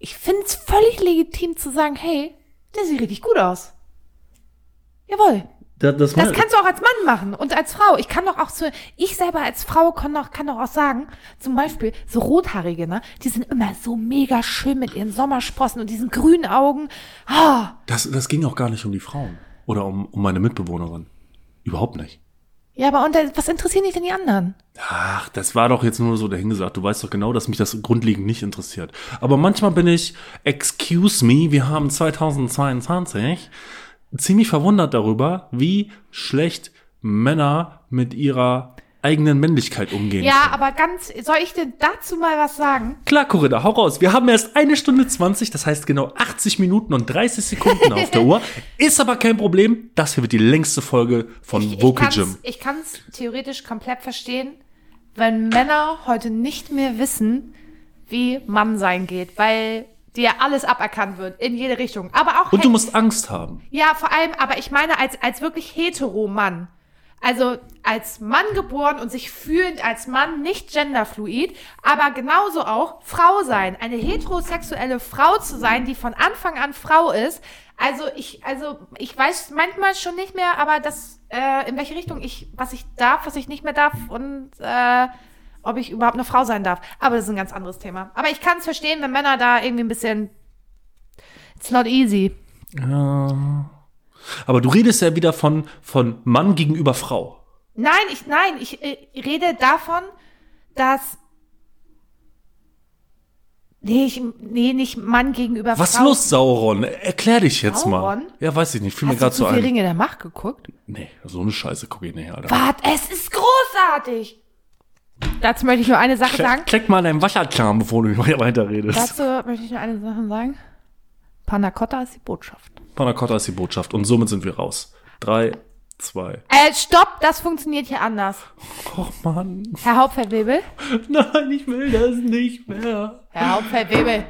Speaker 2: ich finde es völlig legitim zu sagen, hey, der sieht richtig gut aus. Jawohl.
Speaker 1: Das, das,
Speaker 2: Das kannst du auch als Mann machen und als Frau. Ich kann doch auch so, ich selber als Frau kann doch, kann doch auch sagen, zum Beispiel so Rothaarige, ne? Die sind immer so mega schön mit ihren Sommersprossen und diesen grünen Augen. Ah,
Speaker 1: das, das ging auch gar nicht um die Frauen oder um, um meine Mitbewohnerin. Überhaupt nicht.
Speaker 2: ja, aber und, äh, was interessieren dich denn die anderen?
Speaker 1: Ach, das war doch jetzt nur so dahingesagt. Du weißt doch genau, dass mich das grundlegend nicht interessiert. Aber manchmal bin ich, excuse me, wir haben 2022, ziemlich verwundert darüber, wie schlecht Männer mit ihrer eigenen Männlichkeit umgehen.
Speaker 2: Ja, aber ganz, soll ich dir dazu mal was sagen?
Speaker 1: Klar, Corinna, hau raus. Wir haben erst eine Stunde 20, das heißt genau 80 Minuten und 30 Sekunden auf der Uhr. Ist aber kein Problem. Das hier wird die längste Folge von
Speaker 2: Ich, ich
Speaker 1: Vocal
Speaker 2: kann's-
Speaker 1: Gym.
Speaker 2: ich kann es theoretisch komplett verstehen, wenn Männer heute nicht mehr wissen, wie Mann sein geht, weil dir alles aberkannt wird, in jede Richtung. Aber auch
Speaker 1: Und du
Speaker 2: hey,
Speaker 1: musst Angst haben.
Speaker 2: Ja, vor allem, aber ich meine als, als wirklich hetero-Mann. Also als Mann geboren und sich fühlend als Mann, nicht genderfluid, aber genauso auch Frau sein. Eine heterosexuelle Frau zu sein, die von Anfang an Frau ist. Also ich, also ich weiß manchmal schon nicht mehr, aber das, äh, in welche Richtung ich, was ich darf, was ich nicht mehr darf und äh, ob ich überhaupt eine Frau sein darf. Aber das ist ein ganz anderes Thema. Aber ich kann es verstehen, wenn Männer da irgendwie ein bisschen. It's not easy.
Speaker 1: Aber du redest ja wieder von, von Mann gegenüber Frau.
Speaker 2: Nein, ich, nein, ich äh, rede davon, dass. Nee, ich, nee, nicht Mann gegenüber
Speaker 1: Was
Speaker 2: Frau.
Speaker 1: los, Sauron? Erklär dich jetzt
Speaker 2: Sauron?
Speaker 1: mal. Ja, weiß ich nicht. Fiel mir
Speaker 2: Hast du
Speaker 1: gerade so
Speaker 2: zu viel
Speaker 1: ein.
Speaker 2: Ringe der Macht geguckt?
Speaker 1: Nee, so eine Scheiße guck ich nicht, Alter.
Speaker 2: Bart, es ist großartig! Dazu möchte ich nur eine Sache sagen.
Speaker 1: Klick, klick mal deinen Wasserkram, bevor du weiterredest.
Speaker 2: Dazu möchte ich nur eine Sache sagen. Panna Cotta ist die Botschaft.
Speaker 1: Panna Cotta ist die Botschaft. Und somit sind wir raus. Drei, zwei.
Speaker 2: Äh, stopp, das funktioniert hier anders.
Speaker 1: Och, Mann.
Speaker 2: Herr Hauptfeldwebel?
Speaker 1: Nein, ich will das nicht mehr.
Speaker 2: Herr Hauptfeldwebel.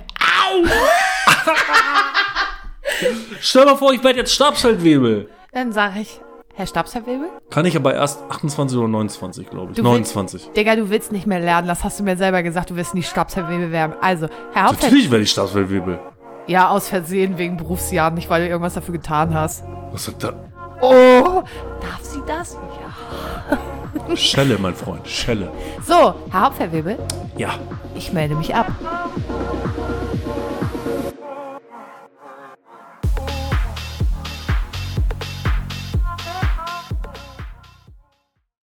Speaker 1: Stell mal vor, ich werde jetzt Stabschaltwebel.
Speaker 2: Dann sage ich, Herr Stabsfeldwebel?
Speaker 1: Kann ich aber erst 28 oder 29, glaube ich.
Speaker 2: Du
Speaker 1: 29.
Speaker 2: Willst, Digga, du willst nicht mehr lernen. Das hast du mir selber gesagt. Du wirst nicht Stabsfeldwebel werden. Also, Herr Hauptfeldwebel.
Speaker 1: Natürlich werde ich Stabschaltwebel.
Speaker 2: Ja, aus Versehen wegen Berufsjahr, nicht weil du irgendwas dafür getan hast.
Speaker 1: Was hat da?
Speaker 2: Oh, darf sie das? Ja.
Speaker 1: Schelle, mein Freund. Schelle.
Speaker 2: So, Herr Hauptverwebel,
Speaker 1: Ja.
Speaker 2: ich melde mich ab.